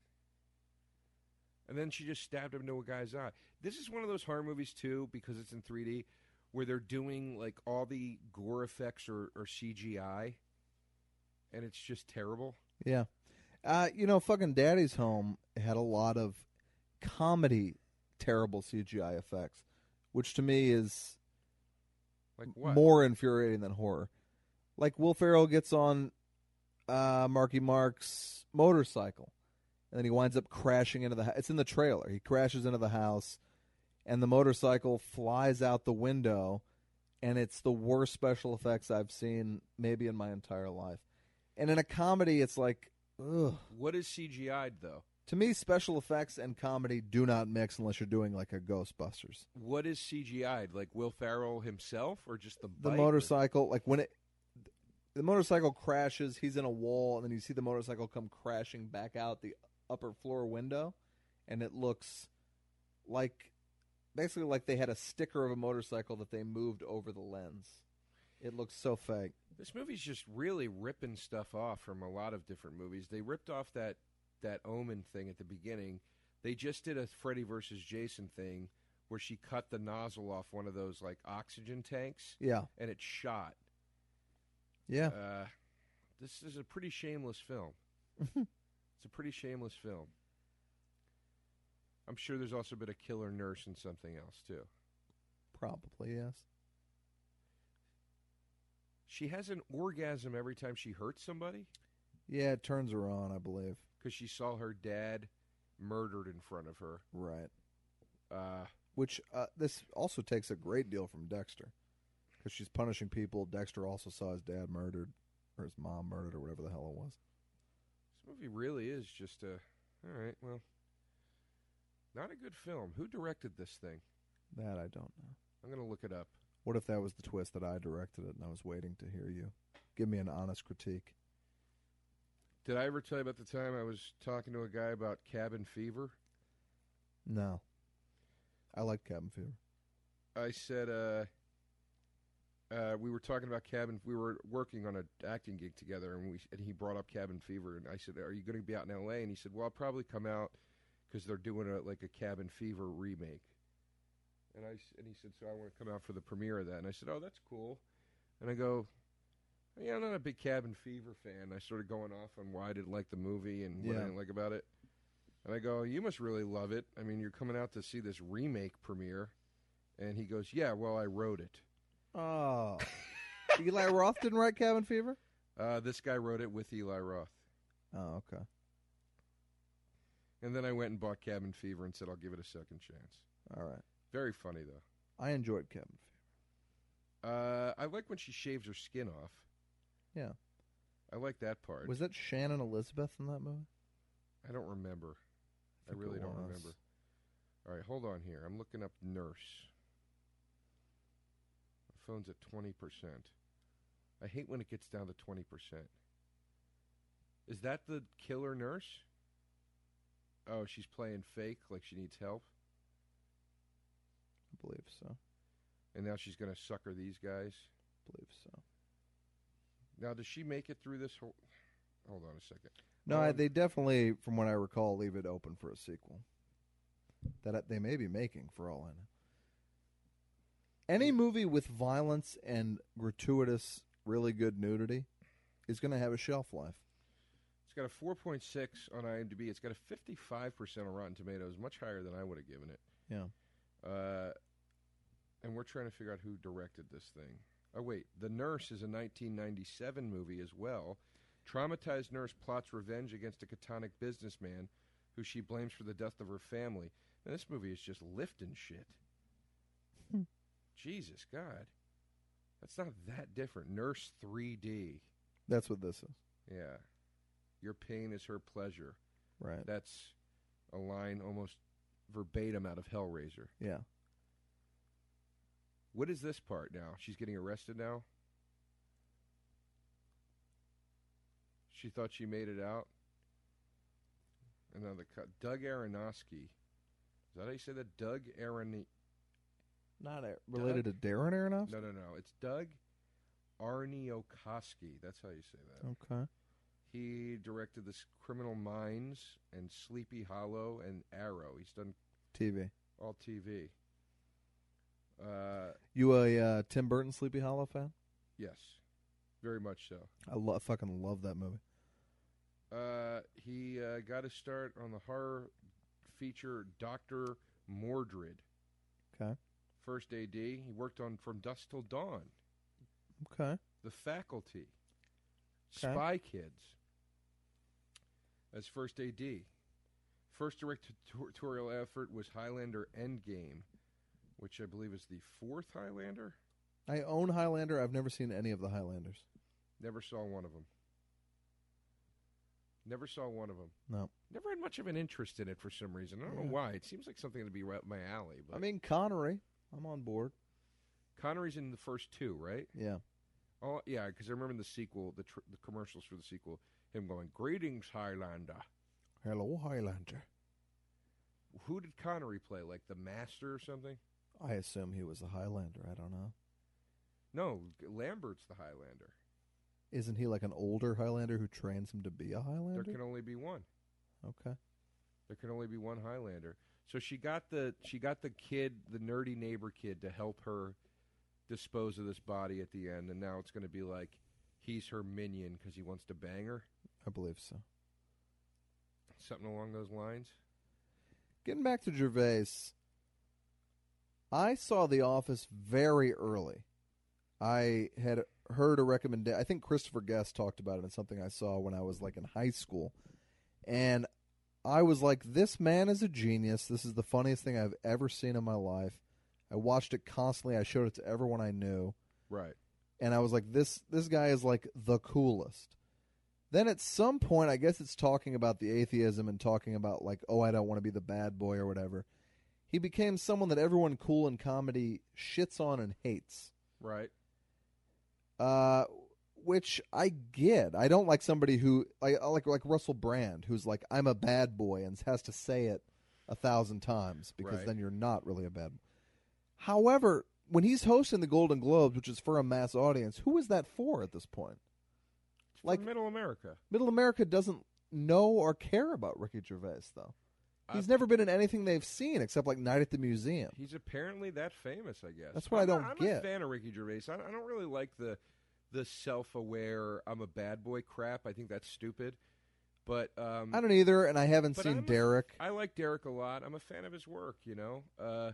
[SPEAKER 1] And then she just stabbed him into a guy's eye. This is one of those horror movies too, because it's in 3D, where they're doing like all the gore effects or, or CGI, and it's just terrible.
[SPEAKER 2] Yeah. Uh, you know, fucking Daddy's Home had a lot of comedy terrible CGI effects, which to me is
[SPEAKER 1] Like what?
[SPEAKER 2] more infuriating than horror. Like Will Ferrell gets on uh, Marky Mark's motorcycle, and then he winds up crashing into the. hou- It's in the trailer. He crashes into the house, and the motorcycle flies out the window, and it's the worst special effects I've seen maybe in my entire life. And in a comedy, it's like, ugh.
[SPEAKER 1] What is CGI'd though?
[SPEAKER 2] To me, special effects and comedy do not mix unless you're doing like a Ghostbusters.
[SPEAKER 1] what is CGI'd? Like Will Farrell himself or just the
[SPEAKER 2] the
[SPEAKER 1] bike or-
[SPEAKER 2] motorcycle like when it the motorcycle crashes he's in a wall and then you see the motorcycle come crashing back out the upper floor window and it looks like basically like they had a sticker of a motorcycle that they moved over the lens it looks so fake
[SPEAKER 1] This movie's just really ripping stuff off from a lot of different movies. They ripped off that that Omen thing at the beginning. They just did a Freddy versus Jason thing where she cut the nozzle off one of those like oxygen tanks
[SPEAKER 2] yeah
[SPEAKER 1] and it shot.
[SPEAKER 2] yeah
[SPEAKER 1] Uh, this is a pretty shameless
[SPEAKER 2] (laughs)
[SPEAKER 1] film. it's a pretty shameless film. I'm sure there's also been a killer nurse and something else too.
[SPEAKER 2] probably yes
[SPEAKER 1] She has an orgasm every time she hurts somebody.
[SPEAKER 2] yeah it turns her on i believe
[SPEAKER 1] because she saw her dad murdered in front of her.
[SPEAKER 2] right
[SPEAKER 1] Uh,
[SPEAKER 2] which uh, this also takes a great deal from Dexter, because she's punishing people. Dexter also saw his dad murdered, or his mom murdered, or whatever the hell it was.
[SPEAKER 1] this movie really is just a. All right, well, not a good film. Who directed this thing?
[SPEAKER 2] That I don't know.
[SPEAKER 1] I'm going to look it up.
[SPEAKER 2] What if that was the twist that I directed it and I was waiting to hear you? Give me an honest critique.
[SPEAKER 1] Did I ever tell you about the time I was talking to a guy about cabin fever?
[SPEAKER 2] No. I like Cabin Fever.
[SPEAKER 1] I said, uh, uh, we were talking about cabin. We were working on an acting gig together, and we and he brought up cabin fever, and I said, "Are you going to be out in L.A.?" And he said, "Well, I'll probably come out because they're doing a, like a cabin fever remake." And I s- and he said, "So I want to come out for the premiere of that." And I said, "Oh, that's cool." And I go, "Yeah, I'm not a big cabin fever fan." I started going off on why I didn't like the movie and what I
[SPEAKER 2] Yeah.
[SPEAKER 1] didn't like about it. And I go, "You must really love it. I mean, you're coming out to see this remake premiere." And he goes, "Yeah, well, I wrote it.
[SPEAKER 2] Oh. (laughs) Eli Roth didn't write Cabin Fever?
[SPEAKER 1] Uh, this guy wrote it with Eli Roth."
[SPEAKER 2] Oh, okay.
[SPEAKER 1] And then I went and bought Cabin Fever and said, "I'll give it a second chance."
[SPEAKER 2] All right.
[SPEAKER 1] Very funny though.
[SPEAKER 2] I enjoyed Cabin Fever.
[SPEAKER 1] Uh, I like when she shaves her skin off.
[SPEAKER 2] Yeah.
[SPEAKER 1] I like that part.
[SPEAKER 2] Was that Shannon Elizabeth in that movie?
[SPEAKER 1] I don't remember. I,
[SPEAKER 2] think it
[SPEAKER 1] really don't
[SPEAKER 2] was.
[SPEAKER 1] remember. All right, hold on here. I'm looking up nurse. My phone's at twenty percent. I hate when it gets down to twenty percent. Is that the killer nurse? Oh, she's playing fake, like she needs help,
[SPEAKER 2] I believe so.
[SPEAKER 1] and now she's gonna sucker these guys.
[SPEAKER 2] believe so.
[SPEAKER 1] Now, does she make it through this whole? Hold on a second.
[SPEAKER 2] No, I,
[SPEAKER 1] Um,
[SPEAKER 2] they definitely, from what I recall, leave it open for a sequel that I- they may be making, for all I know. Any movie with violence and gratuitous, really good nudity is going to have a shelf life.
[SPEAKER 1] It's got a 4.6 on IMDb. It's got a 55% on Rotten Tomatoes, much higher than I would have given it.
[SPEAKER 2] Yeah.
[SPEAKER 1] Uh, and we're trying to figure out who directed this thing. Oh, wait. The Nurse is a 1997 movie as well. Traumatized nurse plots revenge against a catonic businessman who she blames for the death of her family. And this movie is just lifting shit.
[SPEAKER 2] Hmm.
[SPEAKER 1] Jesus, God. That's not that different. Nurse 3D.
[SPEAKER 2] That's what this is,
[SPEAKER 1] Yeah. Your pain is her pleasure.
[SPEAKER 2] right?
[SPEAKER 1] That's a line almost verbatim out of Hellraiser.
[SPEAKER 2] Yeah.
[SPEAKER 1] What is this part now? She's getting arrested now? She thought she made it out. Another cut. Doug Aronofsky. Is that how you say that? Doug Aron.
[SPEAKER 2] Not a, related to Darren Aronofsky.
[SPEAKER 1] No, no, no. It's Doug Arniokoski. That's how you say that.
[SPEAKER 2] Okay.
[SPEAKER 1] He directed this Criminal Minds and Sleepy Hollow and Arrow. He's done
[SPEAKER 2] TV.
[SPEAKER 1] all TV. Uh,
[SPEAKER 2] You a uh, Tim Burton Sleepy Hollow fan?
[SPEAKER 1] yes, very much so.
[SPEAKER 2] I lo- fucking love that movie.
[SPEAKER 1] Uh, he uh, got his start on the horror feature Doctor Mordred.
[SPEAKER 2] Okay.
[SPEAKER 1] First AD, he worked on From Dusk Till Dawn,
[SPEAKER 2] Okay.
[SPEAKER 1] The Faculty,
[SPEAKER 2] Okay.
[SPEAKER 1] Spy Kids. As first AD, first directorial effort was Highlander Endgame, which I believe is the fourth Highlander.
[SPEAKER 2] I own Highlander. I've never seen any of the Highlanders.
[SPEAKER 1] Never saw one of them. Never saw one of them.
[SPEAKER 2] No.
[SPEAKER 1] Never had much of an interest in it for some reason. I don't
[SPEAKER 2] Yeah.
[SPEAKER 1] know why. It seems like something to be right up my alley. But
[SPEAKER 2] I mean Connery. I'm on board.
[SPEAKER 1] Connery's in the first two, right?
[SPEAKER 2] Yeah.
[SPEAKER 1] Oh, yeah, because I remember in the sequel, the, tr- the commercials for the sequel, him going, "Greetings, Highlander."
[SPEAKER 2] Hello, Highlander.
[SPEAKER 1] Who did Connery play? Like the master or something?
[SPEAKER 2] I assume he was a Highlander. I don't know.
[SPEAKER 1] No, Lambert's the Highlander.
[SPEAKER 2] Isn't he like an older Highlander who trains him to be a Highlander?
[SPEAKER 1] There can only be one.
[SPEAKER 2] okay.
[SPEAKER 1] There can only be one Highlander. So she got the she got the kid, the nerdy neighbor kid, to help her dispose of this body at the end, and now it's going to be like he's her minion because he wants to bang her,
[SPEAKER 2] I believe so.
[SPEAKER 1] something along those lines.
[SPEAKER 2] Getting back to Gervais, I saw The Office very early. I had heard a recommendation. I think Christopher Guest talked about it in something I saw when I was like in high school. And I was like, this man is a genius. This is the funniest thing I've ever seen in my life. I watched it constantly. I showed it to everyone I knew.
[SPEAKER 1] Right.
[SPEAKER 2] and I was like, this this guy is like the coolest. Then at some point, I guess it's talking about the atheism and talking about like, oh, I don't want to be the bad boy or whatever. He became someone that everyone cool in comedy shits on and hates,
[SPEAKER 1] Right.
[SPEAKER 2] uh, which I get. I don't like somebody who I, I like like Russell Brand, who's like, I'm a bad boy and has to say it a thousand times because
[SPEAKER 1] Right.
[SPEAKER 2] then you're not really a bad. boy. However, when he's hosting the Golden Globes, which is for a mass audience, who is that for at this point?
[SPEAKER 1] It's
[SPEAKER 2] Like-
[SPEAKER 1] like Middle America.
[SPEAKER 2] Middle America doesn't know or care about Ricky Gervais, though. He's
[SPEAKER 1] I-
[SPEAKER 2] never been in anything they've seen except like Night at the Museum.
[SPEAKER 1] He's apparently that famous, I guess.
[SPEAKER 2] That's what I
[SPEAKER 1] I'm not-
[SPEAKER 2] don't get.
[SPEAKER 1] I'm a fan of Ricky Gervais. I, I don't really like the the self aware I'm a bad boy crap. I think that's stupid. But um,
[SPEAKER 2] I don't either, and I haven't
[SPEAKER 1] But I'm
[SPEAKER 2] seen
[SPEAKER 1] a-
[SPEAKER 2] Derek.
[SPEAKER 1] I like Derek a lot. I'm a fan of his work. You know. Uh,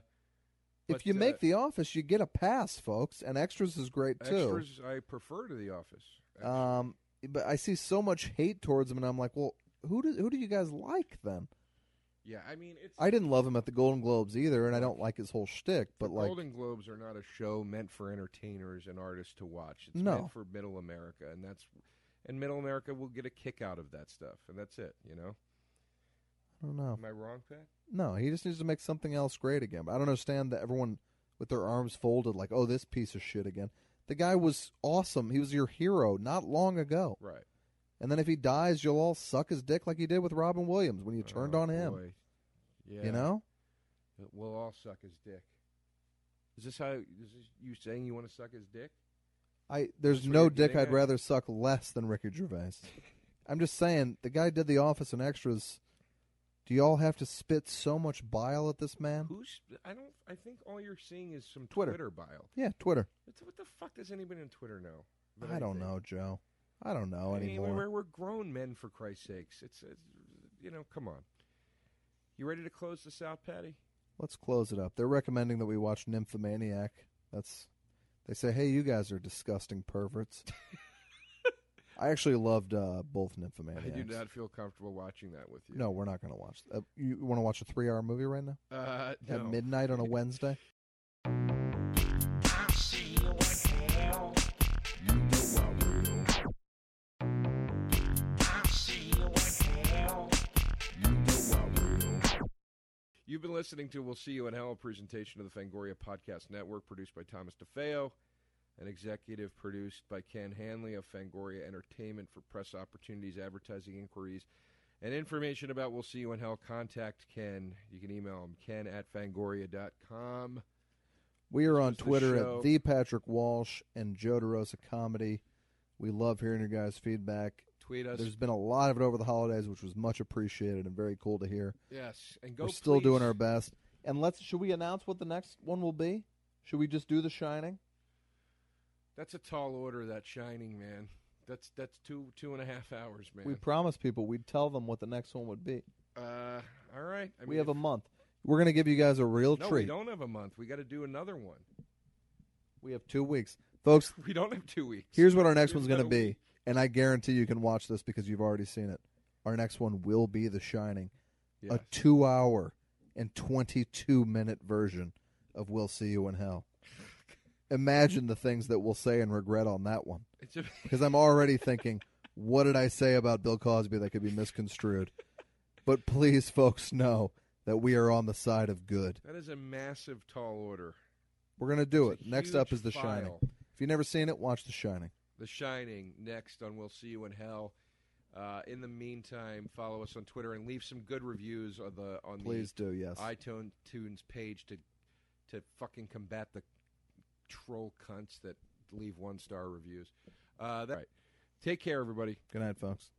[SPEAKER 2] if
[SPEAKER 1] but,
[SPEAKER 2] you
[SPEAKER 1] uh,
[SPEAKER 2] make The Office, you get a pass, folks, and Extras is great too.
[SPEAKER 1] Extras, I prefer to The Office. actually.
[SPEAKER 2] Um, but I see so much hate towards him, and I'm like, well, who do who do you guys like then?
[SPEAKER 1] yeah, I mean, it's
[SPEAKER 2] I didn't love him at the Golden Globes either, and I don't like his whole shtick. But
[SPEAKER 1] the
[SPEAKER 2] like,
[SPEAKER 1] Golden Globes are not a show meant for entertainers and artists to watch. It's
[SPEAKER 2] No.
[SPEAKER 1] meant for Middle America, and that's and Middle America will get a kick out of that stuff, and that's it. You know,
[SPEAKER 2] I don't know.
[SPEAKER 1] am I wrong, Pat?
[SPEAKER 2] No, he just needs to make something else great again. But I don't understand that everyone with their arms folded, like, oh, this piece of shit again. The guy was awesome. He was your hero not long ago.
[SPEAKER 1] Right.
[SPEAKER 2] And then if he dies, you'll all suck his dick like you did with Robin Williams when you turned
[SPEAKER 1] Oh,
[SPEAKER 2] on him.
[SPEAKER 1] boy. Yeah.
[SPEAKER 2] You know?
[SPEAKER 1] We'll all suck his dick. Is this how? Is this you saying you want to suck his dick?
[SPEAKER 2] I there's
[SPEAKER 1] That's what
[SPEAKER 2] no
[SPEAKER 1] you're
[SPEAKER 2] dick
[SPEAKER 1] getting
[SPEAKER 2] I'd
[SPEAKER 1] at?
[SPEAKER 2] rather suck less than Ricky
[SPEAKER 1] (laughs)
[SPEAKER 2] Gervais. I'm just saying the guy did The Office and Extras. Do y'all have to spit so much bile at this man?
[SPEAKER 1] Who's? I don't. I think all you're seeing is some
[SPEAKER 2] Um, Twitter.
[SPEAKER 1] Twitter, bio.
[SPEAKER 2] Yeah, Twitter.
[SPEAKER 1] It's- what the fuck does anybody on Twitter know? about
[SPEAKER 2] I don't
[SPEAKER 1] anything?
[SPEAKER 2] know, Joe. I don't know
[SPEAKER 1] I mean,
[SPEAKER 2] anymore.
[SPEAKER 1] we're, we're grown men, for Christ's sakes. It's, it's you know, come on. You ready to close this out, Patty?
[SPEAKER 2] Let's close it up. They're recommending that we watch Nymphomaniac. That's they say, hey, you guys are disgusting
[SPEAKER 1] (laughs)
[SPEAKER 2] perverts. I actually loved uh, both Nymphomaniacs.
[SPEAKER 1] I do not feel comfortable watching that with you.
[SPEAKER 2] No, we're not going to watch. Uh, you want to watch a three-hour movie right now
[SPEAKER 1] Uh, no.
[SPEAKER 2] at midnight
[SPEAKER 1] (laughs)
[SPEAKER 2] on a Wednesday?
[SPEAKER 1] You've been listening to We'll See You in Hell, a presentation of the Fangoria Podcast Network, produced by Thomas DeFeo and executive produced by Ken Hanley of Fangoria Entertainment for press opportunities, advertising inquiries, and information about We'll See You in Hell. Contact Ken. You can email him, ken at fangoria.com.
[SPEAKER 2] We are on
[SPEAKER 1] was the
[SPEAKER 2] Twitter
[SPEAKER 1] show.
[SPEAKER 2] at the Patrick Walsh and Joe DeRosa Comedy. We love hearing your guys' feedback.
[SPEAKER 1] Tweet us.
[SPEAKER 2] There's been a lot of it over the holidays, which was much appreciated and very cool to hear.
[SPEAKER 1] yes. And go
[SPEAKER 2] We're still doing
[SPEAKER 1] please.
[SPEAKER 2] our best. And let's should we announce what the next one will be? Should we just do The Shining?
[SPEAKER 1] That's a tall order, that shining, man. That's that's two two and a half hours, man.
[SPEAKER 2] We promised people we'd tell them what the next one would be.
[SPEAKER 1] uh, all right. I
[SPEAKER 2] we
[SPEAKER 1] mean,
[SPEAKER 2] have a
[SPEAKER 1] if-
[SPEAKER 2] month. We're going to give you guys a real
[SPEAKER 1] no.
[SPEAKER 2] treat.
[SPEAKER 1] We don't have a month. We got to do another one. (laughs)
[SPEAKER 2] We have two weeks, folks.
[SPEAKER 1] We don't have two weeks.
[SPEAKER 2] Here's what our next
[SPEAKER 1] Here's
[SPEAKER 2] one's going to
[SPEAKER 1] another
[SPEAKER 2] be,
[SPEAKER 1] week.
[SPEAKER 2] and I guarantee you can watch this because you've already seen it. Our next one will be The Shining, a
[SPEAKER 1] Yes.
[SPEAKER 2] two-hour and twenty-two-minute version of "We'll See You in Hell." Imagine the things that we'll say and regret on that one.
[SPEAKER 1] It's a, (laughs)
[SPEAKER 2] because I'm already thinking, what did I say about Bill Cosby that could be misconstrued? But please, folks, know that we are on the side of good.
[SPEAKER 1] that is a massive tall order.
[SPEAKER 2] We're gonna do
[SPEAKER 1] It's
[SPEAKER 2] it.
[SPEAKER 1] a
[SPEAKER 2] Next up
[SPEAKER 1] huge
[SPEAKER 2] is The Shining.
[SPEAKER 1] file.
[SPEAKER 2] If you've never seen it, watch The Shining.
[SPEAKER 1] The Shining next on We'll See You in Hell. Uh, in the meantime, follow us on Twitter and leave some good reviews on the on
[SPEAKER 2] Please do. Yes.
[SPEAKER 1] the iTunes Tunes page to to fucking combat the troll cunts that leave one star reviews. Uh, that, Take care, everybody.
[SPEAKER 2] Good night, folks.